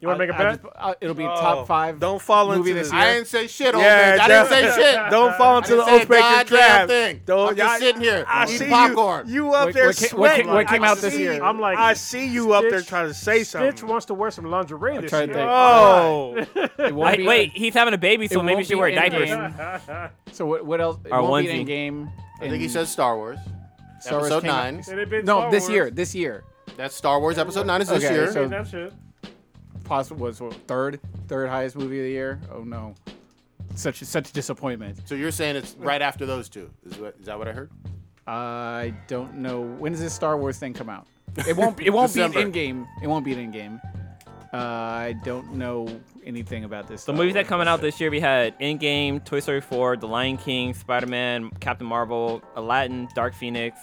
Speaker 8: You want to make
Speaker 5: I-
Speaker 8: a
Speaker 5: I
Speaker 8: bet?
Speaker 5: just- I- it'll be
Speaker 6: Oh,
Speaker 5: top five.
Speaker 6: Don't fall
Speaker 5: movie
Speaker 6: into
Speaker 5: this
Speaker 6: this.
Speaker 5: year.
Speaker 4: I didn't say shit, old
Speaker 6: Yeah,
Speaker 4: man. I didn't say
Speaker 6: def-
Speaker 4: shit.
Speaker 6: Don't fall into the
Speaker 4: I didn't say a
Speaker 6: Oathbreaker
Speaker 4: goddamn
Speaker 6: trap.
Speaker 4: thing.
Speaker 6: Don't,
Speaker 4: I'm just
Speaker 6: I-
Speaker 4: sitting here
Speaker 6: I
Speaker 4: eating
Speaker 6: see
Speaker 4: popcorn.
Speaker 6: You, you up
Speaker 5: What-
Speaker 6: there
Speaker 5: what ca- what ca-
Speaker 6: sweating.
Speaker 5: what came
Speaker 6: I
Speaker 5: out this
Speaker 6: see-
Speaker 5: year?
Speaker 8: I'm like,
Speaker 6: I see you up there
Speaker 8: Stitch-
Speaker 6: trying to say
Speaker 8: Stitch
Speaker 6: something.
Speaker 8: wants to wear some lingerie this
Speaker 5: trying
Speaker 8: year.
Speaker 5: to think.
Speaker 6: Oh,
Speaker 5: It won't
Speaker 7: Wait,
Speaker 5: be-
Speaker 7: wait, he's having a baby, so
Speaker 5: it
Speaker 7: maybe
Speaker 5: won't
Speaker 7: she
Speaker 5: be
Speaker 7: wear diapers.
Speaker 5: Endgame. so what? What else? It
Speaker 7: Or
Speaker 5: won't be
Speaker 7: onesie.
Speaker 5: Endgame.
Speaker 4: I think he
Speaker 5: and
Speaker 4: says Star Wars.
Speaker 5: Star Wars
Speaker 4: episode
Speaker 5: came out-
Speaker 4: nine.
Speaker 8: And it been
Speaker 5: No,
Speaker 8: Star
Speaker 5: this
Speaker 8: Wars.
Speaker 5: year. This year.
Speaker 4: That's Star Wars episode nine is this
Speaker 5: Okay,
Speaker 4: year.
Speaker 5: so-
Speaker 8: Ain't that shit.
Speaker 5: Possible was what, third, third highest movie of the year. Oh no, such such a disappointment.
Speaker 4: So you're saying it's right after those two? Is what is that what I heard?
Speaker 5: I don't know when does this Star Wars thing come out. It won't. be- It won't be
Speaker 4: December.
Speaker 5: in game. It won't be in game. Uh, I don't know anything about this.
Speaker 7: The
Speaker 5: Star
Speaker 7: movies that
Speaker 5: Wars.
Speaker 7: coming out this year, we had Endgame, Toy Story 4, The Lion King, Spider-Man, Captain Marvel, Aladdin, Dark Phoenix,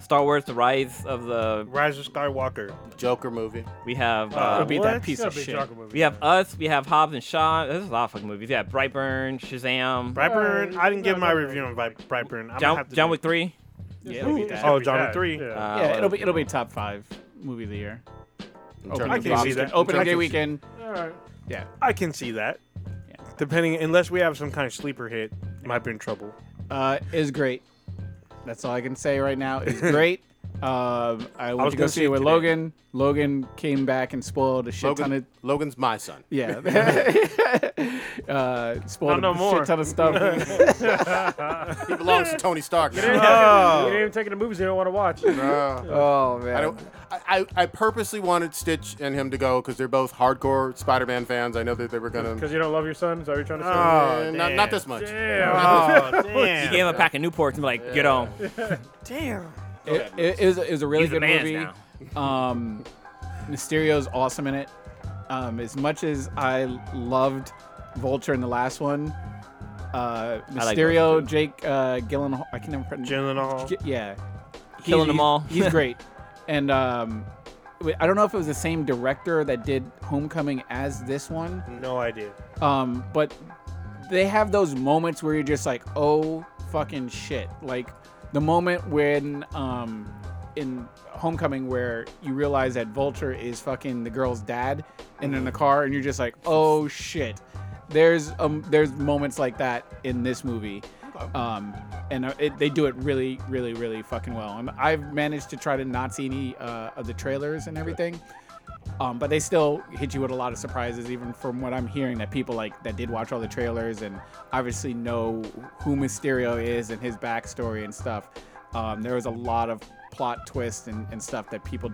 Speaker 7: Star Wars: The Rise of the.
Speaker 6: Rise of Skywalker.
Speaker 4: Joker movie.
Speaker 7: We have.
Speaker 5: It'll
Speaker 7: Uh,
Speaker 5: be
Speaker 6: What?
Speaker 5: that piece
Speaker 8: Gotta
Speaker 5: of
Speaker 8: be a
Speaker 5: shit.
Speaker 8: Joker movie.
Speaker 7: we have us. We have Hobbs and Shaw. There's a lot of fucking movies. We have Brightburn, Shazam,
Speaker 6: Uh, Brightburn. I didn't
Speaker 8: no,
Speaker 6: give my
Speaker 8: no, no.
Speaker 6: review on Vi- Brightburn. I'm gonna
Speaker 7: John,
Speaker 6: have to
Speaker 7: John
Speaker 6: do-
Speaker 7: Wick 3.
Speaker 5: Yeah, it'll be that.
Speaker 6: Oh,
Speaker 8: Be
Speaker 6: John Wick
Speaker 8: bad.
Speaker 6: three.
Speaker 8: Yeah.
Speaker 7: Uh,
Speaker 5: yeah, it'll be it'll be top five movie of the year. Opening
Speaker 6: I can see
Speaker 5: weekend-
Speaker 6: that.
Speaker 5: Opening
Speaker 6: I
Speaker 5: day
Speaker 6: can see-
Speaker 5: weekend.
Speaker 8: All right.
Speaker 5: Yeah.
Speaker 6: I can see that.
Speaker 5: Yeah.
Speaker 6: Depending, unless we have some kind of sleeper hit, might be in trouble.
Speaker 5: uh, is great. That's all I can say right now. It's great. Um, I went
Speaker 6: was
Speaker 5: to go
Speaker 6: gonna
Speaker 5: see
Speaker 6: see
Speaker 5: it
Speaker 6: it
Speaker 5: with
Speaker 6: today.
Speaker 5: Logan. Logan came back and spoiled a shit ton of
Speaker 4: Logan, Logan's my son.
Speaker 5: yeah, uh, spoiled
Speaker 8: Not no
Speaker 5: a
Speaker 8: more.
Speaker 5: shit ton of stuff.
Speaker 4: He belongs to Tony Stark. now.
Speaker 8: You ain't even taking the movies they don't want to watch.
Speaker 5: oh man,
Speaker 4: I don't. I, I- I purposely wanted Stitch and him to go because they're both hardcore Spider-Man fans. I know that they were gonna.
Speaker 8: Because you don't love your son? Is that what you're trying to say?
Speaker 4: Eh, not, not this much.
Speaker 8: Damn.
Speaker 6: Oh,
Speaker 7: He
Speaker 6: damn.
Speaker 7: gave him a pack of Newports and be like, get on.
Speaker 5: it, it, it, was, it was a really
Speaker 7: He's a
Speaker 5: good
Speaker 7: man's
Speaker 5: movie.
Speaker 7: now.
Speaker 5: Um, Mysterio's awesome in it. Um, as much as I loved Vulture in the last one, uh,
Speaker 7: like
Speaker 5: Mysterio, Jake uh, Gyllenhaal, I can never pronounce
Speaker 6: Gyllenhaal.
Speaker 5: J- yeah, He's-
Speaker 7: Killing 'em
Speaker 5: he's-
Speaker 7: all.
Speaker 5: he's great, and um, w- I don't know if it was the same director that did Homecoming as this one,
Speaker 6: No idea.
Speaker 5: um, but they have those moments where you're just like, oh fucking shit, like the moment when um, in Homecoming where you realize that Vulture is fucking the girl's dad, and in the car, and you're just like, oh shit. There's um there's moments like that in this movie, um, and uh, it, they do it really really really fucking well. And I've managed to try to not see any uh, of the trailers and everything, um, but they still hit you with a lot of surprises, even from what I'm hearing that people like that did watch all the trailers and obviously know who Mysterio is and his backstory and stuff. Um, there was a lot of plot twists and, and stuff that people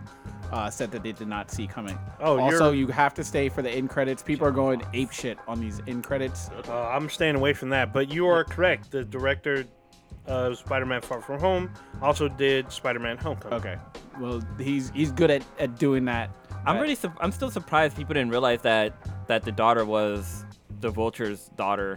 Speaker 5: uh, said that they did not see coming.
Speaker 6: Oh,
Speaker 5: also
Speaker 6: you're-
Speaker 5: you have to stay for the end credits. People are going ape shit on these end credits.
Speaker 6: Uh, I'm staying away from that, but you are correct. The director of Spider-Man: Far From Home also did Spider-Man: Homecoming.
Speaker 5: Okay, well he's he's good at, at doing that.
Speaker 7: I'm
Speaker 5: But-
Speaker 7: really, sur- I'm still surprised people didn't realize that that the daughter was the vulture's daughter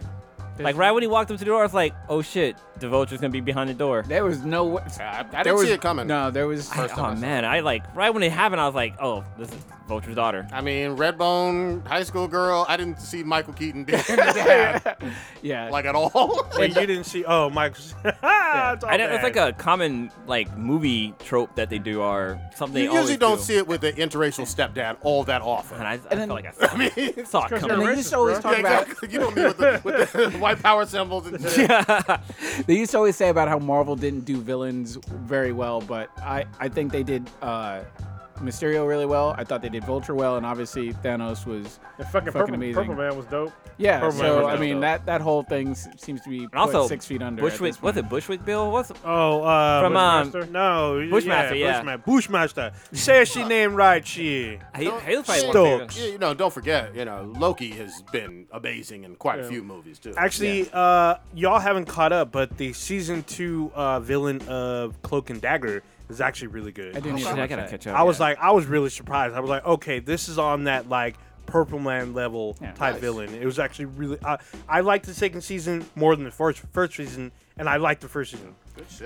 Speaker 7: Like right when he walked up to the door, I was like, "Oh shit, the vulture's gonna be behind the door."
Speaker 5: There was no way. I,
Speaker 4: didn't see it coming.
Speaker 5: No, there was.
Speaker 7: I- oh man, I like right when it happened, I was like, "Oh, this is Vulture's daughter."
Speaker 4: I mean, Redbone, high school girl. I didn't see Michael Keaton did
Speaker 5: yeah.
Speaker 4: like at all.
Speaker 6: Wait, you didn't see? Oh, Mike's.
Speaker 8: Ah,
Speaker 6: it's, all
Speaker 7: I don't, it's
Speaker 6: bad.
Speaker 7: like a common like movie trope that they do or something.
Speaker 4: you
Speaker 7: they always
Speaker 4: usually don't
Speaker 7: do.
Speaker 4: see it with an interracial stepdad all that often.
Speaker 7: And I, I
Speaker 5: then-
Speaker 7: feel like I saw,
Speaker 4: mean,
Speaker 7: saw it
Speaker 5: and
Speaker 7: coming.
Speaker 5: they used to always talk
Speaker 4: Yeah,
Speaker 5: about.
Speaker 4: exactly. You don't mean with the, with the white power symbols and shit.
Speaker 5: They used to always say about how Marvel didn't do villains very well, but I I think they did uh, Mysterio really well. I thought they did Vulture well, and obviously Thanos was.
Speaker 8: The fucking,
Speaker 5: Fucking
Speaker 8: purple,
Speaker 5: amazing.
Speaker 8: purple man was dope.
Speaker 5: Yeah,
Speaker 8: Purple Man
Speaker 5: so
Speaker 8: was
Speaker 5: I
Speaker 8: dope.
Speaker 5: mean that that whole thing s- seems to be put
Speaker 7: And also
Speaker 5: six feet under. at
Speaker 7: Bushwick,
Speaker 5: this
Speaker 7: was
Speaker 5: point.
Speaker 7: it Bushwick Bill? What's
Speaker 6: Oh, uh,
Speaker 7: From, um,
Speaker 6: Bushmaster? no,
Speaker 7: Bushmaster, yeah.
Speaker 6: Bushmaster. Bushmaster. Say she name right, she.
Speaker 7: he, he was
Speaker 4: Shit.
Speaker 7: probably one of
Speaker 6: Stokes.
Speaker 4: Yeah, you know, don't forget, you know, Loki has been amazing in quite a few movies too.
Speaker 6: Actually, uh, y'all haven't caught up, but the season two uh, villain of Cloak and Dagger is actually really good.
Speaker 5: I didn't
Speaker 7: Shit,
Speaker 5: even.
Speaker 7: I
Speaker 5: watch
Speaker 7: gotta
Speaker 5: that.
Speaker 7: catch up.
Speaker 6: I was
Speaker 7: yeah.
Speaker 6: like, I was really surprised. I was like, okay, this is on that like Purple Man level
Speaker 5: Yeah.
Speaker 6: type villain. It was actually really. I I liked the second season more than the first first season, and I liked the first season.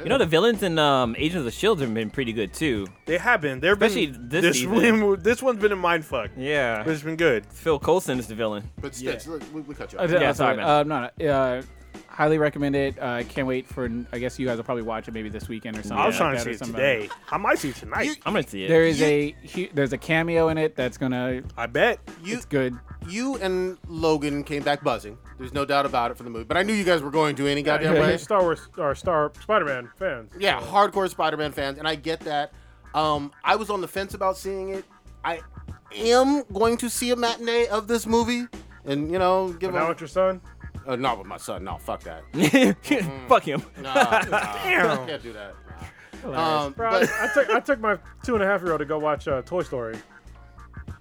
Speaker 7: you know, the villains in um, Agents of the Shield have been pretty good too.
Speaker 6: They have been. They've
Speaker 7: Especially
Speaker 6: been,
Speaker 7: this
Speaker 6: this
Speaker 7: season.
Speaker 6: one. This one's been a mind fuck.
Speaker 7: Yeah.
Speaker 6: but it's been good.
Speaker 7: Phil Coulson is the villain.
Speaker 4: but Stitch, look, we, we cut you
Speaker 5: Uh,
Speaker 4: off.
Speaker 5: yeah,
Speaker 7: sorry,
Speaker 5: sorry,
Speaker 7: man.
Speaker 5: Uh, no, no, uh, highly recommend it. Uh, can't wait for. I guess you guys will probably watch it maybe this weekend or something.
Speaker 6: I was
Speaker 5: like
Speaker 6: trying to
Speaker 5: that
Speaker 6: see
Speaker 5: or
Speaker 6: it
Speaker 5: something.
Speaker 6: today. I might see it tonight.
Speaker 4: You-
Speaker 7: I'm gonna see it.
Speaker 5: There is
Speaker 4: You-
Speaker 5: a hu- there's a cameo in it that's gonna.
Speaker 6: I bet.
Speaker 4: you,
Speaker 5: It's good.
Speaker 4: you and Logan came back buzzing. There's no doubt about it for the movie. But I knew you guys were going to any goddamn
Speaker 8: Yeah,
Speaker 4: way.
Speaker 8: Star Wars or Star Spider-Man fans.
Speaker 4: Yeah, hardcore Spider-Man fans, and I get that. Um, I was on the fence about seeing it. I am going to see a matinee of this movie, and you know, give
Speaker 8: Now
Speaker 4: a,
Speaker 8: it's your son.
Speaker 4: uh, not with my son. No, fuck that.
Speaker 7: Fuck him.
Speaker 4: Nah, nah, can't do that. Um,
Speaker 8: Bro,
Speaker 4: but
Speaker 8: I, I took I took my two and a half year old to go watch uh, Toy Story.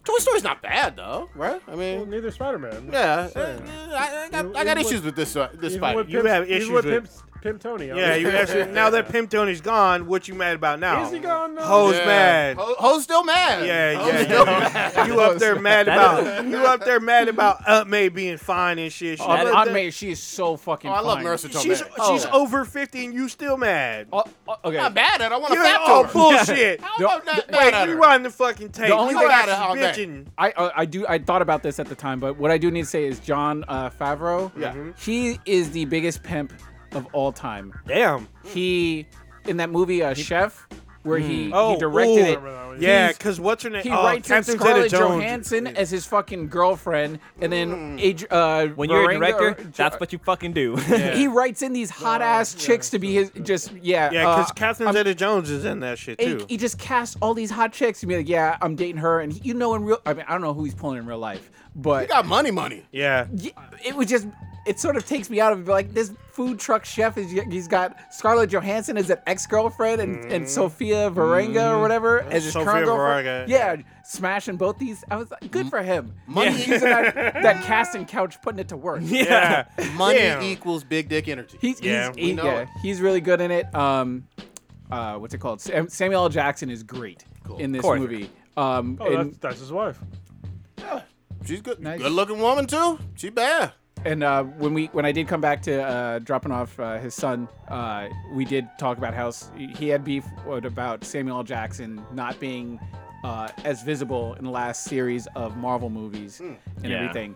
Speaker 4: Toy Story's not bad though, right? I
Speaker 8: Well,
Speaker 4: mean,
Speaker 8: neither Spider-Man.
Speaker 4: yeah, uh, I, I got, I got
Speaker 8: Even with-
Speaker 4: issues with this uh, this
Speaker 8: Even
Speaker 4: fight.
Speaker 8: with
Speaker 6: You
Speaker 8: Pimp,
Speaker 6: have
Speaker 8: even
Speaker 6: issues
Speaker 8: with,
Speaker 6: with-
Speaker 8: Pimp, Pimp Tony. I
Speaker 6: Yeah,
Speaker 8: was-
Speaker 6: you Oh. actually now that Pimp Tony's gone, what you mad about now?
Speaker 8: Is he gone uh, now?
Speaker 6: Ho's
Speaker 4: Yeah.
Speaker 6: mad.
Speaker 4: Ho, Ho's still mad.
Speaker 6: yeah,
Speaker 4: Ho's
Speaker 6: yeah.
Speaker 4: still-
Speaker 6: yeah. you up there mad about you up there mad about Aunt May being fine and shit. She's,
Speaker 5: Aunt,
Speaker 7: Oh, that-
Speaker 5: Aunt May, she is so fucking.
Speaker 4: Oh, I love
Speaker 5: fine.
Speaker 4: Marissa Tomei.
Speaker 6: she's,
Speaker 4: Oh,
Speaker 6: she's over fifty and you still mad.
Speaker 5: Oh, oh, okay.
Speaker 4: I'm not mad at. her. I want to
Speaker 6: You're
Speaker 4: fat
Speaker 6: all
Speaker 4: to her.
Speaker 6: Oh, bullshit.
Speaker 4: I don't know, not mad
Speaker 6: Wait,
Speaker 4: at her.
Speaker 6: rewind the fucking tape.
Speaker 5: The only
Speaker 6: You
Speaker 4: thing-
Speaker 6: actually
Speaker 4: Aunt May.
Speaker 6: bitching.
Speaker 5: I uh, I do I thought about this at the time, but what I do need to say is John uh, Favreau.
Speaker 4: Yeah.
Speaker 6: Mm-hmm.
Speaker 4: Mhm.
Speaker 5: He is the biggest pimp of all time.
Speaker 6: Damn.
Speaker 5: He in that movie uh, Chef where he,
Speaker 6: Oh,
Speaker 5: he directed
Speaker 6: ooh.
Speaker 5: it.
Speaker 6: Yeah,
Speaker 5: he's-
Speaker 6: because what's her name?
Speaker 5: He
Speaker 7: Uh,
Speaker 6: oh,
Speaker 5: writes in
Speaker 6: Captain Zeta
Speaker 5: Scarlett
Speaker 6: Jones.
Speaker 5: Johansson as his fucking girlfriend, and then Ad- uh,
Speaker 7: When you're a
Speaker 5: Varenga or-
Speaker 7: director, that's what you fucking do.
Speaker 5: He writes in these hot ass chicks to be his just yeah.
Speaker 6: Yeah, because
Speaker 5: uh,
Speaker 6: Catherine
Speaker 5: I'm-
Speaker 6: Zeta Jones is in that shit
Speaker 5: he,
Speaker 6: too.
Speaker 5: he just casts all these hot chicks and be like, yeah, I'm dating her, and he, you know in real, I mean, I don't know who he's pulling in real life,
Speaker 4: You
Speaker 5: but
Speaker 4: got money, money.
Speaker 6: yeah.
Speaker 5: y- it was just, it sort of takes me out of it. Like this food truck chef is, he's got Scarlett Johansson as an ex girlfriend and, and Sophia Varenga or whatever as his
Speaker 6: Sofia
Speaker 5: current girlfriend.
Speaker 6: Vergara,
Speaker 5: yeah, smashing both these. I was like, good for him. Money using that, that casting couch, putting it to work.
Speaker 6: Yeah.
Speaker 4: Money
Speaker 6: Damn.
Speaker 4: equals big dick energy.
Speaker 5: He's
Speaker 6: Yeah,
Speaker 5: he's,
Speaker 6: we
Speaker 5: he-
Speaker 4: know
Speaker 5: yeah,
Speaker 4: it.
Speaker 5: he's really good in it. Um, uh, what's it called? Sam, Samuel L. Jackson is great in this
Speaker 7: course.
Speaker 5: movie. Um,
Speaker 8: Oh, that's,
Speaker 5: and,
Speaker 8: that's his wife.
Speaker 4: She's good.
Speaker 5: Nice.
Speaker 4: Good looking woman too. She bad.
Speaker 5: and uh, when we when I did come back to uh, dropping off uh, his son, uh, we did talk about how s- he had beef with- about Samuel L. Jackson not being uh, as visible in the last series of Marvel movies
Speaker 6: Hmm.
Speaker 5: and
Speaker 7: Yeah.
Speaker 5: everything.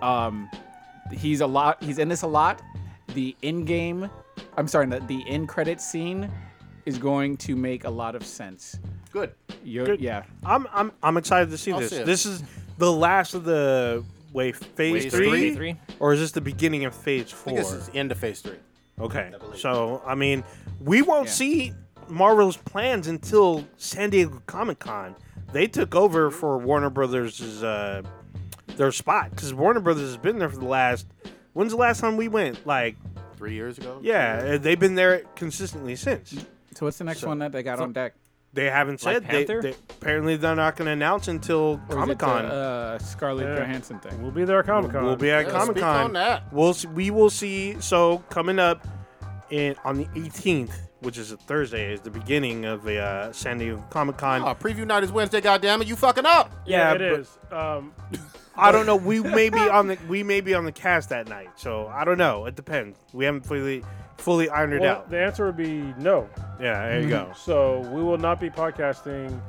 Speaker 5: Um, he's a lot. He's in this a lot. The in game, I'm sorry, the, the end credit scene is going to make a lot of sense.
Speaker 4: Good.
Speaker 5: You're,
Speaker 6: Good.
Speaker 5: Yeah,
Speaker 6: I'm I'm I'm excited to see
Speaker 4: I'll
Speaker 6: this.
Speaker 4: see it.
Speaker 6: this is the last of the wait phase
Speaker 4: Phase
Speaker 6: three,
Speaker 4: three?
Speaker 7: Three.
Speaker 6: or is this the beginning of phase
Speaker 4: I
Speaker 6: four?
Speaker 4: think this is end of phase three.
Speaker 6: okay,
Speaker 4: believe.
Speaker 6: so I mean, we won't
Speaker 5: Yeah.
Speaker 6: see Marvel's plans until San Diego Comic Con. They took over for Warner Brothers' uh, their spot because Warner Brothers has been there for the last. When's the last time we went? Like,
Speaker 4: Three years ago.
Speaker 6: yeah, they've been there consistently since.
Speaker 5: So what's the next
Speaker 6: So-
Speaker 5: one that they got on deck?
Speaker 6: They haven't
Speaker 7: Like
Speaker 6: said they,
Speaker 7: Panther?
Speaker 6: they- Apparently, they're not going to announce until
Speaker 5: Or is
Speaker 6: Comic
Speaker 5: it the,
Speaker 6: Con.
Speaker 5: uh, Scarlett
Speaker 8: Yeah.
Speaker 5: Johansson thing.
Speaker 8: We'll be there at Comic Con.
Speaker 6: We'll be at
Speaker 4: Yeah,
Speaker 6: Comic
Speaker 4: speak on
Speaker 6: Con.
Speaker 4: that.
Speaker 6: We'll see, we will see. So coming up in on the 18th, which is a Thursday, is the beginning of the uh, San Diego Comic Con.
Speaker 4: Oh, preview night is Wednesday. Goddamn it, you fucking up.
Speaker 8: Yeah,
Speaker 6: Yeah,
Speaker 8: it
Speaker 6: but-
Speaker 8: is. Um,
Speaker 6: I don't know. We may be on the we may be on the cast that night, so I don't know. It depends. We haven't fully fully ironed
Speaker 8: well,
Speaker 6: it out.
Speaker 8: the answer would be no.
Speaker 6: Yeah, there you go.
Speaker 8: So we will not be podcasting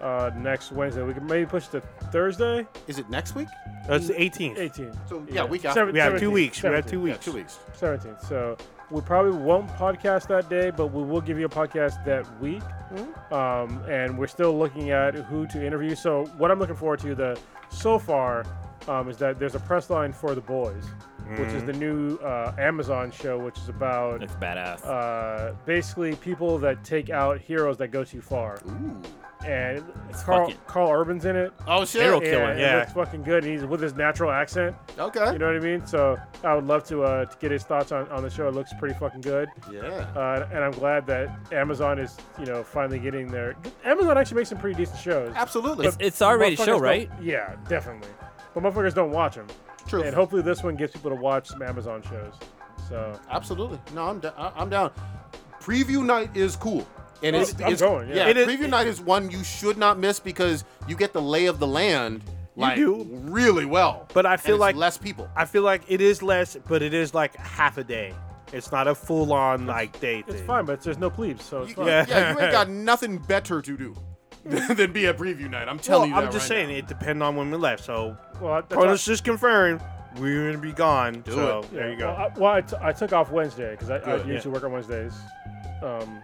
Speaker 8: uh, next Wednesday. We can maybe push to Thursday,
Speaker 4: Is it next week?
Speaker 6: That's the 18th.
Speaker 8: 18.
Speaker 4: So yeah, week after.
Speaker 8: Seven-
Speaker 6: We have
Speaker 8: 17,
Speaker 6: two weeks. We have two
Speaker 8: 17,
Speaker 4: Yeah,
Speaker 6: weeks.
Speaker 4: two weeks.
Speaker 8: 17th. So we probably won't podcast that day, but we will give you a podcast that week.
Speaker 6: Hmm?
Speaker 8: Um, and we're still looking at who to interview. So what I'm looking forward to the so far um, is that there's a press line for the boys, which
Speaker 6: Hmm?
Speaker 8: is the new uh, Amazon show, which is about
Speaker 7: It's badass.
Speaker 8: uh, basically people that take out heroes that go too far. And Carl,
Speaker 7: fucking-
Speaker 8: Carl Urban's in it.
Speaker 4: Oh shit.
Speaker 6: Serial
Speaker 8: and
Speaker 6: killer.
Speaker 8: it
Speaker 6: Yeah.
Speaker 8: looks fucking good. And he's with his natural accent.
Speaker 4: Okay.
Speaker 8: You know what I mean? So I would love to, uh, to get his thoughts on, on the show. It looks pretty fucking good.
Speaker 4: yeah.
Speaker 8: Uh, and I'm glad that Amazon is, you know, finally getting there. Amazon actually makes some pretty decent shows.
Speaker 4: Absolutely.
Speaker 7: it's it's our rated
Speaker 8: Motherfuckers
Speaker 7: show,
Speaker 8: don't-
Speaker 7: right?
Speaker 8: Yeah, definitely. But motherfuckers don't watch them.
Speaker 4: True.
Speaker 8: And hopefully this one gets people to watch some Amazon shows. So
Speaker 4: Absolutely. No, I'm da- I- I'm down. Preview night is cool. And it's,
Speaker 8: I'm
Speaker 4: it's
Speaker 8: going, yeah.
Speaker 6: It is-
Speaker 4: preview night is one you should not miss because you get the lay of the land like
Speaker 6: do.
Speaker 4: really well.
Speaker 6: But I
Speaker 4: And
Speaker 6: feel
Speaker 4: it's
Speaker 6: like-
Speaker 4: less people.
Speaker 6: I feel like it is less, but it is like half a day. It's not a full on like day
Speaker 8: it's
Speaker 6: thing.
Speaker 8: fine, but there's no plebes, so it's
Speaker 4: You-
Speaker 8: fine.
Speaker 4: yeah. you ain't got nothing better to do than be at preview night. I'm
Speaker 6: Well,
Speaker 4: telling
Speaker 6: I'm
Speaker 4: you that
Speaker 6: just
Speaker 4: right
Speaker 6: saying it depends on when we left. So
Speaker 8: Well, that's
Speaker 6: Cronus just Oh, confirmed we're gonna be gone. so there you go.
Speaker 8: Well, I, well, I, t- I took off Wednesday because I, I
Speaker 4: Good.
Speaker 8: usually work on Wednesdays. Um,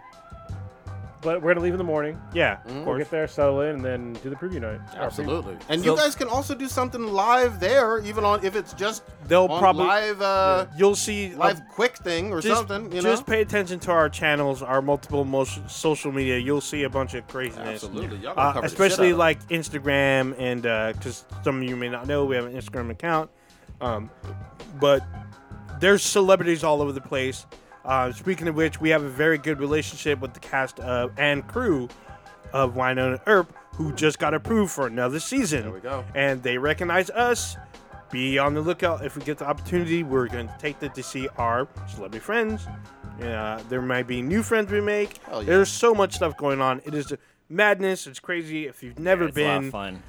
Speaker 8: but we're gonna leave in the morning.
Speaker 6: yeah,
Speaker 4: Mm-hmm.
Speaker 6: of
Speaker 8: We'll
Speaker 6: course.
Speaker 8: get there, settle in, and then do the preview night. Our
Speaker 4: now. Absolutely. And
Speaker 7: So-
Speaker 4: you guys can also do something live there, even on if it's just
Speaker 6: They'll
Speaker 4: on
Speaker 6: probably-
Speaker 4: live uh,
Speaker 6: You'll see. a
Speaker 4: live quick thing or
Speaker 6: just,
Speaker 4: something. You know?
Speaker 6: just pay attention to our channels, our multiple most social media. You'll see a bunch of craziness.
Speaker 4: Absolutely. Y'all gonna
Speaker 6: Uh,
Speaker 4: cover the shit out
Speaker 6: especially
Speaker 4: of it.
Speaker 6: like Instagram, and because some of you may not know, we have an Instagram account. Um, but there's celebrities all over the place. Uh, speaking of which, we have a very good relationship with the cast of, and crew of Winona Earp, who just got approved for another season. There
Speaker 4: we go.
Speaker 6: And they recognize us. Be on the lookout. If we get the opportunity, we're going to take it to see our celebrity friends. Uh, there might be new friends we make.
Speaker 4: Hell yeah.
Speaker 6: There's so much stuff going on. It is madness. It's crazy. If you've never
Speaker 7: It's a lot of
Speaker 6: been,
Speaker 7: fun.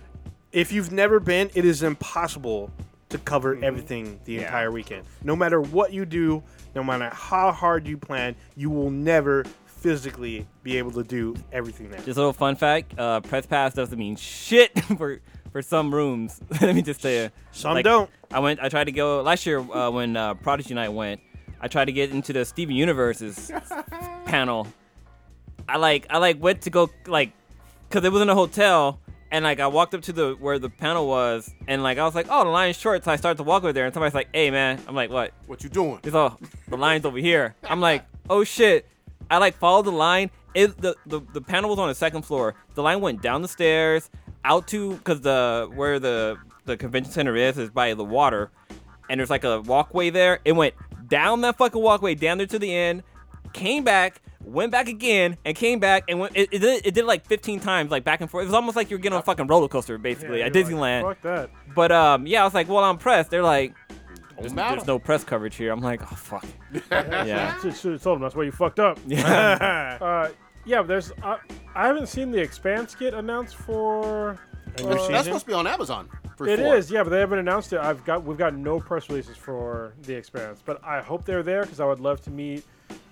Speaker 6: if you've never been, it is impossible to cover
Speaker 8: Mm-hmm.
Speaker 6: everything the entire weekend. No matter what you do, no matter how hard you plan, you will never physically be able to do everything there.
Speaker 7: Just a little fun fact: uh, press pass doesn't mean shit for for some rooms. Let me just tell you,
Speaker 6: Some don't.
Speaker 7: I went. I tried to go last year uh, when uh, Prodigy Night went. I tried to get into the Steven Universe's panel. I like. I like went to go like, cause it was in a hotel, and like I walked up to the where the panel was, and like I was like, oh, the line's short. So I started to walk over there, and somebody's like, hey man, I'm like, what?
Speaker 4: what you doing?
Speaker 7: He's all the line's over here. I'm like, oh shit. I like followed the line. It the, the the panel was on the second floor. The line went down the stairs, out to cause the where the the convention center is is by the water, and there's like a walkway there. It went down that fucking walkway down there to the end, came back, went back again, and came back and went. It, it, did, it did like 15 times, like back and forth. It was almost like you're getting on a fucking roller coaster basically at
Speaker 8: you're
Speaker 7: Disneyland.
Speaker 8: Like, Fuck that.
Speaker 7: But um, yeah, I was like, well, I'm pressed. They're like,
Speaker 4: Doesn't matter.
Speaker 7: there's no press coverage here. I'm like, oh fuck. yeah.
Speaker 8: Should, should have told him that's why you fucked up.
Speaker 7: Yeah.
Speaker 8: Uh, yeah, but there's. I, I haven't seen the Expanse get announced for.
Speaker 6: Another
Speaker 8: uh,
Speaker 6: season?
Speaker 4: That's supposed to be on Amazon. For
Speaker 8: It is,
Speaker 4: four.
Speaker 8: yeah, but they haven't announced it. I've got we've got no press releases for the Expanse, but I hope they're there because I would love to meet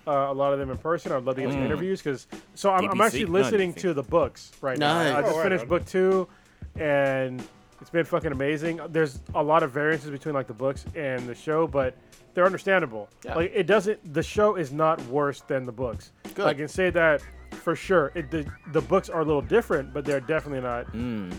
Speaker 8: uh, a lot of them in person. I'd love to get some interviews because so I'm, I'm
Speaker 7: DBC?
Speaker 8: actually
Speaker 7: No,
Speaker 8: listening
Speaker 7: DBC.
Speaker 8: to the books right now. I
Speaker 4: Nice.
Speaker 8: just
Speaker 6: Oh, right
Speaker 8: finished
Speaker 6: on.
Speaker 8: book two, and it's been fucking amazing. There's a lot of variances between like the books and the show, but they're understandable.
Speaker 4: Yeah.
Speaker 8: Like it doesn't. The show is not worse than the books.
Speaker 4: Good.
Speaker 8: I can say that. For sure, it, the the books are a little different, but they're definitely not.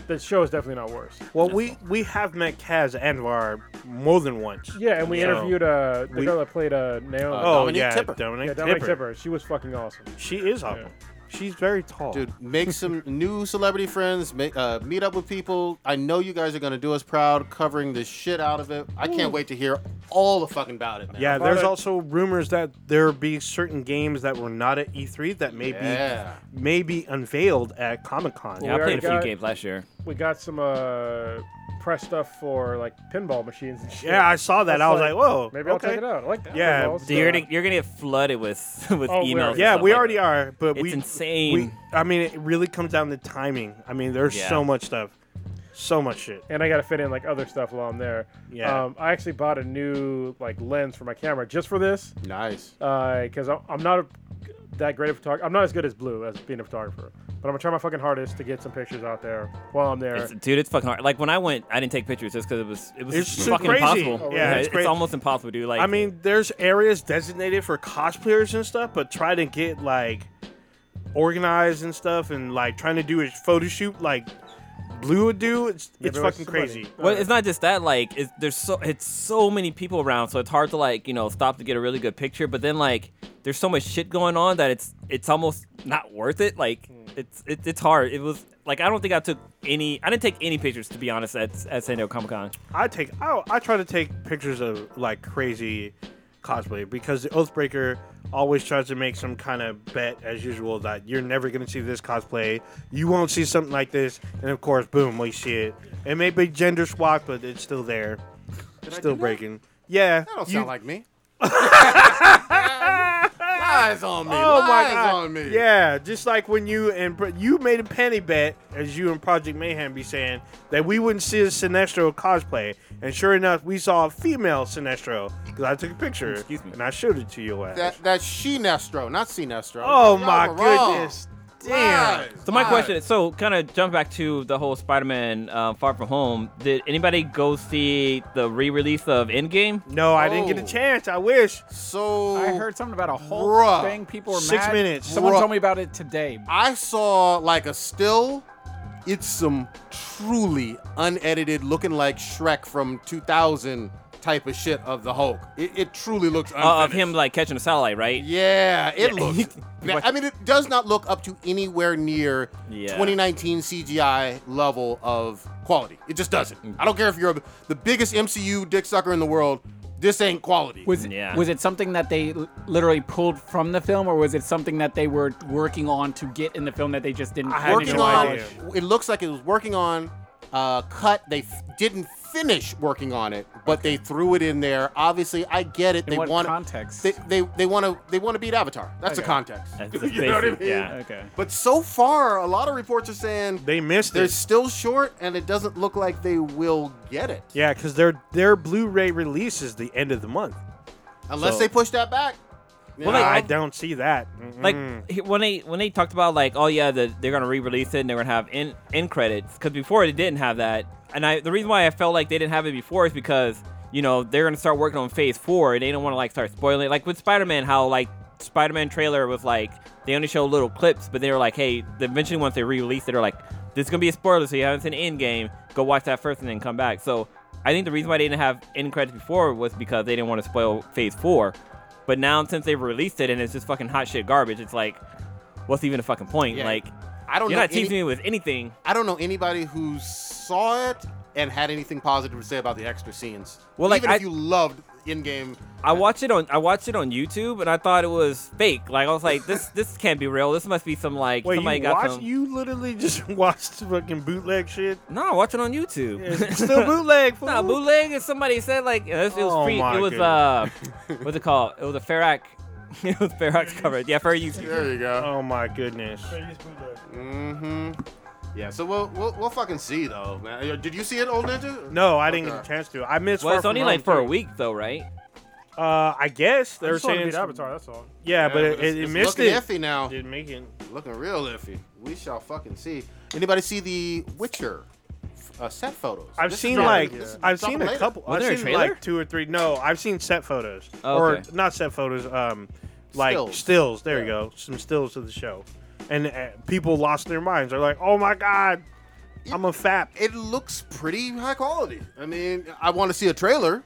Speaker 8: The show is definitely not worse.
Speaker 6: Well, we we have met Kaz Anwar more than once.
Speaker 8: Yeah, and we
Speaker 6: So-
Speaker 8: interviewed uh, the
Speaker 6: we-
Speaker 8: girl that played uh, Naomi.
Speaker 6: Oh
Speaker 4: Dominique
Speaker 6: yeah,
Speaker 4: Tipper.
Speaker 6: Dominic
Speaker 8: yeah, Dominic
Speaker 6: Tipper.
Speaker 8: Tipper. She was fucking awesome.
Speaker 6: She is awesome. She's very tall.
Speaker 4: Dude, make some new celebrity friends. Make, uh, meet up with people. I know you guys are gonna do us proud, covering the shit out of it. I can't wait to hear all the fucking about it, man.
Speaker 6: Yeah, there's
Speaker 8: Product-
Speaker 6: also rumors that there be certain games that were not at E3 that may
Speaker 4: Yeah.
Speaker 6: be may be unveiled at Comic Con.
Speaker 7: Yeah, I
Speaker 8: We already
Speaker 7: played a few
Speaker 8: got-
Speaker 7: games last year.
Speaker 8: We got some uh, press stuff for like pinball machines and shit.
Speaker 6: Yeah, I saw that.
Speaker 8: That's
Speaker 6: I was
Speaker 8: like,
Speaker 6: like, whoa.
Speaker 8: Maybe
Speaker 6: okay.
Speaker 8: I'll check it out. I like that. uh,
Speaker 6: Yeah,
Speaker 8: pinballs.
Speaker 6: so-
Speaker 7: Dude, you're gonna, you're gonna get flooded with with
Speaker 8: Oh, we
Speaker 7: emails.
Speaker 8: are.
Speaker 7: and
Speaker 6: Yeah,
Speaker 7: stuff
Speaker 6: we
Speaker 7: like
Speaker 6: already
Speaker 7: that.
Speaker 6: are, but
Speaker 7: It's
Speaker 6: we
Speaker 7: insane.
Speaker 6: We, I mean, it really comes down to timing. I mean, there's
Speaker 7: Yeah.
Speaker 6: so much stuff, so much shit.
Speaker 8: and I gotta fit in like other stuff while I'm there.
Speaker 6: Yeah.
Speaker 8: Um, I actually bought a new like lens for my camera just for this,
Speaker 4: Nice.
Speaker 8: because I'm I'm not a, that great of a photographer. I'm not as good as Blue as being a photographer, but I'm gonna try my fucking hardest to get some pictures out there while I'm there.
Speaker 7: It's, dude, it's fucking hard. Like when I went, I didn't take pictures just because it was it was
Speaker 6: It's so
Speaker 7: fucking
Speaker 6: crazy.
Speaker 7: impossible.
Speaker 6: Yeah, it's
Speaker 7: it's,
Speaker 6: crazy.
Speaker 7: almost impossible, dude. Like
Speaker 6: I mean, there's areas designated for cosplayers and stuff, but try to get like organized and stuff, and like trying to do a photo shoot like Blue would do. It's it's
Speaker 8: there was
Speaker 6: fucking
Speaker 8: somebody.
Speaker 6: crazy.
Speaker 7: Well, it's not just that. Like, it's, there's so it's so many people around, so it's hard to like you know stop to get a really good picture. But then like, there's so much shit going on that it's it's almost not worth it. Like,
Speaker 4: Hmm.
Speaker 7: it's it, it's hard. It was like I don't think I took any. I didn't take any pictures to be honest at at San Diego Comic Con.
Speaker 6: I take I, I try to take pictures of like crazy cosplay because the Oathbreaker always tries to make some kind of bet as usual that you're never gonna see this cosplay, you won't see something like this, and of course, boom, we see it. It may be gender swapped, but it's still there, still breaking. Yeah,
Speaker 4: That don't
Speaker 6: you-
Speaker 4: sound like me. lies on me.
Speaker 6: Oh my
Speaker 4: lies
Speaker 6: god!
Speaker 4: on me.
Speaker 6: Yeah, just like when you and Pro- you made a penny bet, as you and Project Mayhem be saying that we wouldn't see a Sinestro cosplay, and sure enough, we saw a female Sinestro because I took a picture
Speaker 7: Excuse me.
Speaker 6: and I showed it to your ass.
Speaker 4: That that's she Nestro, not C Nestro.
Speaker 6: oh
Speaker 4: Y'all
Speaker 6: my
Speaker 4: were wrong.
Speaker 6: goodness! Damn.
Speaker 4: Lies,
Speaker 7: So my
Speaker 4: lies.
Speaker 7: question, so kind of jump back to the whole Spider-Man uh, Far From Home. Did anybody go see the re-release of Endgame?
Speaker 6: No, I didn't get a
Speaker 4: Oh.
Speaker 6: chance. I wish.
Speaker 4: So
Speaker 5: I heard something about a whole
Speaker 4: Bruh.
Speaker 5: thing. People were
Speaker 6: Six
Speaker 5: mad.
Speaker 6: minutes.
Speaker 5: Someone
Speaker 4: Bruh.
Speaker 5: told me about it today.
Speaker 4: I saw like a still. It's some truly unedited, looking like Shrek from 2000 type of shit of the Hulk. It, it truly looks
Speaker 7: Uh, of
Speaker 4: unfinished.
Speaker 7: him like catching a satellite, right?
Speaker 4: Yeah, it
Speaker 7: Yeah.
Speaker 4: looks. ba- I mean, it does not look up to anywhere near
Speaker 7: Yeah.
Speaker 4: 2019 CGI level of quality. It just doesn't. I don't care if you're the biggest MCU dick sucker in the world. This ain't quality.
Speaker 5: Was
Speaker 7: Yeah.
Speaker 5: was it something that they l- literally pulled from the film, or was it something that they were working on to get in the film that they just didn't?
Speaker 6: I had
Speaker 5: finish?
Speaker 4: working
Speaker 6: no
Speaker 4: on.
Speaker 6: idea.
Speaker 4: It looks like it was working on uh, cut. They f- didn't finish working on it, but they threw it in there. Obviously, I get it.
Speaker 5: In
Speaker 4: they
Speaker 5: what
Speaker 4: want
Speaker 5: context?
Speaker 4: They they they want to they want to beat Avatar. That's the
Speaker 5: Okay.
Speaker 4: context.
Speaker 7: That's the
Speaker 4: you know what I mean?
Speaker 7: basic- yeah.
Speaker 5: Okay.
Speaker 4: But so far, a lot of reports are saying
Speaker 6: They missed
Speaker 4: they're
Speaker 6: it.
Speaker 4: still short, and it doesn't look like they will get it
Speaker 6: Yeah, because their their Blu-ray release is the end of the month.
Speaker 4: unless
Speaker 6: So-
Speaker 4: they push that back.
Speaker 7: Well, like,
Speaker 6: I don't see that.
Speaker 7: like
Speaker 6: Mm-mm.
Speaker 7: he- when they when they talked about like oh yeah the, they're gonna re-release it and they're gonna have in end credits because before they didn't have that and I the reason why I felt like they didn't have it before is because you know they're gonna start working on Phase Four and they don't want to like start spoiling like with Spider-Man how like Spider-Man trailer was like they only show little clips but they were like hey eventually once they re-release it they're like this is gonna be a spoiler so you haven't seen Endgame go watch that first and then come back so I think the reason why they didn't have end credits before was because they didn't want to spoil Phase Four. But now since they've released it and it's just fucking hot shit garbage, it's like, what's even the fucking point?
Speaker 4: Yeah.
Speaker 7: Like,
Speaker 4: I don't
Speaker 7: you're
Speaker 4: know.
Speaker 7: not teasing
Speaker 4: any-
Speaker 7: me with anything.
Speaker 4: I don't know anybody who saw it and had anything positive to say about the extra scenes.
Speaker 7: Well, like,
Speaker 4: even
Speaker 7: I-
Speaker 4: if you loved in-game,
Speaker 7: I watched it on I watched it on YouTube and I thought it was fake. Like I was like, this this can't be real. This must be some like
Speaker 6: Wait,
Speaker 7: somebody
Speaker 6: you
Speaker 7: got
Speaker 6: watch?
Speaker 7: some.
Speaker 6: You literally just watched fucking bootleg shit.
Speaker 7: No, I watch it on YouTube.
Speaker 6: It's still bootleg.
Speaker 7: Nah,
Speaker 6: fool.
Speaker 7: bootleg is somebody said like it was, it was
Speaker 6: Oh
Speaker 7: free.
Speaker 6: my
Speaker 7: It was uh, what's it called? It was a Farrak. it was Farrak's cover. Yeah, Fair use.
Speaker 4: there you go.
Speaker 6: Oh my goodness.
Speaker 4: Mm-hmm. Yeah. So we'll, we'll we'll fucking see though, man. Uh, Did you see it, old ninja?
Speaker 6: No, I didn't
Speaker 4: Okay.
Speaker 6: get a chance to. I missed.
Speaker 7: Well,
Speaker 6: Far
Speaker 7: it's
Speaker 6: From
Speaker 7: only
Speaker 6: Home
Speaker 7: like for a
Speaker 6: too.
Speaker 7: week though, right?
Speaker 6: Uh, I guess
Speaker 8: I
Speaker 6: they're
Speaker 8: just wanted to
Speaker 6: saying.
Speaker 8: beat Avatar. That's all.
Speaker 6: Yeah, but it,
Speaker 4: it's-
Speaker 6: it, it
Speaker 4: it's
Speaker 6: missed
Speaker 4: looking
Speaker 6: it.
Speaker 4: iffy now.
Speaker 6: Didn't make it.
Speaker 4: Looking real iffy. We shall fucking see. Anybody see the Witcher uh, set photos?
Speaker 6: I've
Speaker 4: This is
Speaker 6: seen
Speaker 4: dropping-
Speaker 6: like
Speaker 4: this is
Speaker 6: I've
Speaker 4: dropping
Speaker 6: seen a
Speaker 4: later.
Speaker 6: couple.
Speaker 7: Was
Speaker 6: I've
Speaker 7: there a
Speaker 6: seen
Speaker 7: trailer?
Speaker 6: like two or three. No, I've seen set photos
Speaker 7: Oh,
Speaker 6: or
Speaker 7: okay.
Speaker 6: not set photos. Um, like stills.
Speaker 4: Stills.
Speaker 6: There you go. Some stills of the show, and uh, people lost their minds. They're like, "Oh my god, I'm a fap."
Speaker 4: It looks pretty high quality. I mean, I want to see a trailer,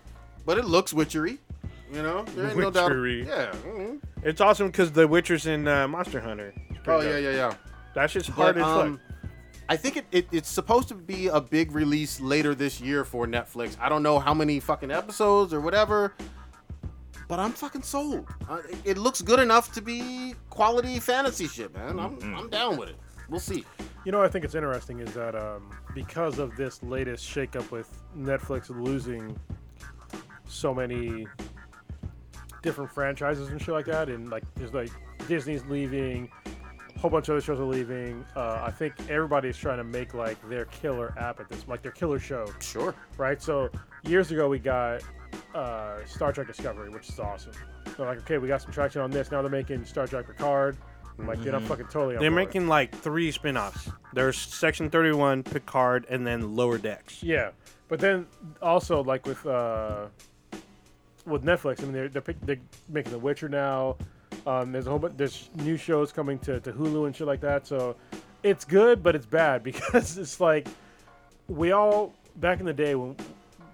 Speaker 4: but it looks witchery. You know, there ain't no doubt.
Speaker 6: Witchery.
Speaker 4: Yeah. mhm.
Speaker 6: It's awesome because The Witcher's in uh, Monster Hunter. It's
Speaker 4: Oh
Speaker 6: pretty
Speaker 4: yeah,
Speaker 6: dope.
Speaker 4: yeah, yeah.
Speaker 6: That shit's hard
Speaker 4: But,
Speaker 6: as fuck.
Speaker 4: um, I think it, it, it's supposed to be a big release later this year for Netflix. I don't know how many fucking episodes or whatever, but I'm fucking sold. Uh, it,
Speaker 6: Mm-hmm.
Speaker 4: it looks good enough to be quality fantasy shit, man. I'm, I'm down with it. We'll see.
Speaker 8: You know, what I think it's interesting is that um, because of this latest shakeup with Netflix losing so many different franchises and shit like that, and like there's like Disney's leaving, a whole bunch of other shows are leaving. Uh, I think everybody's trying to make like their killer app at this, like their killer show
Speaker 4: Sure.
Speaker 8: right? So years ago we got uh, Star Trek Discovery, which is awesome. So like, okay, we got some traction on this. Now they're making Star Trek Picard. I'm like, dude, I'm fucking totally. On
Speaker 6: They're
Speaker 8: board.
Speaker 6: making like three spin-offs. There's Section 31, Picard, and then Lower Decks.
Speaker 8: Yeah, but then also like with uh, with Netflix, I mean, they're they're, pick, they're making The Witcher now. Um, there's a whole bunch. There's new shows coming to, to Hulu and shit like that. So it's good, but it's bad because it's like we all back in the day when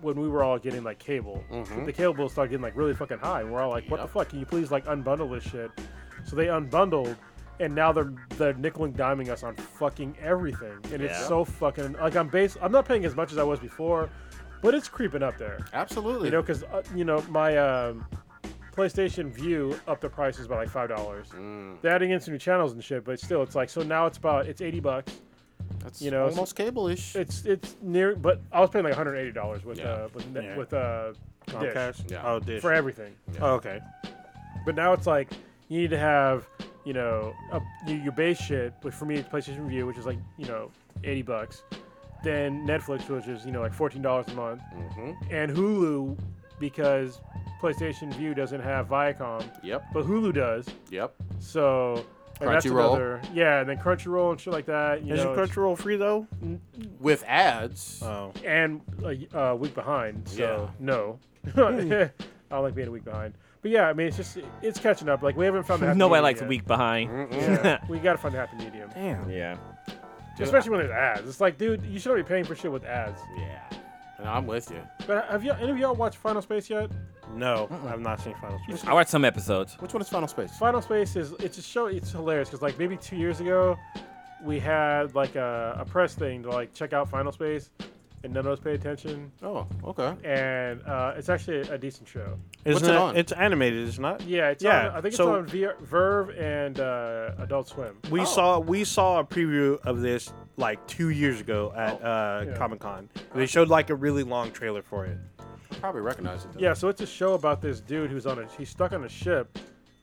Speaker 8: when we were all getting like cable, the cable bills started getting like really fucking high, and we're all like, "What the fuck? Can you please like unbundle this shit?" So they unbundled, and now they're they're nickel and diming us on fucking everything, and
Speaker 7: Yeah.
Speaker 8: it's so fucking like I'm base. I'm not paying as much as I was before, but it's creeping up there.
Speaker 4: Absolutely.
Speaker 8: You know, because uh, you know my um, PlayStation View up the prices by like five dollars.
Speaker 4: Mm.
Speaker 8: They're adding in some new channels and shit, but still, it's like so now it's about it's eighty bucks.
Speaker 4: That's
Speaker 8: you know,
Speaker 4: almost cable-ish.
Speaker 8: It's it's near, but I was paying like one hundred eighty dollars with
Speaker 4: Yeah.
Speaker 8: uh, with
Speaker 6: Yeah.
Speaker 8: net with uh, Dish
Speaker 6: Comcast.
Speaker 4: Yeah.
Speaker 6: Oh, Dish.
Speaker 8: for everything.
Speaker 6: Oh, okay.
Speaker 8: But now it's like you need to have you know a, your, your base shit. But for me, it's PlayStation View, which is like you know eighty bucks. Then Netflix, which is you know like fourteen dollars a month, and Hulu because PlayStation View doesn't have Viacom,
Speaker 4: Yep.
Speaker 8: but Hulu does.
Speaker 4: Yep.
Speaker 8: So. and that's
Speaker 4: Crunchyroll.
Speaker 8: another- yeah, and then Crunchyroll and shit like that. You
Speaker 6: Isn't
Speaker 8: know, it's-
Speaker 6: Crunchyroll free though?
Speaker 4: With ads.
Speaker 6: Oh,
Speaker 8: and a uh, week behind.
Speaker 4: Yeah.
Speaker 8: So no, I don't like being a week behind. But yeah, I mean, it's just it's catching up. Like we haven't found the happy
Speaker 7: Nobody
Speaker 8: medium
Speaker 7: likes a
Speaker 8: yet.
Speaker 7: week behind.
Speaker 8: Yeah, we gotta find the happy medium,
Speaker 6: damn.
Speaker 7: Yeah.
Speaker 8: especially when there's ads. It's like, dude, you should not be paying for shit with ads.
Speaker 4: Yeah. No, I'm with you.
Speaker 8: But have you any of y'all watched Final Space yet?
Speaker 6: No, I've not seen Final Space.
Speaker 7: I watched some episodes.
Speaker 4: Which one is Final Space?
Speaker 8: Final Space is it's a show. It's hilarious because like maybe two years ago, we had like a, a press thing to like check out Final Space, and none of us paid attention.
Speaker 4: Oh, okay.
Speaker 8: And uh, it's actually a decent show.
Speaker 6: Isn't
Speaker 4: What's it on?
Speaker 6: It's animated, is it not?
Speaker 8: Yeah, it's
Speaker 6: Yeah,
Speaker 8: On, I think it's
Speaker 6: so-
Speaker 8: on v- Verve and uh, Adult Swim.
Speaker 6: We
Speaker 4: Oh.
Speaker 6: saw we saw a preview of this like two years ago at
Speaker 4: Oh.
Speaker 6: uh,
Speaker 8: Yeah.
Speaker 6: Comic Con. They showed like a really long trailer for it.
Speaker 4: Probably recognize it. Though.
Speaker 8: Yeah, so it's a show about this dude who's on a he's stuck on a ship,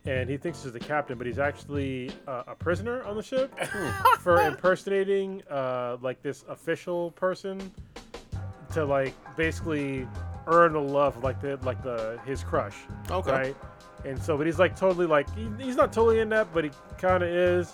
Speaker 8: and he thinks he's the captain, but he's actually uh, a prisoner on the ship
Speaker 4: Hmm.
Speaker 8: for impersonating uh, like this official person to like basically earn the love of like the like the his crush.
Speaker 4: Okay.
Speaker 8: Right. And so, but he's like totally like he, he's not totally in that, but he kind of is,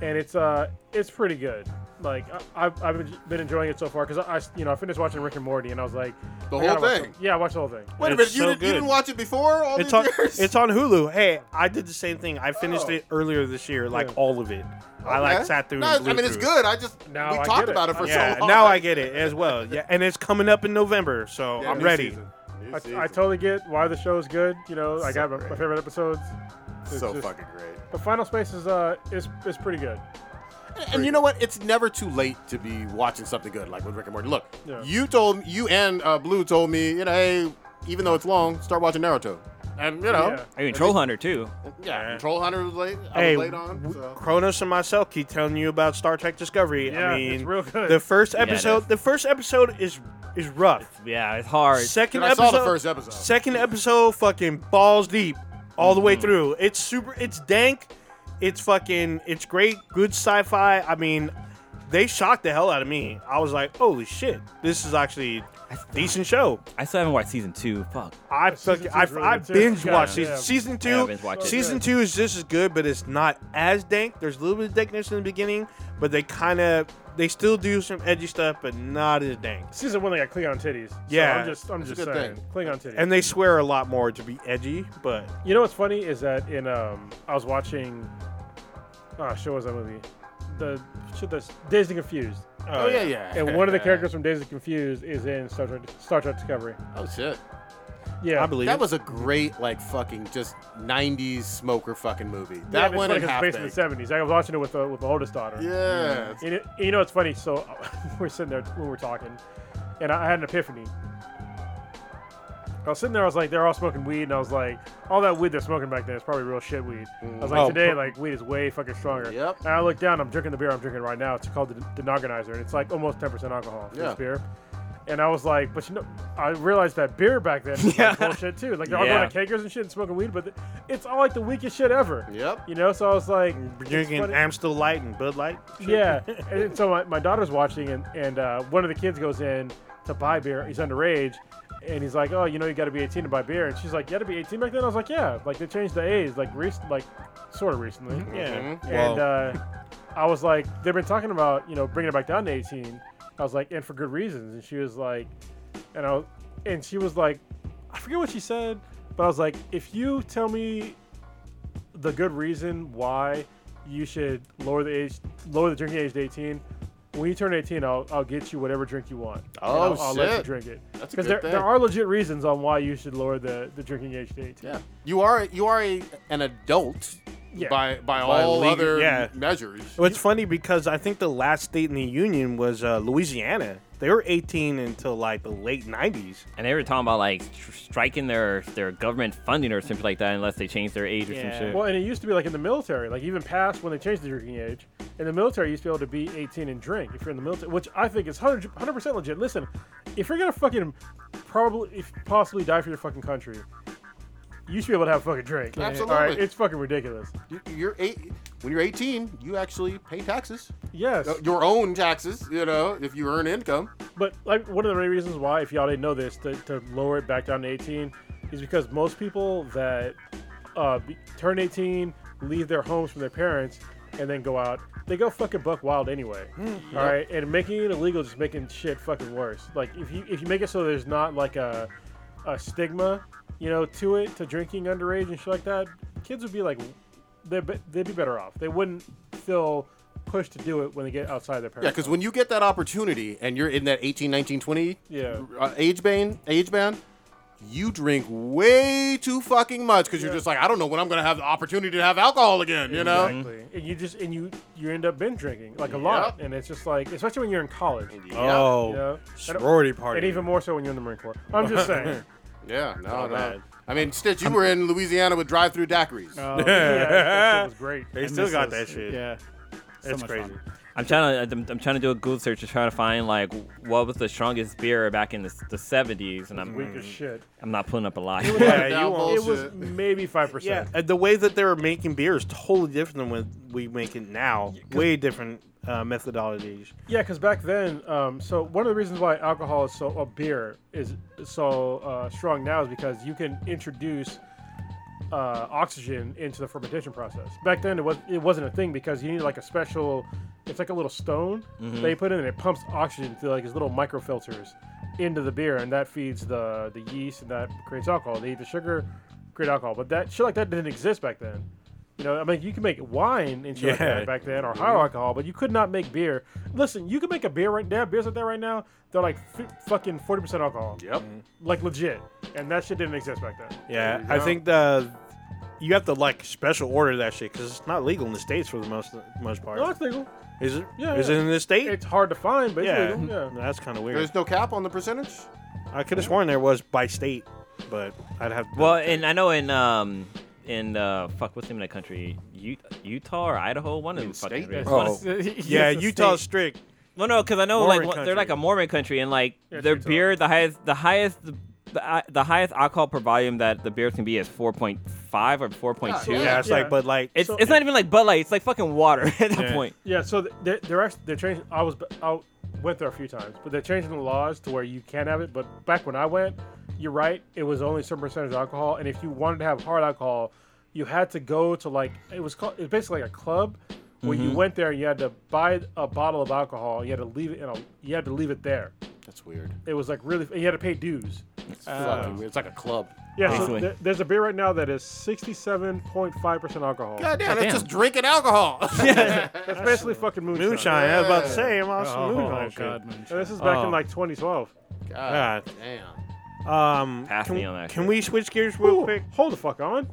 Speaker 8: and it's uh it's pretty good. Like I, I've, I've been- been enjoying it so far because I, I- you know I finished watching Rick and Morty and I was like
Speaker 4: The whole
Speaker 8: I gotta watch
Speaker 4: thing?
Speaker 8: yeah, I watched the whole thing.
Speaker 4: Wait a minute.
Speaker 6: It's
Speaker 4: You,
Speaker 6: so
Speaker 4: did, you
Speaker 6: good.
Speaker 4: didn't watch it before all
Speaker 6: It's
Speaker 4: these
Speaker 6: on
Speaker 4: years?
Speaker 6: it's on Hulu. Hey, I did the same thing. I finished it earlier this year, like
Speaker 8: Yeah.
Speaker 6: all of it. I
Speaker 4: Oh. Okay.
Speaker 6: like sat through.
Speaker 4: No,
Speaker 6: and
Speaker 4: I
Speaker 6: blew
Speaker 4: mean, it's
Speaker 6: through.
Speaker 4: good. I just
Speaker 8: Now
Speaker 4: we
Speaker 8: I
Speaker 4: talked
Speaker 8: get it.
Speaker 4: about it for
Speaker 6: Yeah,
Speaker 4: so long.
Speaker 6: now I get it as well. Yeah, and it's coming up in November, so
Speaker 4: Yeah,
Speaker 6: I'm
Speaker 4: new
Speaker 6: ready.
Speaker 4: season. New
Speaker 8: I,
Speaker 4: season.
Speaker 8: I totally get why the show is good. You know, I got my, my favorite episodes. It's
Speaker 4: so
Speaker 8: just-
Speaker 4: fucking great.
Speaker 8: But Final Space is uh is is pretty good.
Speaker 4: And you know what? It's never too late to be watching something good, like with Rick and Morty. Look,
Speaker 8: Yeah.
Speaker 4: you told you and uh, Blue told me, you know, hey, even though it's long, start watching Naruto. And you know,
Speaker 7: I mean, Troll Hunter too.
Speaker 4: yeah, Troll Hunter was late. I
Speaker 6: Hey,
Speaker 4: was late on.
Speaker 6: w-
Speaker 4: So.
Speaker 6: Kronos and myself keep telling you about Star Trek Discovery.
Speaker 8: Yeah,
Speaker 6: I mean,
Speaker 8: it's real good.
Speaker 6: The first
Speaker 7: it
Speaker 6: episode,
Speaker 7: is.
Speaker 6: the first episode is is rough.
Speaker 7: Yeah, it's hard.
Speaker 6: Second
Speaker 4: Dude, I
Speaker 6: episode,
Speaker 4: saw the first episode.
Speaker 6: second episode, fucking balls deep all the way
Speaker 4: Mm.
Speaker 6: through. It's super, it's dank, it's fucking, it's great, good sci-fi. I mean, they shocked the hell out of me. I was like, holy shit, this is actually a decent show.
Speaker 7: I still haven't watched season two. Fuck.
Speaker 6: I
Speaker 8: Season
Speaker 6: fucking,
Speaker 8: two's
Speaker 6: I,
Speaker 8: really
Speaker 6: I
Speaker 8: good too.
Speaker 6: binge
Speaker 8: Yeah,
Speaker 6: watched
Speaker 8: yeah.
Speaker 6: season, season two.
Speaker 7: Yeah, I binge watched it.
Speaker 6: season two is just as good, but it's not as dank. There's a little bit of dankness in the beginning, but they kind of, they still do some edgy stuff, but not as dank.
Speaker 8: Season one, they got Klingon titties. So
Speaker 6: Yeah,
Speaker 8: I'm just I'm
Speaker 4: that's a
Speaker 8: just
Speaker 4: good
Speaker 8: saying
Speaker 4: thing.
Speaker 8: Klingon titties.
Speaker 6: And they swear a lot more to be edgy, but
Speaker 8: you know what's funny is that in um I was watching, ah show was that movie, the shit that's Dazed and Confused, Uh,
Speaker 4: oh yeah, yeah.
Speaker 8: and one of the characters from Dazed and Confused is in Star Trek Star Trek Discovery.
Speaker 4: oh shit,
Speaker 8: Yeah,
Speaker 6: I believe
Speaker 4: that
Speaker 6: it.
Speaker 4: was a great like fucking just '90s smoker fucking movie.
Speaker 8: Yeah,
Speaker 4: That
Speaker 8: it's
Speaker 4: one
Speaker 8: funny
Speaker 4: and
Speaker 8: 'cause
Speaker 4: half
Speaker 8: it's based in the seventies. I was watching it with uh, with my oldest daughter.
Speaker 4: Yeah,
Speaker 8: You know, you know it's funny. So we're sitting there when we're talking, and I had an epiphany. I was sitting there, I was like, they're all smoking weed, and I was like, all that weed they're smoking back then is probably real shit weed. I was like,
Speaker 6: Oh,
Speaker 8: today,
Speaker 6: pu-
Speaker 8: like, weed is way fucking stronger.
Speaker 4: Yep.
Speaker 8: And I look down, I'm drinking the beer I'm drinking right now. It's called the Denogonizer, and it's like almost 10% alcohol for
Speaker 4: Yeah.
Speaker 8: this beer. And I was like, but you know, I realized that beer back then was like bullshit too. Like they're all
Speaker 7: Yeah.
Speaker 8: going to cakers and shit and smoking weed, but th- it's all like the weakest shit ever.
Speaker 4: Yep.
Speaker 8: You know, so I was like, it's
Speaker 6: Drinking
Speaker 8: funny-
Speaker 6: Amstel Light and Bud Light.
Speaker 8: yeah, and then- so my, my daughter's watching, and, and uh, one of the kids goes in to buy beer. He's underage, and he's like, "Oh, you know, you got to be 18 to buy beer." And she's like, "You got to be 18 back then." I was like, "Yeah, like they changed the age, like recent, like sort of recently."
Speaker 6: Yeah.
Speaker 8: And uh, I was like, "They've been talking about you know bringing it back down to 18." I was like, "And for good reasons." And she was like, "And I was, and she was like, I forget what she said, but I was like, if you tell me the good reason why you should lower the age, lower the drinking age to 18. When you turn 18, I'll, I'll get you whatever drink you want. and
Speaker 4: Oh,
Speaker 8: I'll, I'll let you
Speaker 4: shit.
Speaker 8: drink it.
Speaker 4: That's a good
Speaker 8: Because there,
Speaker 4: thing.
Speaker 8: there are legit reasons on why you should lower the, the drinking age to 18.
Speaker 4: Yeah, you are you are a, an adult
Speaker 8: Yeah.
Speaker 4: by by all
Speaker 6: legal-
Speaker 4: other
Speaker 6: yeah.
Speaker 4: measures.
Speaker 6: Well, it's funny because I think the last state in the union was uh, Louisiana. They were 18 until like the late 90s.
Speaker 7: And they were talking about like tr- striking their their government funding or something like that unless they change their age or some
Speaker 6: Yeah.
Speaker 7: shit.
Speaker 8: Well, and it used to be like in the military, like even past when they changed the drinking age. In the military, you used to be able to be 18 and drink if you're in the military, which I think is 100 percent legit. Listen, if you're gonna fucking probably, if possibly die for your fucking country, you should be able to have a fucking drink.
Speaker 4: Absolutely.
Speaker 8: All right, it's fucking ridiculous.
Speaker 4: You- You're eight when you're 18. You actually pay taxes,
Speaker 8: Yes,
Speaker 4: Uh, your own taxes. You know, if you earn income.
Speaker 8: but like one of the main reasons why, if y'all didn't know this, to, to lower it back down to 18, is because most people that uh, be- turn 18, leave their homes from their parents, and then go out. They go fucking buck wild anyway. All right, and making it illegal is just making shit fucking worse. Like if you if you make it so there's not like a a stigma, you know, to it to drinking underage and shit like that, kids would be like, they'd be, they'd be better off. They wouldn't feel pushed to do it when they get outside their parents.
Speaker 4: Yeah, because when you get that opportunity and you're in that 18, 19, 20
Speaker 8: Yeah.
Speaker 4: uh, age band, age band, you drink way too fucking much because you're just like, I don't know when I'm gonna have the opportunity to have alcohol again. You know.
Speaker 8: Exactly. And you just and you you end up binge drinking like a lot, and it's just like especially when you're in college.
Speaker 6: Oh,
Speaker 8: You know?
Speaker 6: sorority
Speaker 8: And
Speaker 6: party.
Speaker 8: even more so when you're in the Marine Corps. I'm just saying.
Speaker 4: Yeah. No. no.
Speaker 6: bad.
Speaker 4: I mean, Stitch, you were in Louisiana with drive-through daiquiris.
Speaker 8: Uh, yeah, it was great.
Speaker 6: they still
Speaker 5: this
Speaker 6: got
Speaker 5: is-
Speaker 6: that shit.
Speaker 5: Yeah. So
Speaker 6: That's
Speaker 5: much
Speaker 6: crazy.
Speaker 5: fun.
Speaker 7: I'm trying to I'm, I'm trying to do a Google search to try to find like what was the strongest beer back in the, the 70s, and
Speaker 8: Weak
Speaker 7: I'm
Speaker 8: as shit.
Speaker 7: I'm not putting up a lot.
Speaker 6: Yeah,
Speaker 4: Down
Speaker 6: Mm-hmm. you won't.
Speaker 8: It was
Speaker 4: bullshit.
Speaker 8: maybe five
Speaker 6: Yeah,
Speaker 8: percent.
Speaker 6: and the way that they were making beer is totally different than what we make it now. Way different uh, methodologies.
Speaker 8: Yeah, because back then, um, so one of the reasons why alcohol is so, or beer is so uh, strong now is because you can introduce uh, oxygen into the fermentation process. Back then, it was it wasn't a thing because you need like a special, it's like a little stone they put in, and it pumps oxygen through like these little microfilters into the beer, and that feeds the the yeast, and that creates alcohol. They eat the sugar, create alcohol, but that shit like that didn't exist back then. You know, I mean, you can make wine and shit like
Speaker 6: Yeah.
Speaker 8: that back then, or high alcohol, but you could not make beer. Listen, you can make a beer right now. Beers like that right now, they're like f- fucking forty percent alcohol.
Speaker 4: Yep.
Speaker 8: Like legit, and that shit didn't exist back then.
Speaker 6: Yeah,
Speaker 4: There
Speaker 6: I
Speaker 4: you go.
Speaker 6: think the you have to like special order that shit because it's not legal in the states for the most most part.
Speaker 8: No, Oh, it's legal.
Speaker 6: Is it?
Speaker 8: Yeah,
Speaker 6: is
Speaker 8: yeah.
Speaker 6: it in the state?
Speaker 8: It's hard to find, but
Speaker 6: yeah,
Speaker 8: it's legal. Yeah.
Speaker 6: that's kind of weird.
Speaker 4: There's no cap on the percentage.
Speaker 6: I could have sworn there was by state, but I'd have. To
Speaker 7: Well, and I know in um in uh fuck what's the name of that country? U- Utah or Idaho? One of them fucking
Speaker 4: state?
Speaker 7: areas.
Speaker 6: Oh.
Speaker 7: One of-
Speaker 6: yeah,
Speaker 5: Yes, the
Speaker 6: Utah's
Speaker 5: state.
Speaker 6: strict.
Speaker 7: No, no, because I know like
Speaker 6: Mormon
Speaker 7: one- they're like
Speaker 6: country.
Speaker 7: a Mormon country and like
Speaker 8: Yeah, it's
Speaker 7: their
Speaker 8: Utah.
Speaker 7: beer the highest the highest the, uh, the highest alcohol per volume that the beers can be is 4.5 or 4.2.
Speaker 4: Yeah,
Speaker 6: Yeah, it's
Speaker 8: yeah.
Speaker 6: like, but like,
Speaker 7: It's,
Speaker 8: So-
Speaker 7: it's not even like Bud Light. It's like fucking water at that
Speaker 6: Yeah.
Speaker 7: point.
Speaker 8: Yeah, so th- they're, they're actually they're changing. I was I went there a few times, but they're changing the laws to where you can have it. But back when I went, you're right, it was only some percentage alcohol, and if you wanted to have hard alcohol, you had to go to like it was called it's basically like a club where you went there and you had to buy a bottle of alcohol, you had to leave it in a you had to leave it there.
Speaker 4: That's weird.
Speaker 8: It was like really, and you had to pay dues. Um,
Speaker 4: It's fucking weird. It's like a club.
Speaker 8: Yeah, so
Speaker 7: Basically.
Speaker 8: th- there's a beer right now that is 67.5 percent alcohol.
Speaker 4: God damn,
Speaker 7: Goddamn.
Speaker 4: that's just drinking alcohol.
Speaker 8: That's basically fucking moonshine.
Speaker 6: moonshine. I was about to say, I'm also
Speaker 5: Oh,
Speaker 6: moonshine. shit.
Speaker 5: God, man.
Speaker 8: And this is back
Speaker 6: Oh.
Speaker 8: in like 2012.
Speaker 4: God damn.
Speaker 6: Um,
Speaker 7: Pass
Speaker 6: can,
Speaker 7: me on that
Speaker 6: can
Speaker 7: shit.
Speaker 6: we switch gears real
Speaker 8: Ooh,
Speaker 6: quick?
Speaker 8: Hold the fuck on.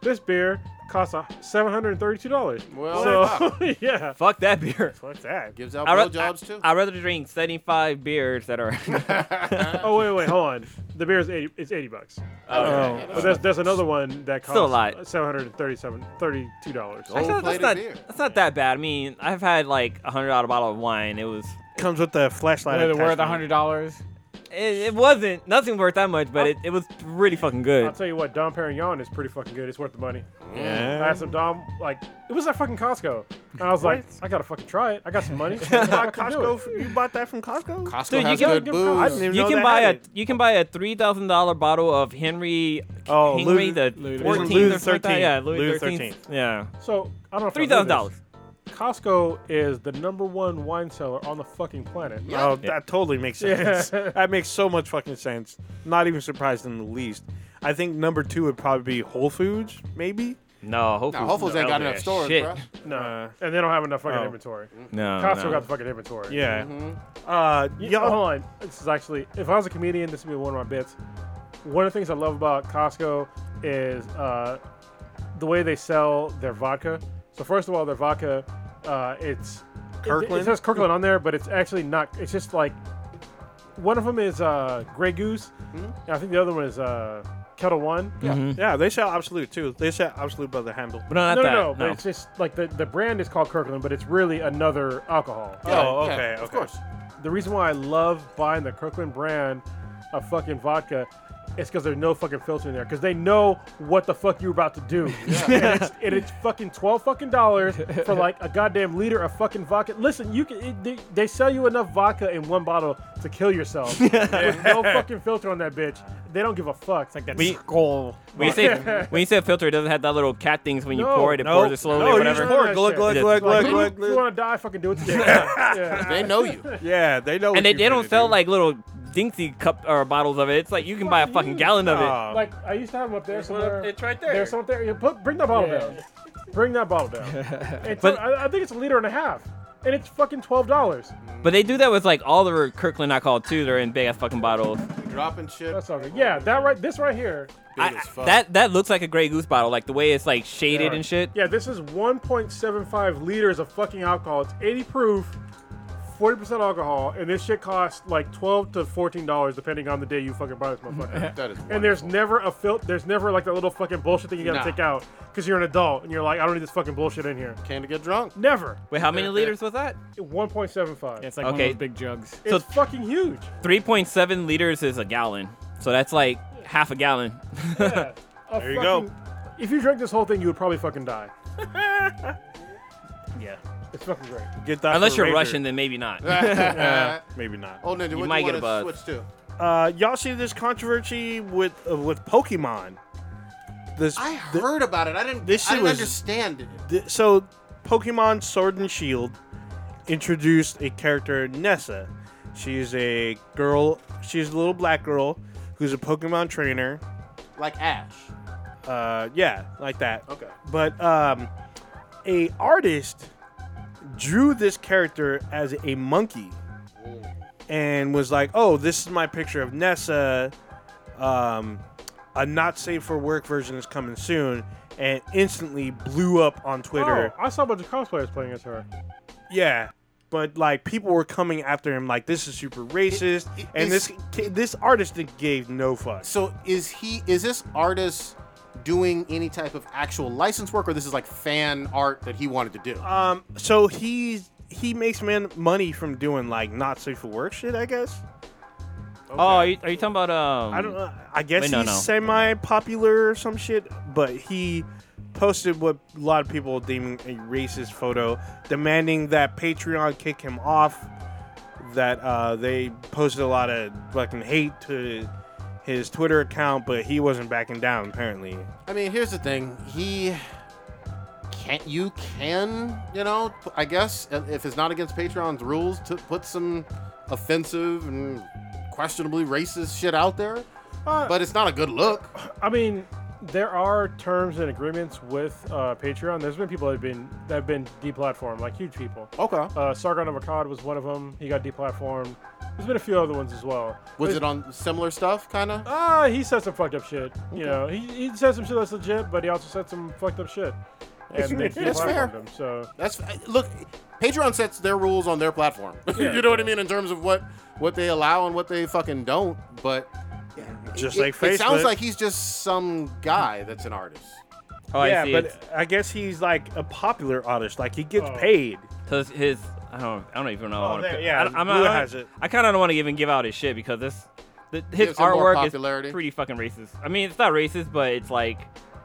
Speaker 8: This beer costs a seven hundred and thirty-two dollars.
Speaker 4: Well,
Speaker 8: so yeah,
Speaker 7: Fuck that beer.
Speaker 8: what's that?
Speaker 4: Gives out
Speaker 7: I ra-
Speaker 4: blowjobs too.
Speaker 7: I'd rather drink 75 beers that are.
Speaker 8: Oh wait, wait, hold on. The beer is eighty. It's eighty bucks.
Speaker 7: Oh.
Speaker 8: But there's there's another one that costs
Speaker 7: Still a lot.
Speaker 8: seven hundred and thirty-seven, thirty-two dollars.
Speaker 4: Go
Speaker 7: Actually,
Speaker 4: play
Speaker 7: that's,
Speaker 4: the
Speaker 7: not,
Speaker 4: beer.
Speaker 7: that's not that bad. I mean, I've had like a hundred dollar bottle of wine. It was,
Speaker 6: Comes with the flashlight.
Speaker 5: Whether worth
Speaker 6: attachment.
Speaker 5: hundred dollars.
Speaker 7: it, it wasn't nothing worth that much, but it, it was really fucking
Speaker 8: I'll
Speaker 7: good.
Speaker 8: tell you what, Dom Perignon is pretty fucking good. It's worth the money. I
Speaker 6: Yeah.
Speaker 8: had some Dom, like, it was at fucking Costco. And I was like, I gotta fucking try it. I got some money. I
Speaker 6: Bought
Speaker 8: can do
Speaker 6: Costco.
Speaker 8: it.
Speaker 6: f- You bought that from Costco?
Speaker 4: Costco
Speaker 7: Dude, you
Speaker 4: has
Speaker 7: gotta
Speaker 4: good
Speaker 8: give them- I
Speaker 4: booze.
Speaker 8: didn't even
Speaker 7: You
Speaker 8: know
Speaker 7: can
Speaker 8: they
Speaker 7: buy
Speaker 8: had
Speaker 7: a
Speaker 8: it.
Speaker 7: you can buy a three thousand dollar bottle of Henry
Speaker 6: Oh,
Speaker 7: Henry
Speaker 6: Louis-
Speaker 7: the
Speaker 5: Louis-
Speaker 7: fourteenth
Speaker 6: Louis
Speaker 7: or something. like that.
Speaker 6: 13th.
Speaker 7: Yeah, Louis,
Speaker 6: Louis
Speaker 7: 13th. Yeah,
Speaker 8: So I don't know. if I
Speaker 7: three
Speaker 8: knew
Speaker 7: thousand
Speaker 8: this.
Speaker 7: dollars.
Speaker 8: Costco is the number one wine seller on the fucking planet.
Speaker 6: Oh, that totally makes sense. that makes so much fucking sense. Not even surprised in the least. I think number two would probably be Whole Foods, maybe.
Speaker 7: No, Whole Foods,
Speaker 4: Now, Whole Foods ain't got
Speaker 7: no,
Speaker 4: enough stores,
Speaker 7: shit.
Speaker 4: bro.
Speaker 8: No,
Speaker 6: Uh,
Speaker 8: and they don't have enough fucking
Speaker 6: oh.
Speaker 8: inventory.
Speaker 7: No,
Speaker 8: Costco
Speaker 7: no.
Speaker 8: got the fucking inventory.
Speaker 6: Yeah. Uh,
Speaker 8: Y-
Speaker 6: y'all,
Speaker 8: hold on. This is actually, if I was a comedian, this would be one of my bits. One of the things I love about Costco is uh, the way they sell their vodka. So first of all, their vodka, uh, it's it- It,
Speaker 6: Kirkland?
Speaker 8: says Kirkland on there, but it's actually not. It's just like one of them is uh, Grey Goose, and I think the other one is uh, Kettle One. Yeah.
Speaker 6: yeah, they sell Absolute too. They sell Absolute by the handle.
Speaker 7: But uh, no,
Speaker 8: No,
Speaker 7: not
Speaker 8: no,
Speaker 7: that.
Speaker 8: no, But it's just like the, the brand is called Kirkland, but it's really another alcohol.
Speaker 6: Oh,
Speaker 4: Yeah,
Speaker 6: okay,
Speaker 4: Of
Speaker 6: okay.
Speaker 4: course.
Speaker 8: the reason why I love buying the Kirkland brand of fucking vodka is because there's no fucking filter in there because they know what the fuck you're about to do. and, it's, and it's fucking twelve fucking dollars for like a goddamn liter of fucking vodka. Listen, you can it, they, they sell you enough vodka in one bottle to kill yourself. There's no fucking filter on that bitch. They don't give a fuck. It's like that.
Speaker 7: We-
Speaker 8: skull.
Speaker 7: When you say when you say a filter, it doesn't have that little cat things when you
Speaker 8: No,
Speaker 7: pour it. It
Speaker 6: no,
Speaker 7: pours it slowly.
Speaker 6: no,
Speaker 7: or
Speaker 6: you
Speaker 7: whatever.
Speaker 6: just pour it. Glug, glug,
Speaker 7: Yeah.
Speaker 6: glug, glug,
Speaker 8: Like, you,
Speaker 6: glug,
Speaker 8: you
Speaker 6: glug.
Speaker 8: want to die? Fucking do it today. yeah.
Speaker 4: They know you.
Speaker 6: Yeah, they know. what
Speaker 7: And they,
Speaker 6: you're
Speaker 7: they don't
Speaker 6: gonna
Speaker 7: sell
Speaker 6: do.
Speaker 7: like little dinky cup or bottles of it. It's like you can buy a fucking gallon of it.
Speaker 6: Oh,
Speaker 8: Like I used to have them up there
Speaker 7: one up-
Speaker 8: somewhere.
Speaker 7: it's right there.
Speaker 8: There's some up there. Yeah, put, bring that bottle down. Bring that bottle down. It's
Speaker 7: But-
Speaker 8: I, I think it's a liter and a half, and it's fucking twelve dollars.
Speaker 7: But they do that with like all their Kirkland alcohol too. They're in big ass fucking bottles.
Speaker 4: Dropping shit.
Speaker 8: That's all good. Yeah, that right. This right here.
Speaker 4: big
Speaker 7: I-
Speaker 4: as fuck.
Speaker 7: that that looks like a Grey Goose bottle, like the way it's like shaded and shit.
Speaker 8: Yeah, this is one point seven five liters of fucking alcohol. It's eighty proof. 40% alcohol, and this shit costs like 12 to $14 depending on the day you fucking buy this motherfucker.
Speaker 4: That is
Speaker 8: and there's never a filth, there's never like that little fucking bullshit thing you gotta
Speaker 4: Nah.
Speaker 8: take out because you're an adult and you're like, I don't need this fucking bullshit in here.
Speaker 4: came to get drunk.
Speaker 8: Never.
Speaker 7: Wait, how many liters was that?
Speaker 8: 1.75.
Speaker 5: It's like one of
Speaker 7: Okay.
Speaker 5: those big jugs.
Speaker 8: It's fucking huge.
Speaker 7: Three point seven liters is a gallon. So that's like half a gallon.
Speaker 8: there
Speaker 6: you go.
Speaker 8: If you drank this whole thing, you would probably fucking die. yeah. It's fucking great.
Speaker 6: get that
Speaker 7: Unless
Speaker 6: for
Speaker 7: you're
Speaker 6: Rager.
Speaker 7: Russian, then maybe not.
Speaker 6: Maybe not.
Speaker 4: Oh, Ninja, what
Speaker 7: might
Speaker 4: do
Speaker 7: get
Speaker 4: you
Speaker 7: a
Speaker 4: want to switch
Speaker 7: buzz.
Speaker 4: to?
Speaker 6: Uh, y'all see this controversy with uh, with Pokemon? This
Speaker 4: I
Speaker 6: the-
Speaker 4: heard about it. I didn't.
Speaker 6: This
Speaker 4: I
Speaker 6: shit
Speaker 4: didn't
Speaker 6: was-
Speaker 4: understand it.
Speaker 6: Th- so Pokemon Sword and Shield introduced a character Nessa. She's a girl. She's a little black girl who's a Pokemon trainer.
Speaker 4: Like Ash.
Speaker 6: Uh, yeah, like that.
Speaker 4: Okay.
Speaker 6: But um, a artist drew this character as a monkey, and was like, "Oh, this is my picture of Nessa." Um, a not safe for work version is coming soon, and instantly blew up on Twitter.
Speaker 8: Oh, I saw a bunch of cosplayers playing as her.
Speaker 4: Oh.
Speaker 6: Yeah, but like people were coming after him like this is super racist,
Speaker 4: it-
Speaker 6: and
Speaker 4: it's-
Speaker 6: this ki- this artist gave no fucks.
Speaker 4: So is he? Is this artist doing any type of actual license work, or this is like fan art that he wanted to do?
Speaker 6: Um, so he's he makes man money from doing like not safe for work shit. I guess
Speaker 7: Oh, are you, are you talking about um?
Speaker 6: I don't. know. I guess
Speaker 7: Wait,
Speaker 6: he's
Speaker 7: no, no.
Speaker 6: semi popular or some shit, but he posted what a lot of people deeming a racist photo, demanding that Patreon kick him off. That uh, they posted a lot of fucking hate to his Twitter account, but he wasn't backing down apparently.
Speaker 4: I mean, here's the thing. He can't. You can. You know. I guess if it's not against Patreon's rules to put some offensive and questionably racist shit out there,
Speaker 8: Uh,
Speaker 4: but it's not a good look.
Speaker 8: I mean, there are terms and agreements with uh, Patreon. There's been people that have been that have been deplatformed, like huge people.
Speaker 4: Okay.
Speaker 8: Uh, Sargon of Akkad was one of them. He got deplatformed. There's been a few other ones as well.
Speaker 4: Was
Speaker 8: There's-
Speaker 4: it on similar stuff, kind of?
Speaker 8: Ah, he said some fucked up shit. You know, he, he said some shit that's legit, but he also said some fucked up shit. And they
Speaker 4: That's fair.
Speaker 8: platformed him, so
Speaker 4: That's look. Patreon sets their rules on their platform. you know what I mean in terms of what what they allow and what they fucking don't. But
Speaker 6: Just
Speaker 4: it,
Speaker 6: like Facebook.
Speaker 4: it sounds like he's just some guy that's an artist.
Speaker 7: Oh,
Speaker 6: yeah,
Speaker 7: I see.
Speaker 6: but I guess he's like a popular artist. Like he gets
Speaker 8: Oh.
Speaker 6: paid.
Speaker 7: Because his, I don't, I don't even know. I
Speaker 6: Oh,
Speaker 7: wanna
Speaker 6: there-
Speaker 7: pick-
Speaker 6: yeah,
Speaker 7: I, I'm
Speaker 6: Lua
Speaker 7: not, I-
Speaker 6: has it.
Speaker 7: I kind of don't want to even give out his shit because this, the, his
Speaker 4: Gives him more
Speaker 7: artwork
Speaker 4: popularity.
Speaker 7: is pretty fucking racist. I mean, it's not racist, but it's like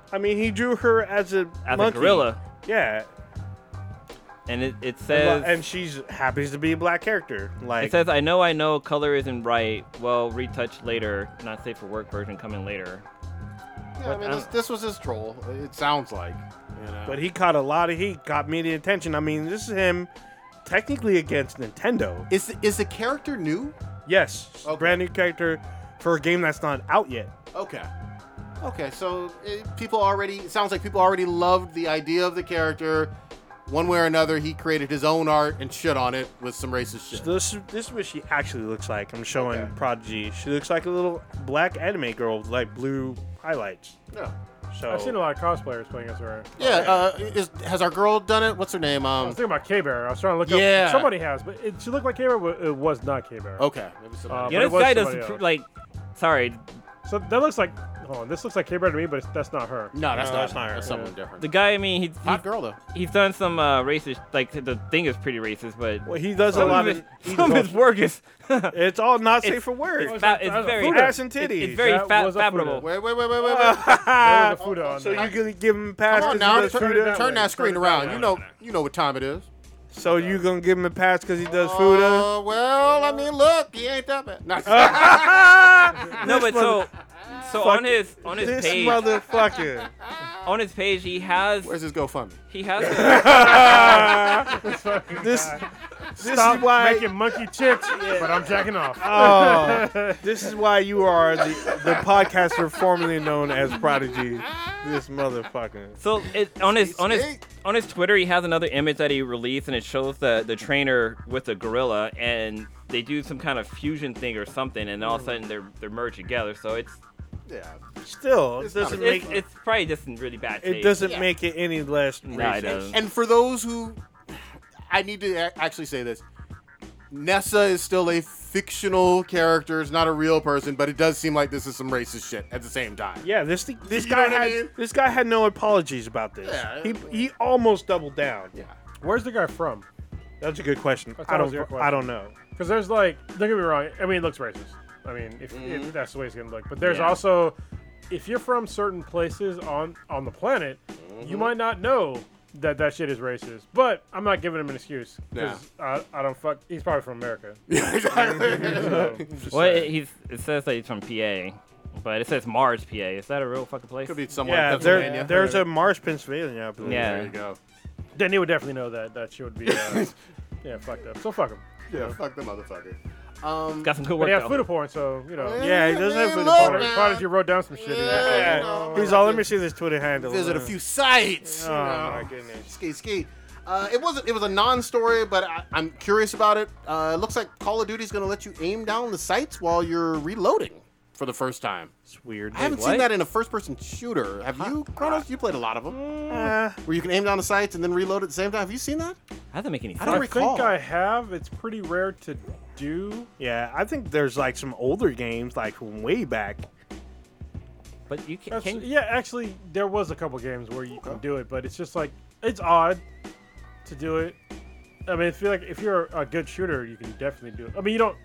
Speaker 6: I mean, he drew her as a
Speaker 7: as
Speaker 6: monkey.
Speaker 7: a gorilla,
Speaker 6: Yeah,
Speaker 7: and it, it says.
Speaker 6: and, and she's happens to be a black character. Like
Speaker 7: it says, I know, I know, color isn't right. Well, retouch later. Not safe for work version coming later.
Speaker 4: Yeah, I mean,
Speaker 7: I
Speaker 4: this, this was his troll. It sounds like. You know.
Speaker 6: um, But he caught a lot of heat, got media attention. I mean, this is him technically against Nintendo.
Speaker 4: is the, is the character new?
Speaker 6: Yes,
Speaker 4: Okay.
Speaker 6: brand new character for a game that's not out yet.
Speaker 4: Okay. Okay, so eh, people already. It sounds like people already loved the idea of the character. One way or another, he created his own art and shit on it with some racist shit.
Speaker 6: This, this is what she actually looks like. I'm showing
Speaker 4: Okay.
Speaker 6: Prodigy. She looks like a little black anime girl with like blue highlights.
Speaker 4: Yeah.
Speaker 6: So
Speaker 8: I've seen a lot of cosplayers playing as her.
Speaker 4: Yeah. Uh, is, has our girl done it? What's her name?
Speaker 8: I
Speaker 4: Um.
Speaker 8: was thinking about K Bear. I was trying to look
Speaker 4: Yeah. Oh.
Speaker 8: up. Somebody has, but it, she looked like K Bear, but it was not K Bear.
Speaker 4: Okay. Maybe somebody-
Speaker 8: Uh, but it
Speaker 7: Yeah, this
Speaker 8: was
Speaker 7: guy
Speaker 8: somebody
Speaker 7: doesn't pr-
Speaker 8: else.
Speaker 7: like. Sorry,
Speaker 8: So that looks like. Hold on, this looks like K Bear to me, but it's, that's not her.
Speaker 4: no, that's
Speaker 6: No,
Speaker 4: not.
Speaker 6: that's not her.
Speaker 4: That's someone different.
Speaker 7: the guy. I mean, he's
Speaker 4: Hot
Speaker 7: he's,
Speaker 4: girl though.
Speaker 7: he's done some uh, racist. Like the thing is pretty racist, but
Speaker 6: well, he does a
Speaker 7: some
Speaker 6: lot
Speaker 7: of
Speaker 6: of.
Speaker 7: his, some of his work is.
Speaker 6: It's all not safe
Speaker 7: It's-
Speaker 6: for work.
Speaker 7: It's, fa- it's
Speaker 8: that was a
Speaker 7: very
Speaker 6: Food ass and
Speaker 7: it's-
Speaker 6: titties.
Speaker 7: It's very
Speaker 8: That
Speaker 7: fa-
Speaker 8: was a
Speaker 7: fabrable.
Speaker 4: Wait, wait, wait, wait, wait, wait.
Speaker 8: There was a Fuda on
Speaker 6: so
Speaker 8: there.
Speaker 6: you gonna give him a pass?
Speaker 4: Come on
Speaker 6: 'cause
Speaker 4: now,
Speaker 6: he does
Speaker 4: turn,
Speaker 6: food up?
Speaker 4: turn that screen around. You know, you know what time it is.
Speaker 6: So you gonna give him a pass because he does food? up?
Speaker 4: Uh, well, I mean, look, he ain't that bad. Nah,
Speaker 7: No, but so so on his on his
Speaker 6: This
Speaker 7: page
Speaker 6: motherfucker.
Speaker 7: on his page he has
Speaker 4: Where's his GoFundMe?
Speaker 7: he has a,
Speaker 6: This, this
Speaker 8: Stop
Speaker 6: is why.
Speaker 8: making monkey chicks, but I'm jacking off.
Speaker 6: Oh, this is why you are the, the podcaster formerly known as Prodigy. This motherfucker.
Speaker 7: so it, on his on his
Speaker 4: Sweet.
Speaker 7: on his Twitter he has another image that he released and it shows the the trainer with the gorilla and they do some kind of fusion thing or something and all of a sudden they're they're merged together so it's
Speaker 4: Yeah.
Speaker 6: Still, it
Speaker 4: It's not
Speaker 6: doesn't
Speaker 4: a-
Speaker 6: make
Speaker 7: it's,
Speaker 6: it,
Speaker 7: it's probably just in really bad taste.
Speaker 6: doesn't make it any less.
Speaker 7: No, it doesn't.
Speaker 4: And for those who, I need to a- actually say this. Nessa is still a fictional character. It's not a real person, but it does seem like this is some racist shit at the same time.
Speaker 6: Yeah, this this
Speaker 4: You know
Speaker 6: guy
Speaker 4: what I
Speaker 6: had
Speaker 4: mean?
Speaker 6: this guy had no apologies about this.
Speaker 4: Yeah.
Speaker 6: he he almost doubled down.
Speaker 4: Yeah.
Speaker 8: Where's the guy from?
Speaker 6: That's a good question.
Speaker 8: I thought
Speaker 6: I
Speaker 8: it was
Speaker 6: don't
Speaker 8: your
Speaker 6: I don't know.
Speaker 8: Because there's like, don't get me wrong. I mean, it looks racist. I mean, if, if that's the way it's gonna look. But there's
Speaker 7: Yeah.
Speaker 8: also, if you're from certain places on on the planet, you might not know that that shit is racist. But I'm not giving him an excuse because I, I don't fuck. He's probably from America.
Speaker 4: Yeah, exactly.
Speaker 8: So,
Speaker 7: well it, he's, it says that he's from PA. But it says Mars, PA. Is that a real fucking place?
Speaker 4: Could be somewhere
Speaker 6: Yeah,
Speaker 4: in Pennsylvania.
Speaker 6: there, there's a Marsh, Pennsylvania. I believe.
Speaker 7: Yeah.
Speaker 4: There you go.
Speaker 8: then he would definitely know that that shit would be. Uh, yeah, fucked up. So fuck him.
Speaker 4: Yeah, fuck the motherfucker.
Speaker 7: Got some good
Speaker 8: But
Speaker 7: work
Speaker 8: he has
Speaker 7: though.
Speaker 8: food porn, so you know.
Speaker 6: Yeah, he doesn't have
Speaker 4: Man,
Speaker 6: food
Speaker 4: look,
Speaker 6: porn.
Speaker 4: man.
Speaker 8: Prodigy wrote down some shit. in that.
Speaker 4: Yeah.
Speaker 6: Yeah. He's all. oh, Let me see this Twitter handle.
Speaker 4: visit a
Speaker 6: Uh,
Speaker 4: few sites.
Speaker 6: Oh
Speaker 4: you know.
Speaker 6: my goodness.
Speaker 4: Ski ski. Uh, it wasn't. It was a non-story, but I, I'm curious about it. Uh, it looks like Call of Duty's going to let you aim down the sights while you're reloading for the first time.
Speaker 6: It's weird.
Speaker 4: I haven't
Speaker 7: what?
Speaker 4: seen that in a first-person shooter. Have you, Kronos? You played a lot of them,
Speaker 6: Uh,
Speaker 4: where you can aim down the sights and then reload at the same time. Have you seen that?
Speaker 7: That doesn't make any
Speaker 4: I
Speaker 7: sense.
Speaker 4: don't
Speaker 8: I
Speaker 4: recall.
Speaker 8: think I have. It's pretty rare to do.
Speaker 6: yeah, I think there's like some older games like from way back.
Speaker 7: But you can,
Speaker 8: That's-
Speaker 7: can
Speaker 8: yeah, actually, there was a couple games where you can do it, but it's just like it's odd to do it. I mean, I feel like if you're a good shooter, you can definitely do it. I mean, you don't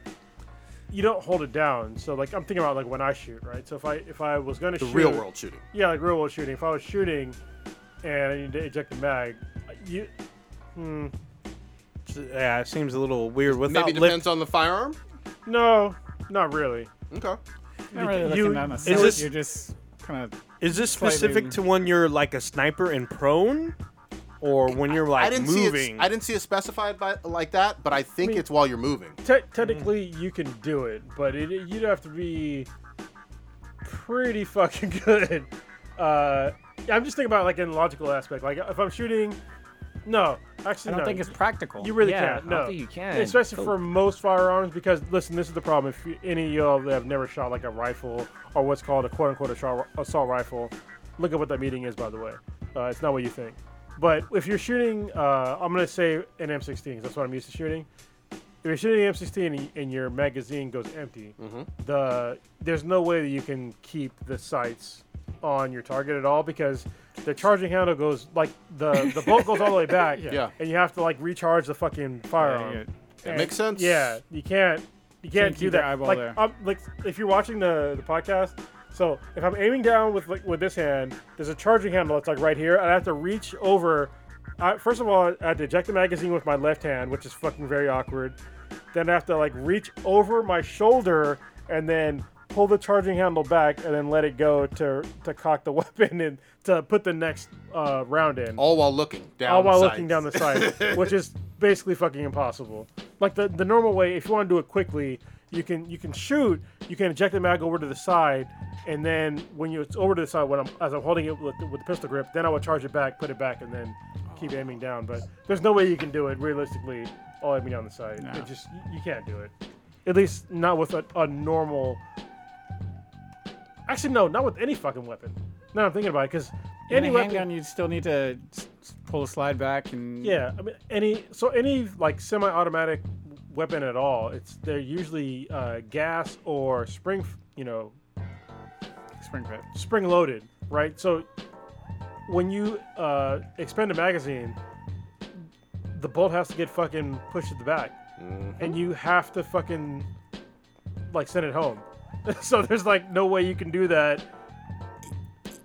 Speaker 8: you don't hold it down. So like, I'm thinking about like when I shoot, right? So if I if I was gonna
Speaker 4: The
Speaker 8: shoot,
Speaker 4: real world shooting.
Speaker 8: yeah, like real world shooting. If I was shooting and I need to eject the mag, you
Speaker 6: Yeah, it seems a little weird without
Speaker 4: Maybe
Speaker 6: lip-
Speaker 4: depends on the firearm.
Speaker 8: no, not really.
Speaker 4: Okay.
Speaker 5: Not really looking
Speaker 6: you-
Speaker 5: down the
Speaker 6: is
Speaker 5: sights,
Speaker 6: this-
Speaker 5: You're just kind of.
Speaker 6: Is this
Speaker 5: Slightly.
Speaker 6: specific to when you're like a sniper and prone, or when you're like
Speaker 4: I didn't see
Speaker 6: moving?
Speaker 4: it. I didn't see it specified by, like that, but I think
Speaker 8: mean-
Speaker 4: it's while you're moving.
Speaker 8: Te-
Speaker 10: Mm-hmm.
Speaker 8: technically, you can do it, but it, it- you'd have to be pretty fucking good. Uh, I'm just thinking about like in logical aspect. Like if I'm shooting, no,
Speaker 5: I
Speaker 8: Actually,
Speaker 5: don't
Speaker 8: no.
Speaker 5: think it's practical.
Speaker 8: You really
Speaker 10: Yeah,
Speaker 8: can't.
Speaker 10: I
Speaker 8: No,
Speaker 10: don't think you can.
Speaker 8: Especially
Speaker 10: So-
Speaker 8: for most firearms, because listen, this is the problem. If you, any of y'all that have never shot like a rifle or what's called a quote unquote assault, assault rifle, look up what that meaning is. By the way, uh, it's not what you think. But if you're shooting, uh, I'm gonna say an M16. 'cause That's what I'm used to shooting. If you're shooting an M16 and y- and your magazine goes empty,
Speaker 4: Mm-hmm.
Speaker 8: the there's no way that you can keep the sights on your target at all because the charging handle goes like the the bolt goes all the way back,
Speaker 4: Yeah.
Speaker 8: and you have to like recharge the fucking firearm.
Speaker 5: Yeah,
Speaker 8: And-
Speaker 4: makes sense.
Speaker 8: Yeah, you can't you can't,
Speaker 5: keep
Speaker 8: do
Speaker 5: your
Speaker 8: that.
Speaker 5: eyeball
Speaker 8: Like,
Speaker 5: there.
Speaker 8: I'm, Um, like if you're watching the the podcast, so if I'm aiming down with like with this hand, there's a charging handle that's like right here, and I have to reach over. I, first of all, I have to eject the magazine with my left hand, which is fucking very awkward. Then I have to like reach over my shoulder and then pull the charging handle back and then let it go to to cock the weapon and to put the next uh, round in
Speaker 4: All while looking down.
Speaker 8: all while
Speaker 4: sights.
Speaker 8: looking down the side, which is basically fucking impossible. Like the, the normal way, if you want to do it quickly, you can you can shoot, you can eject the mag over to the side, and then when you it's over to the side, when I'm as I'm holding it with, with the pistol grip, then I would charge it back, put it back, and then keep aiming down. But there's no way you can do it realistically, all aiming down the side. It just you can't do it. At least not with a, a normal. Actually, no, not with any fucking weapon. Now that I'm thinking about it, because
Speaker 5: In
Speaker 8: any
Speaker 5: a
Speaker 8: weapon,
Speaker 5: handgun, you'd still need to s- s- pull a slide back and
Speaker 8: yeah, I mean, any so any like semi-automatic weapon at all, it's they're usually uh, gas or spring, f- you know,
Speaker 5: spring fit.
Speaker 8: spring loaded, right? So when you uh, expend a magazine, the bolt has to get fucking pushed to the back, and you have to fucking like send it home. so there's like no way you can do that.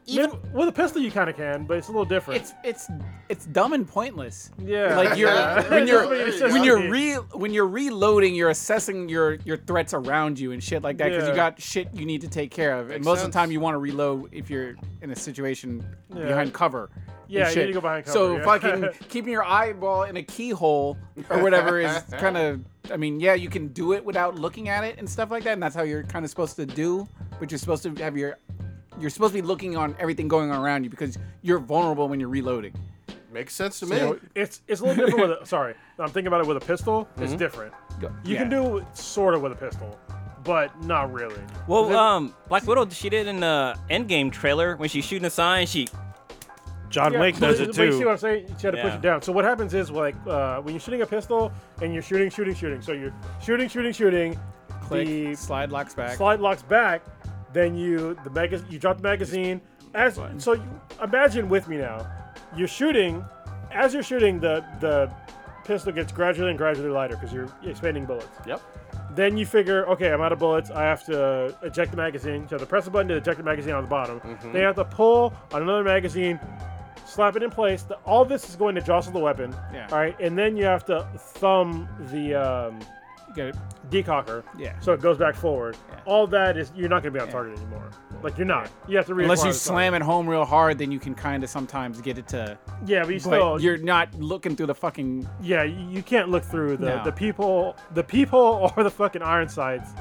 Speaker 4: Even-
Speaker 8: Maybe- with a pistol, you kind of can, but it's a little different.
Speaker 5: It's it's it's dumb and pointless.
Speaker 8: yeah,
Speaker 5: Like you're when you're
Speaker 8: Nobody says
Speaker 5: when
Speaker 8: that.
Speaker 5: you're re when you're reloading, you're assessing your your threats around you and shit like that because
Speaker 8: Yeah.
Speaker 5: you got shit you need to take care of. and
Speaker 4: Makes
Speaker 5: most of
Speaker 4: sense.
Speaker 5: the time, you want to reload if you're in a situation behind cover. and
Speaker 8: Yeah, you
Speaker 5: shit.
Speaker 8: need to go behind
Speaker 5: So
Speaker 8: cover, yeah.
Speaker 5: fucking keeping your eyeball in a keyhole or whatever is kind of. I mean, yeah, you can do it without looking at it and stuff like that, and that's how you're kind of supposed to do. But you're supposed to have your you're supposed to be looking on everything going on around you because you're vulnerable when you're reloading.
Speaker 4: Makes sense to me.
Speaker 8: So it's it's a little different with a sorry. I'm thinking about it with a pistol. It's different.
Speaker 5: Go-
Speaker 8: You can
Speaker 5: yeah.
Speaker 8: do it sort of with a pistol, but not really.
Speaker 7: Well, um, Black Widow, she did in the Endgame trailer when she's shooting a sign. She
Speaker 6: John Wick does
Speaker 8: but-
Speaker 6: it
Speaker 8: but You see what
Speaker 6: too.
Speaker 8: I'm saying? She had to push
Speaker 7: Yeah.
Speaker 8: it down. So what happens is like uh, when you're shooting a pistol and you're shooting, shooting, shooting. So you're shooting, shooting, shooting.
Speaker 5: Click,
Speaker 8: the
Speaker 5: slide locks back.
Speaker 8: slide locks back. Then you the mag- you drop the magazine. As so, you, imagine with me now. You're shooting. As you're shooting, the the pistol gets gradually and gradually lighter because you're expanding bullets.
Speaker 4: Yep.
Speaker 8: then you figure, okay, I'm out of bullets. I have to eject the magazine. So I have to press the button to eject the magazine on the bottom.
Speaker 5: Mm-hmm.
Speaker 8: Then you have to pull on another magazine, slap it in place. The, all this is going to jostle the weapon.
Speaker 5: Yeah.
Speaker 8: All right, and then you have to thumb the um,
Speaker 5: Get it.
Speaker 8: decocker.
Speaker 5: Yeah.
Speaker 8: So it goes back forward.
Speaker 5: Yeah.
Speaker 8: All that is you're not going to be on target anymore. Like you're not. You have to reacquire
Speaker 5: Unless you
Speaker 8: the
Speaker 5: slam it home real hard, then you can kind of sometimes get it to.
Speaker 8: target. Yeah, but
Speaker 5: But
Speaker 8: you still.
Speaker 5: you're not looking through the fucking.
Speaker 8: yeah, you you can't look through the
Speaker 5: No.
Speaker 8: the people, the people or the fucking iron sights.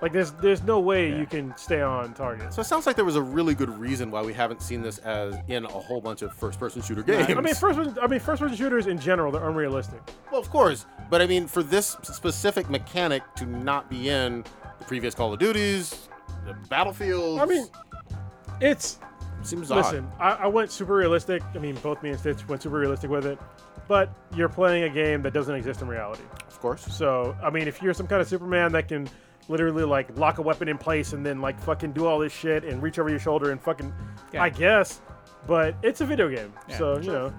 Speaker 8: Like there's there's no way you can stay on target.
Speaker 4: So it sounds like there was a really good reason why we haven't seen this as in a whole bunch of first-person shooter games.
Speaker 8: I mean, first person, I mean, first person shooters in general, they're unrealistic.
Speaker 4: well, of course, but I mean, for this specific mechanic to not be in the previous Call of Duties, the Battlefields,
Speaker 8: I mean, it's
Speaker 4: seems
Speaker 8: listen. I, I went super realistic. I mean, both me and Stitch went super realistic with it, but you're playing a game that doesn't exist in reality.
Speaker 4: odd, of course.
Speaker 8: So, I mean, if you're some kind of Superman that can literally like lock a weapon in place and then like fucking do all this shit and reach over your shoulder and fucking,
Speaker 5: Yeah.
Speaker 8: I guess. But it's a video game, so you know.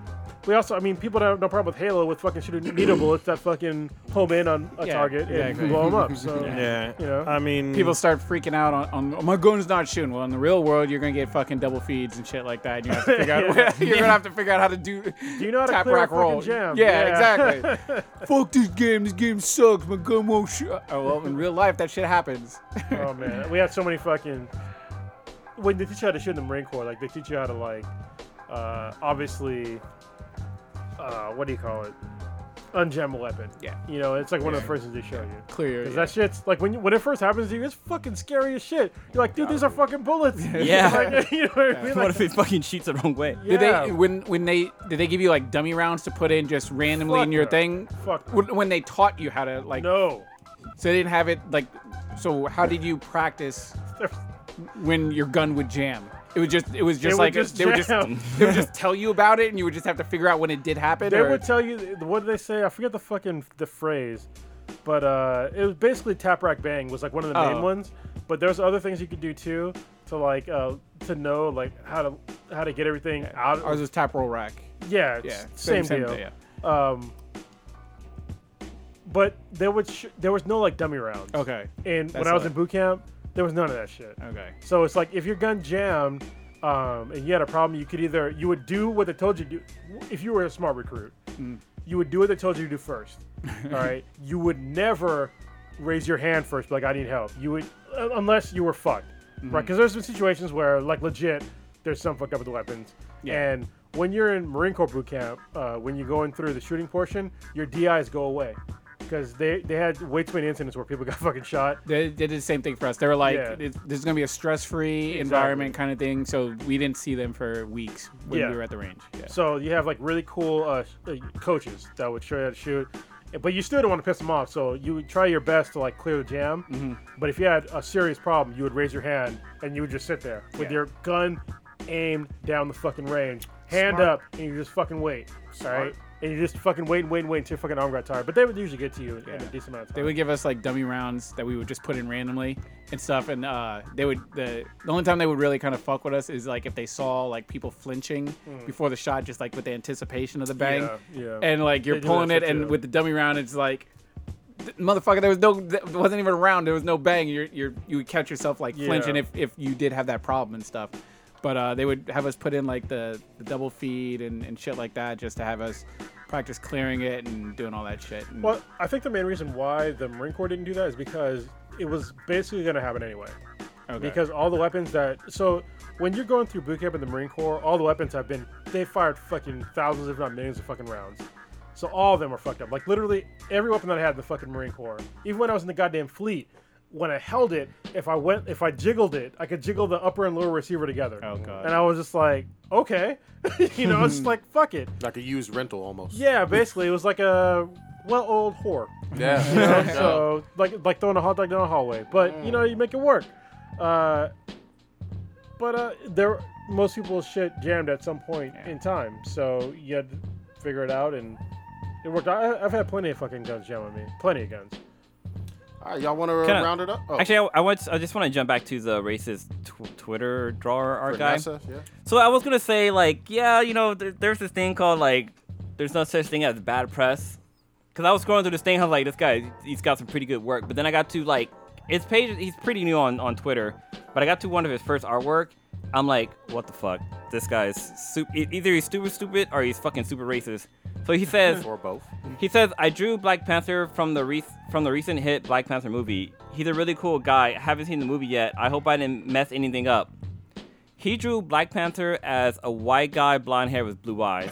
Speaker 8: We also, I mean, people don't have no problem with Halo with fucking shooting needle bullets that fucking home in on a
Speaker 5: Yeah,
Speaker 8: target
Speaker 5: exactly.
Speaker 8: and blow them up. So
Speaker 6: Yeah.
Speaker 8: You know?
Speaker 6: I mean,
Speaker 8: Mm.
Speaker 5: People start freaking out on, on "Oh, my gun's not shooting. Well, in the real world, you're gonna get fucking double feeds and shit like that. And you have to figure out. you're gonna have to figure out how to do. Do
Speaker 8: you know how to
Speaker 5: tap
Speaker 8: clear a
Speaker 5: rack
Speaker 8: fucking
Speaker 5: roll?
Speaker 8: jam?
Speaker 5: Yeah,
Speaker 8: Yeah.
Speaker 5: exactly. Fuck this game. This game sucks. My gun won't shoot. Oh well, in real life, that shit happens.
Speaker 8: Oh man, we had so many fucking. When they teach you how to shoot in the Marine Corps, like they teach you how to like, uh, obviously, uh, what do you call it? ungem a weapon.
Speaker 5: Yeah.
Speaker 8: You know, it's like one of the first things they show you.
Speaker 5: Clear.
Speaker 8: Because
Speaker 5: yeah.
Speaker 8: that shit's like when you, when it first happens to you, it's fucking scary as shit. You're like, dude, these are fucking bullets.
Speaker 7: Yeah.
Speaker 8: like, you know what I mean?
Speaker 7: What
Speaker 8: Like,
Speaker 7: if it fucking shoots the wrong way?
Speaker 8: yeah.
Speaker 5: Did they when when they did they give you like dummy rounds to put in just randomly
Speaker 8: Fuck
Speaker 5: in your
Speaker 8: no.
Speaker 5: thing?
Speaker 8: Fuck no.
Speaker 5: When, when they taught you how to like,
Speaker 8: no.
Speaker 5: so they didn't have it like. So how did you practice when your gun would jam? It would just it was just
Speaker 8: would
Speaker 5: like
Speaker 8: just
Speaker 5: they would just
Speaker 8: jam.
Speaker 5: they would just tell you about it, and you would just have to figure out when it did happen.
Speaker 8: They
Speaker 5: or-
Speaker 8: would tell you what did they say? I forget the fucking the phrase, but uh, it was basically tap rack bang was like one of the main
Speaker 5: Oh.
Speaker 8: ones. But there's other things you could do too to like uh, to know like how to how to get everything out.
Speaker 5: ours was tap roll rack.
Speaker 8: yeah, it's
Speaker 5: Yeah,
Speaker 8: same, deal.
Speaker 5: yeah.
Speaker 8: Um, but there was sh- there was no like dummy rounds.
Speaker 5: Okay.
Speaker 8: And when
Speaker 5: That's
Speaker 8: I was
Speaker 5: what-
Speaker 8: in boot camp, there was none of that shit.
Speaker 5: Okay.
Speaker 8: So it's like if your gun jammed um, and you had a problem, you could either you would do what they told you to do. If you were a smart recruit, you would do what they told you to do first. all right. You would never raise your hand first, be like I need help. You would uh, unless you were fucked, right? Because there's some situations where like legit, there's some fuck up with the weapons.
Speaker 5: Yeah.
Speaker 8: And when you're in Marine Corps boot camp, uh, when you're going through the shooting portion, your DIs go away. Because they, they had way too many incidents where people got fucking shot
Speaker 5: They, they did the same thing for us. They were like,
Speaker 8: Yeah.
Speaker 5: "This this is gonna be a stress-free environment kind of thing." So we didn't see them for weeks when
Speaker 8: Yeah.
Speaker 5: we were at the range. Yeah.
Speaker 8: So you have like really cool uh, sh- uh, coaches that would show you how to shoot, but you still don't want to piss them off. So you would try your best to like clear the jam.
Speaker 5: Mm-hmm.
Speaker 8: But if you had a serious problem, you would raise your hand and you would just sit there with your gun aimed down the fucking range, hand up, and you just fucking wait. All right. And you just fucking wait and wait and wait until your fucking arm got tired. But they would usually get to you in, in a
Speaker 5: Yeah.
Speaker 8: decent amount of time.
Speaker 5: They would give us like dummy rounds that we would just put in randomly and stuff. And uh, they would the the only time they would really kind of fuck with us is like if they saw like people flinching before the shot, just like with the anticipation of the bang.
Speaker 8: Mm. Yeah, yeah.
Speaker 5: And like you're
Speaker 8: They do that
Speaker 5: pulling it,
Speaker 8: shit,
Speaker 5: and
Speaker 8: too.
Speaker 5: with the dummy round, it's like. th- Motherfucker, there was no, there wasn't even a round. There was no bang. You're, you're, you would catch yourself like flinching
Speaker 8: Yeah.
Speaker 5: if, if you did have that problem and stuff. But uh, they would have us put in like the, the double feed and, and shit like that just to have us practice clearing it and doing all that shit. And-
Speaker 8: Well, I think the main reason why the Marine Corps didn't do that is because it was basically going to happen anyway. Because all the weapons that so when you're going through boot camp in the Marine Corps, all the weapons have been they fired fucking thousands, if not millions, of fucking rounds. So all of them are fucked up. Like literally every weapon that I had in the fucking Marine Corps, even when I was in the goddamn fleet, when I held it, if I went, if I jiggled it, I could jiggle the upper and lower receiver together. Oh
Speaker 5: God.
Speaker 8: And I was just like, okay, you know, it's just like fuck it.
Speaker 4: Like a used rental almost.
Speaker 8: Yeah, basically it was like a well old whore.
Speaker 4: Yeah.
Speaker 8: You know, so like like throwing a hot dog down a hallway, but you
Speaker 6: Mm.
Speaker 8: know you make it work. Uh, but uh, there most people's shit jammed at some point in time, so you had to figure it out, and it worked. I, I've had plenty of fucking guns jam on me, plenty of guns.
Speaker 4: All right, y'all want to
Speaker 7: Can I-
Speaker 4: round it up? Oh,
Speaker 7: Actually, I, I, want, I just want to jump back to the racist tw- Twitter drawer art
Speaker 4: for
Speaker 7: guy.
Speaker 4: NASA, yeah.
Speaker 7: So I was gonna say like, yeah, you know, th- there's this thing called like, there's no such thing as bad press. Cause I was scrolling through this thing, I was like, this guy, he's got some pretty good work. But then I got to like, his page, he's pretty new on on Twitter. But I got to one of his first artwork. I'm like, what the fuck? This guy's super. Either he's super stupid or he's fucking super racist. So he says,
Speaker 4: Or both.
Speaker 7: he says, "I drew Black Panther from the re- from the recent hit Black Panther movie. He's a really cool guy. Haven't seen the movie yet. I hope I didn't mess anything up." He drew Black Panther as a white guy, blonde hair with blue eyes.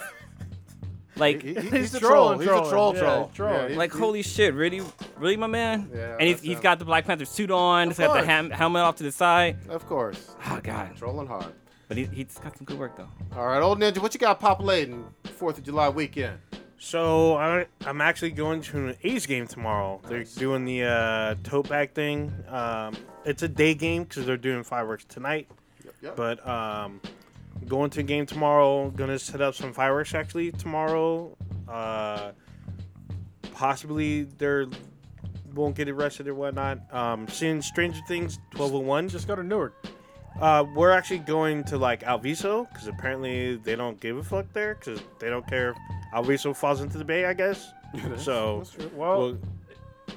Speaker 7: like,
Speaker 4: He- he- he's, a
Speaker 8: trolling,
Speaker 4: troll. He's a troll
Speaker 8: trolling. Yeah,
Speaker 4: troll.
Speaker 8: trolling.
Speaker 4: he-
Speaker 7: like
Speaker 4: he-
Speaker 7: holy shit, really, really, my man.
Speaker 4: Yeah,
Speaker 7: and he's,
Speaker 4: that's
Speaker 7: he's
Speaker 4: him.
Speaker 7: got the Black Panther suit on. He's got the
Speaker 4: course.
Speaker 7: ham- helmet off to the side.
Speaker 4: Of course.
Speaker 7: Oh god.
Speaker 4: Trolling hard.
Speaker 7: But he, he's got some good work though.
Speaker 4: All right, old ninja, what you got populating Fourth of July weekend?
Speaker 6: So I, I'm actually going to an A's game tomorrow. They're doing the uh, tote bag thing. Um, it's a day game because they're doing fireworks tonight.
Speaker 4: yep.
Speaker 6: But um, going to a game tomorrow. Gonna set up some fireworks actually tomorrow. Uh, possibly they won't get arrested or whatnot. Um, seeing Stranger Things 1201.
Speaker 8: Just go to Newark.
Speaker 6: Uh, we're actually going to like Alviso because apparently they don't give a fuck there because they don't care if Alviso falls into the bay, I guess. so,
Speaker 8: Well,
Speaker 6: well,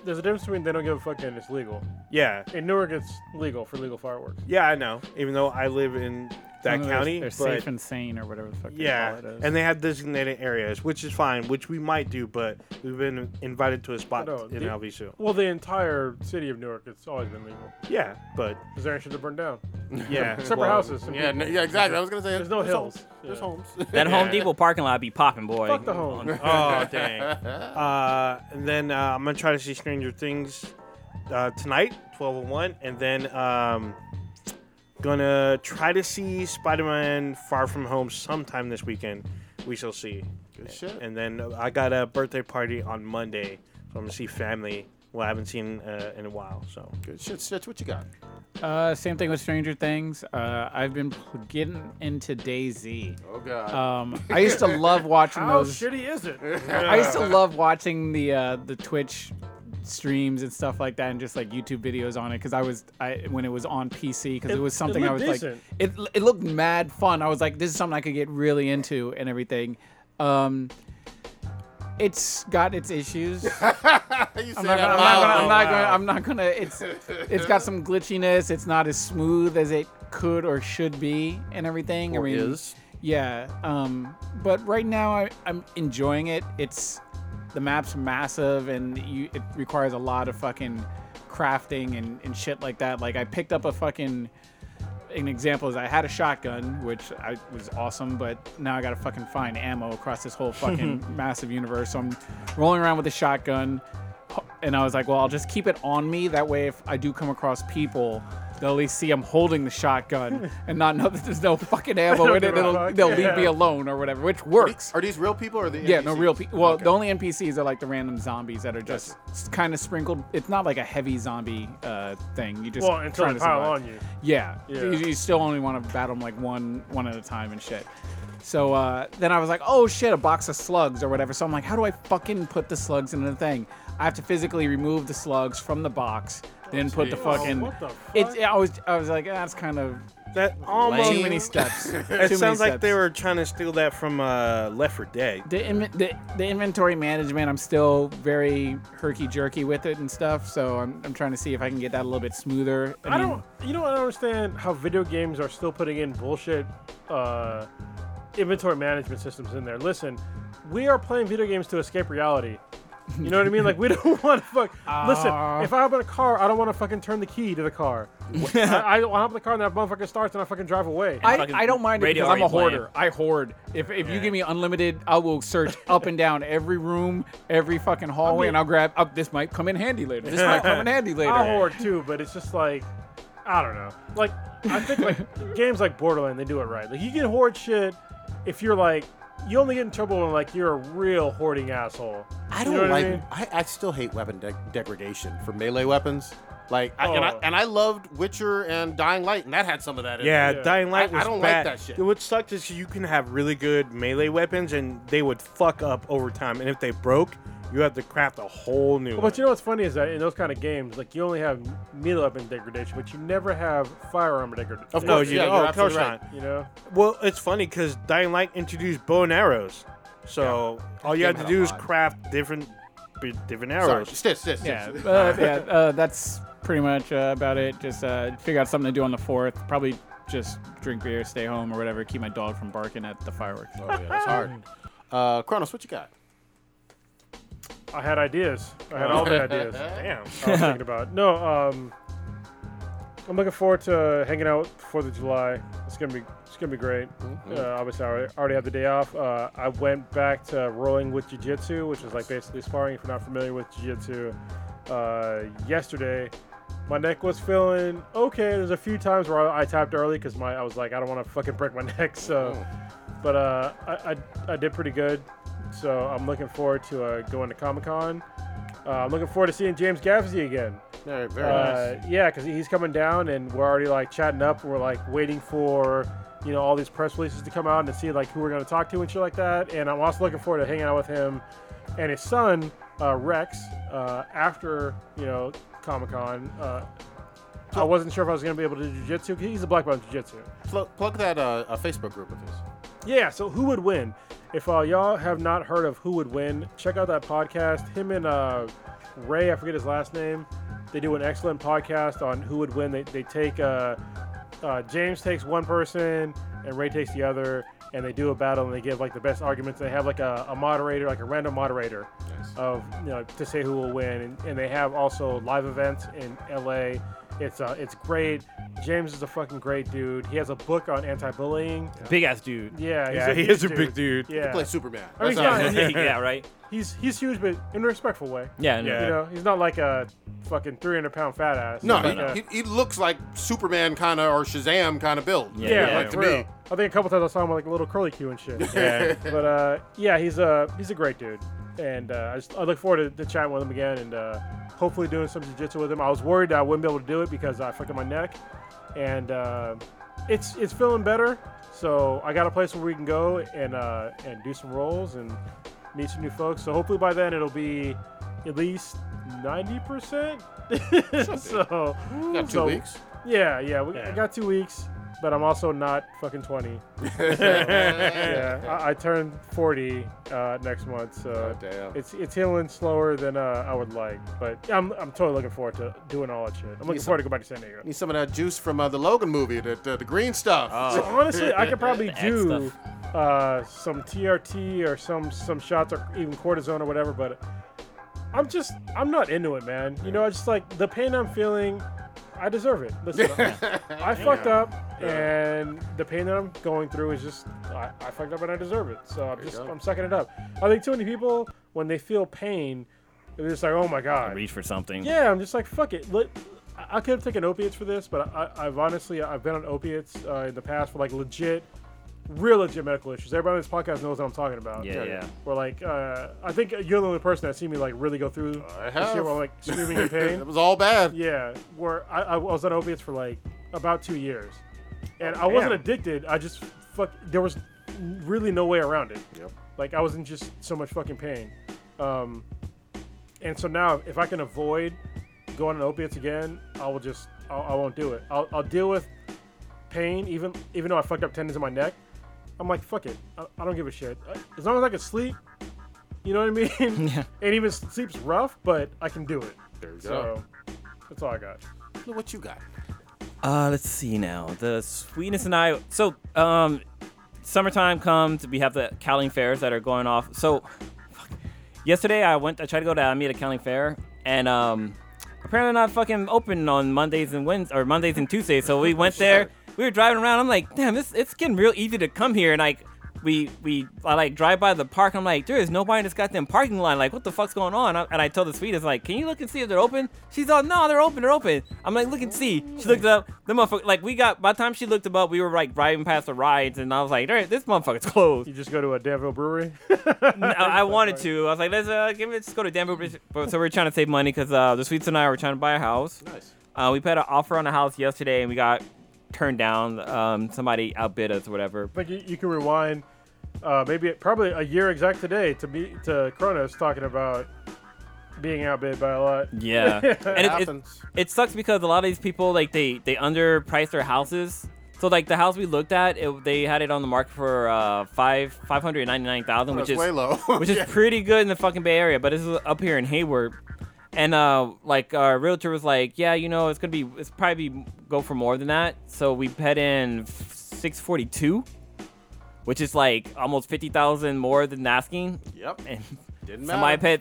Speaker 8: there's a difference between they don't give a fuck and it's legal.
Speaker 6: yeah,
Speaker 8: In Newark, it's legal for legal fireworks.
Speaker 6: yeah, I know. Even though I live in that county.
Speaker 5: They're,
Speaker 6: but
Speaker 5: safe and sane or whatever the fuck
Speaker 6: yeah,
Speaker 5: they call it. Is.
Speaker 6: and they have designated areas, which is fine, which we might do, but we've been invited to a spot
Speaker 4: oh,
Speaker 8: No,
Speaker 6: in
Speaker 8: the-
Speaker 6: Alvisu.
Speaker 8: Well, the entire city of Newark, it's always been legal.
Speaker 6: Yeah, but
Speaker 8: Because there ain't shit to burn down.
Speaker 6: yeah,
Speaker 8: Except
Speaker 6: well,
Speaker 8: for houses. and
Speaker 4: Yeah,
Speaker 8: people.
Speaker 4: n- yeah, exactly. I was gonna say
Speaker 8: There's no
Speaker 4: homes.
Speaker 8: hills.
Speaker 4: There's
Speaker 8: Yeah.
Speaker 4: homes.
Speaker 7: That Home Depot parking lot be popping, boy.
Speaker 8: Fuck the Home.
Speaker 6: Oh dang! Uh, and then uh, I'm gonna try to see Stranger Things uh, tonight, 12 and one, and then um, gonna try to see Spider-Man Far From Home sometime this weekend. We shall see.
Speaker 4: Good shit.
Speaker 6: And then I got a birthday party on Monday, so I'm gonna see family. Well, I haven't seen uh, in a while, so
Speaker 4: Good shit. Stitch, what you got?
Speaker 5: Uh, same thing with Stranger Things. Uh, I've been pl- getting into DayZ.
Speaker 4: Oh god.
Speaker 5: Um, I used to love watching
Speaker 8: How
Speaker 5: those.
Speaker 8: shitty is it?
Speaker 5: I used to love watching the uh, the Twitch streams and stuff like that, and just like YouTube videos on it, because I was I when it was on PC, because it,
Speaker 8: It-
Speaker 5: was
Speaker 8: it
Speaker 5: something I was
Speaker 8: looked
Speaker 5: like,
Speaker 8: decent.
Speaker 5: it it looked mad fun. I was like, this is something I could get really into and everything. Um, it's got its issues.
Speaker 4: you
Speaker 5: I'm
Speaker 4: say
Speaker 5: not
Speaker 4: that
Speaker 5: gonna, I'm
Speaker 4: loud, though.
Speaker 5: not gonna, I'm not gonna, I'm not gonna, it's, it's got some glitchiness. It's not as smooth as it could or should be and everything. I
Speaker 4: Or
Speaker 5: mean,
Speaker 4: is.
Speaker 5: yeah. Um, but right now I, I'm enjoying it. It's, the map's massive and you, it requires a lot of fucking crafting and, and shit like that. Like I picked up a fucking, an example is I had a shotgun, which I was awesome, but now I gotta fucking find ammo across this whole fucking massive universe. So I'm rolling around with a shotgun, and I was like, well, I'll just keep it on me. That way, if I do come across people, they'll at least see I'm holding the shotgun and not know that there's no fucking ammo in it.
Speaker 8: give a
Speaker 5: They'll,
Speaker 8: fuck.
Speaker 5: they'll
Speaker 8: Yeah.
Speaker 5: leave me alone or whatever, which works.
Speaker 4: Are these real people or are they?
Speaker 5: Yeah, no
Speaker 4: NPCs?
Speaker 5: real people. Well,
Speaker 4: Okay.
Speaker 5: the only NPCs are like the random zombies that are just kind of sprinkled. It's not like a heavy zombie uh, thing. You just
Speaker 8: Well, until
Speaker 5: trying
Speaker 8: they
Speaker 5: to
Speaker 8: pile
Speaker 5: survive.
Speaker 8: on you.
Speaker 5: Yeah,
Speaker 8: Yeah.
Speaker 5: You, you still only want to battle them like one one at a time and shit. So uh, then I was like, oh shit, a box of slugs or whatever. So I'm like, how do I fucking put the slugs in the thing? I have to physically remove the slugs from the box, then put the
Speaker 4: jeez. Oh,
Speaker 5: fucking.
Speaker 8: what the
Speaker 5: It's.
Speaker 8: fuck?
Speaker 5: I was. I was like, "Ah, that's kind of
Speaker 6: that almost
Speaker 5: too many steps. Too many
Speaker 6: It sounds like they
Speaker 5: steps."
Speaker 6: were trying to steal that from uh, Left 4 Dead.
Speaker 5: the, in, the the inventory management i'm still very herky jerky with it and stuff so I'm, I'm trying to see if i can get that a little bit smoother
Speaker 8: I
Speaker 5: mean,
Speaker 8: don't. You know, I don't understand how video games are still putting in bullshit uh, inventory management systems in there. Listen, we are playing video games to escape reality. You know what I mean? Like we don't want to fuck. Listen, if I hop in a car, I don't want to fucking turn the key to the car. I, I, I hop in the car and that motherfucker starts and I fucking drive away.
Speaker 5: I,
Speaker 7: fucking
Speaker 5: I don't mind it
Speaker 7: radio
Speaker 5: because I'm a
Speaker 7: already
Speaker 5: hoarder. I hoard. If, if you give me unlimited, I will search up and down every room, every fucking hallway, and I'll grab. Up, this might come in handy later. This might come in handy later.
Speaker 8: I hoard too, but it's just like I don't know. Like I think like games like Borderland, they do it right. Like you can hoard shit if you're like you only get in trouble when like you're a real hoarding asshole.
Speaker 4: I
Speaker 8: You
Speaker 4: don't
Speaker 8: know what
Speaker 4: like. I,
Speaker 8: mean?
Speaker 4: I, still hate weapon de- degradation for melee weapons. Like, I, and I
Speaker 8: Oh.
Speaker 4: and I loved Witcher and Dying Light, and that had some of that. in it.
Speaker 6: Yeah,
Speaker 8: Yeah.
Speaker 6: Dying Light
Speaker 4: I- I
Speaker 6: was
Speaker 4: don't like
Speaker 6: bad.
Speaker 4: that shit.
Speaker 6: What sucked is you can have really good melee weapons and they would fuck up over time. And if they broke, you have to craft a whole new.
Speaker 8: But you know what's funny is that in those kind of games, like you only have melee weapon degradation, but you never have firearm degradation.
Speaker 4: Of
Speaker 6: no,
Speaker 4: course,
Speaker 6: you
Speaker 4: yeah,
Speaker 6: oh,
Speaker 4: you're
Speaker 6: of course
Speaker 4: absolutely right.
Speaker 6: not.
Speaker 8: You know,
Speaker 6: Well, it's funny because Dying Light introduced bow and arrows, so all
Speaker 4: game
Speaker 6: you have to
Speaker 4: had a
Speaker 6: do is
Speaker 4: lot.
Speaker 6: craft different, b- different
Speaker 4: Sorry,
Speaker 6: arrows.
Speaker 4: stitch, stitch, stitch.
Speaker 5: yeah, uh, yeah. Uh, that's pretty much uh, about it. Just uh, figure out something to do on the fourth. Probably just drink beer, stay home, or whatever. Keep my dog from barking at the fireworks.
Speaker 4: Oh, yeah, that's hard. Uh, Kronos, what you got?
Speaker 8: I had ideas. I had all the ideas.
Speaker 6: Damn.
Speaker 8: I was thinking about. No, um, I'm looking forward to hanging out Fourth of July. It's gonna be it's gonna be great. Uh, obviously, I already, already have the day off. Uh, I went back to rolling with jiu-jitsu, which is like basically sparring. If you're not familiar with jiu-jitsu, uh, yesterday. My neck was feeling okay. There's a few times where I, I tapped early because my I was like, I don't want to fucking break my neck. So, but uh, I, I I did pretty good. So I'm looking forward to uh, going to Comic Con. Uh, I'm looking forward to seeing James Gaffney again.
Speaker 4: Very, very nice.
Speaker 8: Uh, yeah, because he's coming down, and we're already like chatting up. We're like waiting for you know all these press releases to come out and to see like who we're gonna talk to and shit like that. And I'm also looking forward to hanging out with him and his son uh, Rex uh, after you know Comic Con. Uh, I wasn't sure if I was gonna be able to do jujitsu. He's a black belt in jujitsu.
Speaker 4: Pl- plug that uh, uh, Facebook group of his.
Speaker 8: Yeah, so who would win? If uh, y'all have not heard of Who Would Win, check out that podcast. Him and uh, Ray, I forget his last name, they do an excellent podcast on Who Would Win. They, they take uh, uh, James takes one person and Ray takes the other, and they do a battle and they give like the best arguments. They have like a, a moderator, like a random moderator, of you know to say who will win, and, and they have also live events in L.A. It's uh, it's great. James is a fucking great dude. He has a book on anti-bullying.
Speaker 7: Big ass dude.
Speaker 8: Yeah,
Speaker 6: Yeah, he is a big dude.
Speaker 8: Yeah,
Speaker 4: Play Superman.
Speaker 8: I mean, he's,
Speaker 7: yeah,
Speaker 8: not,
Speaker 7: yeah, right.
Speaker 8: he's he's huge, but in a respectful way.
Speaker 7: Yeah, no.
Speaker 6: Yeah.
Speaker 8: You know, he's not like a fucking 300 pound fat ass.
Speaker 4: No,
Speaker 8: He's like a-
Speaker 7: uh,
Speaker 4: he, he, he looks like Superman kind of or Shazam kind of build.
Speaker 7: Yeah,
Speaker 8: yeah,
Speaker 7: yeah,
Speaker 8: like
Speaker 4: to
Speaker 8: for
Speaker 4: me.
Speaker 8: real. I think a couple times I saw him with like a little curly Q and shit. but uh, yeah, he's a he's a great dude, and uh, I, just, I look forward to, to chatting with him again and uh, hopefully doing some jiu-jitsu with him. I was worried that I wouldn't be able to do it because I fucked up my neck, and uh, it's it's feeling better. So I got a place where we can go and uh, and do some rolls and meet some new folks. So hopefully by then it'll be at least ninety percent. so
Speaker 4: Got two
Speaker 8: so-
Speaker 4: weeks.
Speaker 8: yeah, yeah. We, I
Speaker 6: Yeah.
Speaker 8: got two weeks, but I'm also not fucking 20. yeah, I, I turned 40 uh, next month, so
Speaker 4: damn.
Speaker 8: it's it's healing slower than uh, I would like. But I'm, I'm totally looking forward to doing all that shit. I'm looking forward to go back to San Diego.
Speaker 4: Need some of that juice from uh, the Logan movie, the, the, the green stuff.
Speaker 7: Uh,
Speaker 8: So honestly, I could probably
Speaker 7: Add
Speaker 8: do uh, some TRT or some some shots or even cortisone or whatever, but I'm just I'm not into it, man. You know, I just like the pain I'm feeling. I deserve it. Listen, I, I fucked up, and the pain that I'm going through is just I, I fucked up and I deserve it. So I'm just I'm sucking it up. I think too many people when they feel pain, they're just like, oh my god,
Speaker 7: Reach for something.
Speaker 8: yeah, I'm just like fuck it. Let, I could have taken opiates for this, but I, I've honestly I've been on opiates uh, in the past for like legit, real legit medical issues. Everybody on this podcast knows what I'm talking about.
Speaker 7: Yeah, yeah.
Speaker 8: Where like uh, I think you're the only person that's seen me like really go through I
Speaker 4: have.
Speaker 8: shit where I'm like screaming in
Speaker 4: it
Speaker 8: pain.
Speaker 4: was all bad.
Speaker 8: yeah, where I, I was on opiates for like about two years, and I wasn't addicted. I just fuck. There was really no way around it. Yep. Like I was in just so much fucking pain. Um, and so now, if I can avoid going on opiates again, I will just I, I won't do it. I'll, I'll deal with pain, even even though I fucked up tendons in my neck. I'm like fuck it. I, I don't give a shit. Uh, As long as I can sleep, you know what I mean. Yeah. and even s- sleep's rough, but I can do it. There you so, go. That's all I got.
Speaker 4: What you got?
Speaker 7: Uh, let's see now. The sweetness and I. So, um, summertime comes. We have the Cowling fairs that are going off. So, fuck. yesterday I went. I tried to go to Alameda Cowling Fair, and um, apparently not fucking open on Mondays and Wednesdays or Mondays and Tuesdays. So we went there. We were driving around. I'm like, damn, this it's getting real easy to come here. And like, we we I like drive by the park. I'm like, there is nobody in this goddamn parking lot. Like, what the fuck's going on? I- And I told the sweetest, like, can you look and see if they're open? She's all, no, they're open, they're open. I'm like, look and see. She looked up. The motherfucker, like, we got by the time she looked them up, we were like driving past the rides, and I was like, "There- this motherfucker's closed.
Speaker 8: You just go to a Danville brewery.
Speaker 7: I, I wanted to. I was like, let's uh, give it, let's go to Denver. But so we are trying to save money because uh, the sweets and I were trying to buy a house.
Speaker 4: Nice.
Speaker 7: Uh, we put an offer on a house yesterday, and we got turned down. Um, somebody outbid us, or whatever.
Speaker 8: think you, you can rewind uh, maybe probably a year exact today to be to Kronos talking about being outbid by a lot.
Speaker 7: Yeah, and it, it,
Speaker 4: happens.
Speaker 7: it sucks because a lot of these people like they they underprice their houses. So like the house we looked at, it, they had it on the market for uh, five five hundred ninety nine thousand, which
Speaker 4: That's
Speaker 7: is
Speaker 4: way low.
Speaker 7: which is pretty good in the fucking Bay Area. But this is up here in Hayward, and uh, like our realtor was like, yeah, you know, it's gonna be it's probably be- go for more than that. So we put in six forty two, which is like almost fifty thousand more than asking,
Speaker 4: yep.
Speaker 7: and
Speaker 4: Didn't
Speaker 7: somebody
Speaker 4: matter.
Speaker 7: paid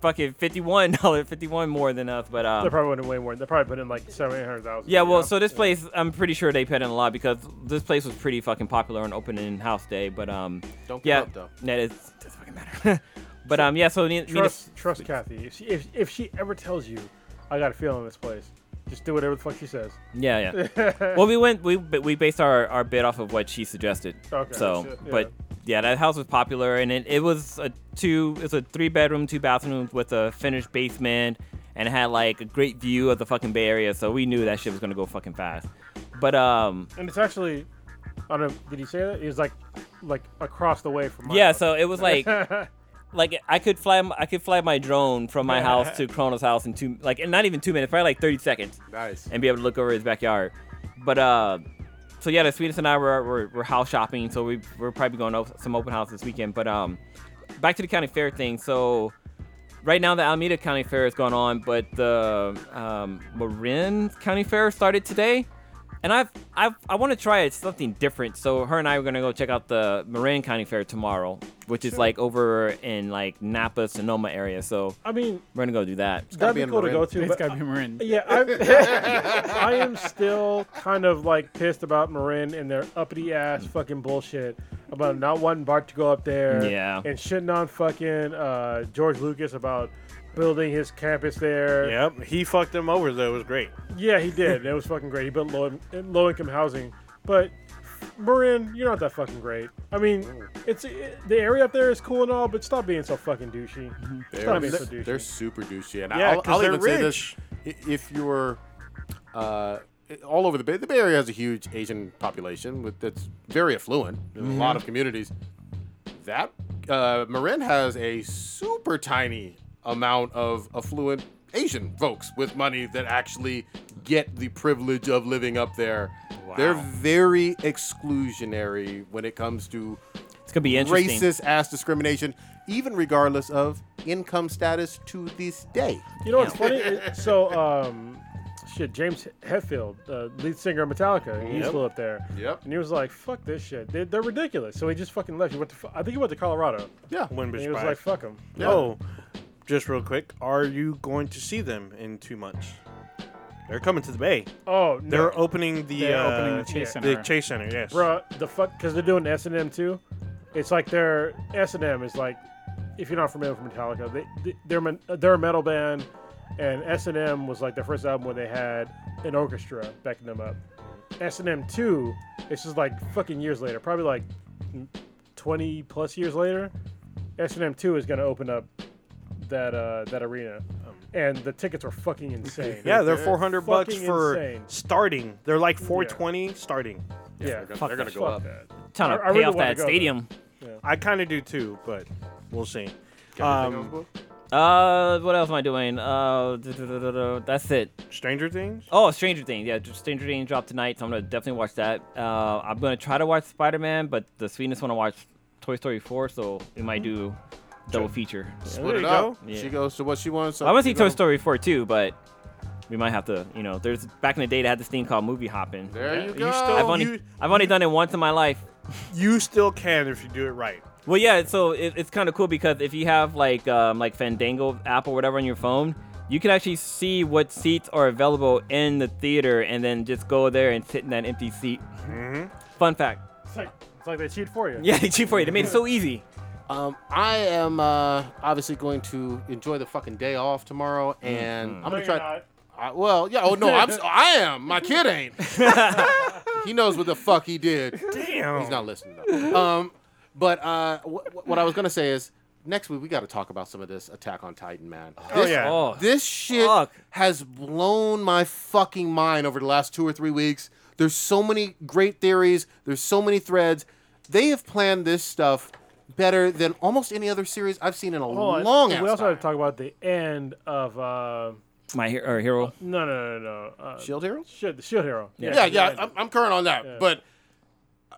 Speaker 7: fucking fifty one dollar fifty one more than us. But uh,
Speaker 8: They probably went way more. They probably put in like seven, eight hundred thousand.
Speaker 7: yeah, well, so this place, I'm pretty sure they put in a lot because this place was pretty fucking popular on opening house day. But um,
Speaker 4: Don't give
Speaker 7: yeah,
Speaker 4: up, though.
Speaker 7: that is doesn't fucking matter. but um, yeah, so ne- need to-
Speaker 8: trust, trust Kathy. If she, if, if she ever tells you, I got a feeling this place, just do whatever the fuck she says.
Speaker 7: yeah, yeah. well, we went, we we based our our bid off of what she suggested.
Speaker 8: Okay,
Speaker 7: So,
Speaker 8: shit, yeah.
Speaker 7: but yeah, that house was popular, and it, it was a two, it's a three bedroom, two bathrooms with a finished basement, and it had like a great view of the fucking Bay Area. So we knew that shit was gonna go fucking fast. But um,
Speaker 8: And it's actually, I don't know. Did he say that? It was like, like across the way from. My
Speaker 7: yeah,
Speaker 8: house.
Speaker 7: so it was like like I could fly m- I could fly my drone from my house to Kronos' house in two like and not even two minutes, probably like thirty seconds,
Speaker 4: Nice.
Speaker 7: and be able to look over his backyard. But uh, so yeah, the sweetest and I were, were, were house shopping, so we we're probably going to some open house this weekend. But um, back to the county fair thing. So right now the Alameda County Fair is going on, but the um, Marin County Fair started today. And I've, I've I want to try it something different. So her and I are gonna go check out the Marin County Fair tomorrow, which is like over in like Napa, Sonoma area. So
Speaker 8: I mean,
Speaker 7: we're gonna go do that.
Speaker 8: that'd
Speaker 4: be
Speaker 8: be,
Speaker 4: in
Speaker 8: cool to
Speaker 4: Marin.
Speaker 8: go to.
Speaker 5: It's
Speaker 8: But
Speaker 5: gotta be Marin.
Speaker 8: Yeah, I, I am still kind of like pissed about Marin and their uppity ass fucking bullshit about not wanting Bart to go up there.
Speaker 7: Yeah.
Speaker 8: And shitting on fucking uh, George Lucas about building his campus there.
Speaker 6: Yep, he fucked them over though. It was great.
Speaker 8: Yeah, he did. it was fucking great. He built low, low income housing. But Marin, you're not that fucking great. I mean, it's it, the area up there is cool and all, but stop being so fucking douchey. Stop being so douchey.
Speaker 4: They're super douchey, and
Speaker 6: Yeah,
Speaker 4: I'll,
Speaker 6: 'cause
Speaker 4: I'll
Speaker 6: they're
Speaker 4: even say this: i- if you're uh, all over the Bay, the Bay Area has a huge Asian population with that's very affluent. There's
Speaker 6: Mm-hmm.
Speaker 4: a lot of communities. That uh, Marin has a super tiny amount of affluent Asian folks with money that actually get the privilege of living up there. They're very exclusionary when it comes to
Speaker 7: It's gonna be interesting.
Speaker 4: racist ass discrimination, even regardless of income status to this day.
Speaker 8: You know what's funny? It- So, um, shit, James Hetfield, uh, lead singer of Metallica, he's still up there.
Speaker 4: Yep.
Speaker 8: And he was like, "Fuck this shit. They, they're ridiculous." So he just fucking left. He went to, fu- I think he went to Colorado.
Speaker 4: Yeah.
Speaker 6: Win
Speaker 8: And
Speaker 6: bitch
Speaker 8: he was
Speaker 6: bye.
Speaker 8: like, "Fuck them."
Speaker 6: Oh, just real quick, are you going to see them in two months? They're coming to the Bay.
Speaker 8: Oh no,
Speaker 6: They're opening the
Speaker 5: They're
Speaker 6: uh,
Speaker 5: opening the Chase
Speaker 6: the
Speaker 5: Center.
Speaker 6: Chase Center. Yes.
Speaker 8: Bruh, The fuck, because they're doing S and M too. It's like their S and M is like, if you're not familiar with Metallica, they, they're men- they're a metal band, and S and M was like their first album where they had an orchestra backing them up. S and M two, this is like fucking years later, probably like twenty plus years later. S and M two is gonna open up that uh, that arena, and the tickets are fucking insane.
Speaker 6: Yeah, they're 400 bucks
Speaker 8: fucking
Speaker 6: for
Speaker 8: insane.
Speaker 6: starting. They're like 420 starting.
Speaker 8: yeah,
Speaker 4: They're gonna go
Speaker 8: fuck
Speaker 4: up.
Speaker 8: that.
Speaker 7: trying
Speaker 8: I-
Speaker 7: to
Speaker 8: I
Speaker 7: pay
Speaker 8: really
Speaker 7: off
Speaker 8: wanna
Speaker 7: that
Speaker 8: go there.
Speaker 7: stadium.
Speaker 6: I kind of do too, but we'll see. Um,
Speaker 7: Uh, what else am I doing? Uh, duh, duh, duh, duh, duh. that's it.
Speaker 6: Stranger Things.
Speaker 7: Oh, Stranger Things. Yeah, just Stranger Things dropped tonight, so I'm gonna definitely watch that. Uh, I'm gonna try to watch Spider Man, but the sweetness want to watch Toy Story 4, so we might do double feature.
Speaker 4: Split
Speaker 6: there
Speaker 4: it
Speaker 6: you
Speaker 4: up.
Speaker 7: go. Yeah.
Speaker 4: She goes to what she wants.
Speaker 7: I want to see
Speaker 4: you go-
Speaker 7: Toy Story 4 too, but we might have to, you know, there's back in the day they had this thing called movie hopping.
Speaker 4: There you
Speaker 6: You
Speaker 4: go.
Speaker 6: still-
Speaker 7: I've only
Speaker 6: you-
Speaker 7: I've only done it once in my life.
Speaker 6: You still can if you do it right.
Speaker 7: Well, yeah, so it, it's kind of cool because if you have like um, like Fandango app or whatever on your phone, you can actually see what seats are available in the theater and then just go there and sit in that empty seat.
Speaker 4: Mm-hmm.
Speaker 7: Fun fact.
Speaker 8: It's like it's like they cheat for you.
Speaker 7: Yeah, they cheat for you. They made it so easy.
Speaker 4: Um, I am uh, obviously going to enjoy the fucking day off tomorrow,
Speaker 6: Mm-hmm.
Speaker 4: and I'm gonna
Speaker 8: you're
Speaker 4: try.
Speaker 8: not.
Speaker 4: I, well, yeah. Oh no, I'm. s- I am. My kid ain't. he knows what the fuck he did.
Speaker 6: Damn.
Speaker 4: He's not listening though. Um, but uh, wh- wh- what I was gonna say is next week we got to talk about some of this Attack on Titan, man.
Speaker 6: oh
Speaker 4: This-
Speaker 6: yeah.
Speaker 7: Oh,
Speaker 4: This shit
Speaker 7: Fuck.
Speaker 4: has blown my fucking mind over the last two or three weeks. There's so many great theories. There's so many threads. They have planned this stuff better than almost any other series I've seen in a
Speaker 8: Hold on.
Speaker 4: long
Speaker 8: Oh, We
Speaker 4: ass
Speaker 8: also
Speaker 4: time.
Speaker 8: have to talk about the end of uh,
Speaker 7: my he- or hero.
Speaker 8: no, no, no, no. Uh,
Speaker 4: Shield Heroes?
Speaker 8: shit, the Shield Hero. Yeah.
Speaker 4: Yeah, yeah, I'm, I'm current on that. But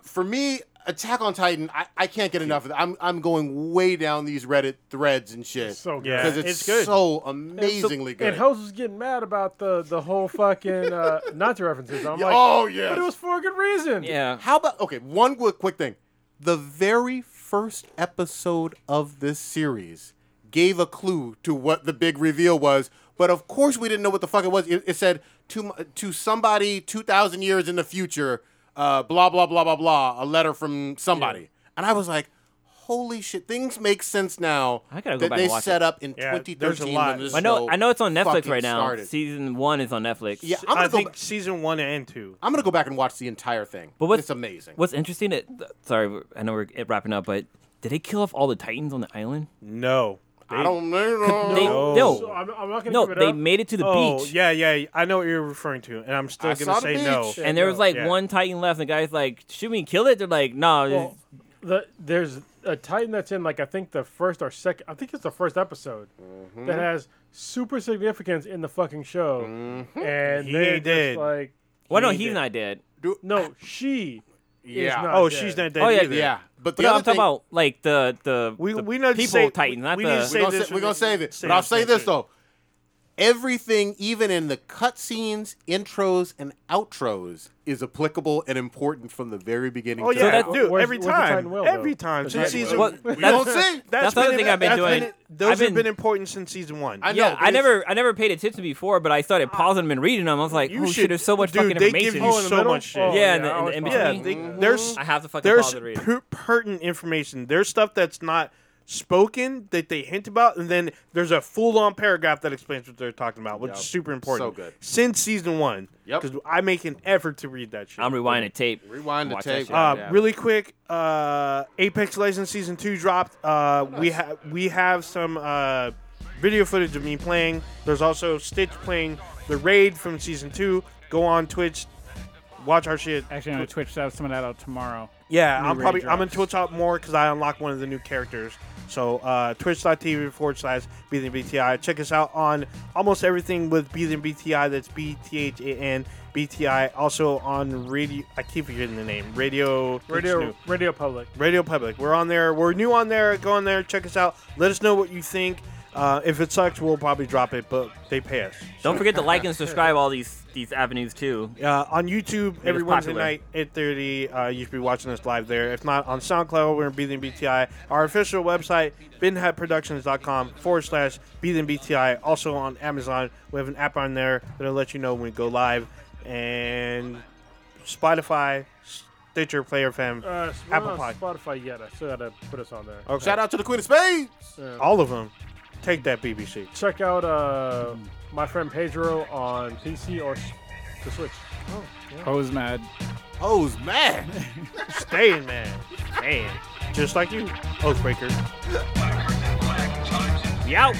Speaker 4: for me, Attack on Titan, I, I can't get enough of that. I'm, I'm going way down these Reddit threads and shit.
Speaker 8: So good.
Speaker 6: Yeah.
Speaker 4: Because it's,
Speaker 6: it's good.
Speaker 4: so amazingly good.
Speaker 8: And Hose was getting mad about the the whole fucking uh, Nazi references. I'm like,
Speaker 4: oh, yeah.
Speaker 8: but it was for a good reason.
Speaker 7: Yeah.
Speaker 4: How about okay? One quick, quick thing. The very first episode of this series gave a clue to what the big reveal was, but of course we didn't know what the fuck it was. It, it said to m- to somebody two thousand years in the future, uh, blah blah blah blah blah, a letter from somebody, and I was like. Holy shit! Things make sense now
Speaker 7: I gotta go
Speaker 4: that
Speaker 7: back
Speaker 4: they
Speaker 7: and watch
Speaker 4: set
Speaker 7: it.
Speaker 4: up in
Speaker 6: Yeah, there's a
Speaker 4: 2013
Speaker 6: lot.
Speaker 4: when this
Speaker 7: I know.
Speaker 4: show
Speaker 7: I know it's on Netflix
Speaker 4: fucking
Speaker 7: right now.
Speaker 4: started.
Speaker 7: Season one is on Netflix.
Speaker 4: yeah, I'm gonna
Speaker 6: I
Speaker 4: go.
Speaker 6: think
Speaker 4: ba-
Speaker 6: season one and two.
Speaker 4: I'm gonna go back and watch the entire thing.
Speaker 7: But what's
Speaker 4: it's amazing.
Speaker 7: What's interesting? It, th- sorry, we're- I know we're it wrapping up, but did they kill off all the Titans on the island?
Speaker 6: No.
Speaker 4: I don't know.
Speaker 7: They,
Speaker 6: No.
Speaker 8: So
Speaker 7: no,
Speaker 8: I'm, I'm not gonna
Speaker 7: no,
Speaker 8: give it
Speaker 7: they
Speaker 8: up.
Speaker 7: made it to the
Speaker 6: Oh
Speaker 7: beach.
Speaker 6: yeah, yeah. I know what you're referring to, and I'm still
Speaker 4: I
Speaker 6: gonna
Speaker 4: saw the
Speaker 6: say no.
Speaker 4: beach.
Speaker 7: And there was like
Speaker 6: Yeah.
Speaker 7: one Titan left, and the guy's like, "Should we kill it?" They're like, "No."
Speaker 8: Well, the, there's a Titan that's in like I think the first or second. I think it's the first episode
Speaker 4: Mm-hmm.
Speaker 8: that has super significance in the fucking show.
Speaker 4: Mm-hmm.
Speaker 8: And
Speaker 6: He
Speaker 8: they're just
Speaker 6: did.
Speaker 8: like,
Speaker 7: well, no,
Speaker 6: he
Speaker 7: he's
Speaker 6: did.
Speaker 7: not dead.
Speaker 8: no, she. Is
Speaker 4: Yeah.
Speaker 8: not
Speaker 6: Oh,
Speaker 8: dead.
Speaker 6: she's not dead
Speaker 7: Oh, yeah,
Speaker 6: either.
Speaker 4: Yeah, but the
Speaker 7: No, I'm
Speaker 4: other
Speaker 7: talking
Speaker 4: thing,
Speaker 7: about like the the
Speaker 6: We-
Speaker 7: the
Speaker 6: we not
Speaker 7: people
Speaker 6: say-
Speaker 7: Titans,
Speaker 6: we-
Speaker 7: not
Speaker 6: we
Speaker 7: the
Speaker 6: need to
Speaker 4: we're
Speaker 6: say
Speaker 4: gonna,
Speaker 6: this
Speaker 4: sa- we're gonna
Speaker 6: and-
Speaker 4: save it.
Speaker 6: save
Speaker 4: but I'll
Speaker 6: this
Speaker 4: say
Speaker 6: next
Speaker 4: this
Speaker 6: week.
Speaker 4: though: everything, even in the cutscenes, intros, and outros, is applicable and important from the very beginning.
Speaker 6: Oh
Speaker 4: to
Speaker 6: yeah,
Speaker 4: the
Speaker 7: that-
Speaker 6: dude!
Speaker 8: Where's-
Speaker 6: every
Speaker 8: where's the
Speaker 6: time,
Speaker 8: Titan Whale,
Speaker 6: every
Speaker 8: though?
Speaker 6: time
Speaker 8: The
Speaker 6: since
Speaker 8: Titan
Speaker 6: season.
Speaker 7: Well,
Speaker 6: we
Speaker 7: that's-
Speaker 6: don't see.
Speaker 7: that's the other thing I've been
Speaker 6: that's
Speaker 7: doing.
Speaker 6: those
Speaker 7: I've
Speaker 6: have
Speaker 7: been-
Speaker 6: been important since season one.
Speaker 4: I know.
Speaker 7: yeah,
Speaker 4: but
Speaker 7: I
Speaker 4: it's-
Speaker 7: never, I never paid attention before, but I started pausing them and reading them. I was like,
Speaker 6: Uh, You
Speaker 7: oh
Speaker 6: should-
Speaker 7: shit, there's so much
Speaker 6: dude,
Speaker 7: fucking
Speaker 6: they give
Speaker 7: information.
Speaker 6: you
Speaker 8: Oh, in the
Speaker 6: so
Speaker 8: middle?
Speaker 6: much shit.
Speaker 8: Oh,
Speaker 7: Yeah, and the-
Speaker 8: I
Speaker 7: and
Speaker 8: was
Speaker 7: in
Speaker 8: fine.
Speaker 7: between.
Speaker 6: Yeah,
Speaker 7: Mhm.
Speaker 6: they, there's
Speaker 7: I have to fucking
Speaker 6: there's
Speaker 7: pause and read it.
Speaker 6: per- pertinent information. There's stuff that's not spoken that they hint about, and then there's a full-on paragraph that explains what they're talking about, which is super important.
Speaker 4: So good.
Speaker 6: since season one.
Speaker 4: Yep.
Speaker 6: because I make an effort to read that shit.
Speaker 7: I'm rewinding the tape.
Speaker 4: Rewind the
Speaker 7: Watch that
Speaker 4: tape.
Speaker 7: shit.
Speaker 6: Uh,
Speaker 4: Yeah.
Speaker 6: Really quick, uh, Apex Legends season two dropped. Uh, We have we have some uh, video footage of me playing. There's also Stitch playing the raid from season two. Go on Twitch, watch our shit.
Speaker 5: Actually, I'm gonna Twitch that some of that out tomorrow.
Speaker 6: Yeah,
Speaker 5: New
Speaker 6: I'm
Speaker 5: raid
Speaker 6: probably I'm gonna
Speaker 5: drops.
Speaker 6: Twitch out more because I unlock one of the new characters. So uh, twitch.tv forward slash BTI. Check us out on almost everything with BTI. That's B T H A N B T I. Also on radio. I keep forgetting the name. Radio. it's
Speaker 8: Radio,
Speaker 6: new.
Speaker 8: Radio Public.
Speaker 6: Radio Public. We're on there. We're new on there. Go on there. Check us out. Let us know what you think. Uh, if it sucks, we'll probably drop it, but they pay us.
Speaker 7: Don't forget to like and subscribe all these these avenues too.
Speaker 6: Uh, on YouTube every
Speaker 7: popular.
Speaker 6: Wednesday night at 30. Uh, you should be watching us live there. If not, on SoundCloud, we're in BTI. Our official website, binhatproductions.com forward slash BTI. Also on Amazon, we have an app on there that'll let you know when we go live. And Spotify, Stitcher, Player
Speaker 8: Uh,
Speaker 6: FM,
Speaker 8: we're
Speaker 6: Apple
Speaker 8: not on
Speaker 6: Pod.
Speaker 8: Spotify yet. I still gotta put us on there.
Speaker 6: Okay.
Speaker 4: Shout out to the Queen of Spades.
Speaker 6: All of them. Take that, BBC.
Speaker 8: Check out uh, my friend Pedro on PC or s- the Switch.
Speaker 5: Hose mad.
Speaker 4: Oh's mad.
Speaker 6: Staying, man. Staying. Just like you, Oathbreaker.
Speaker 7: We out.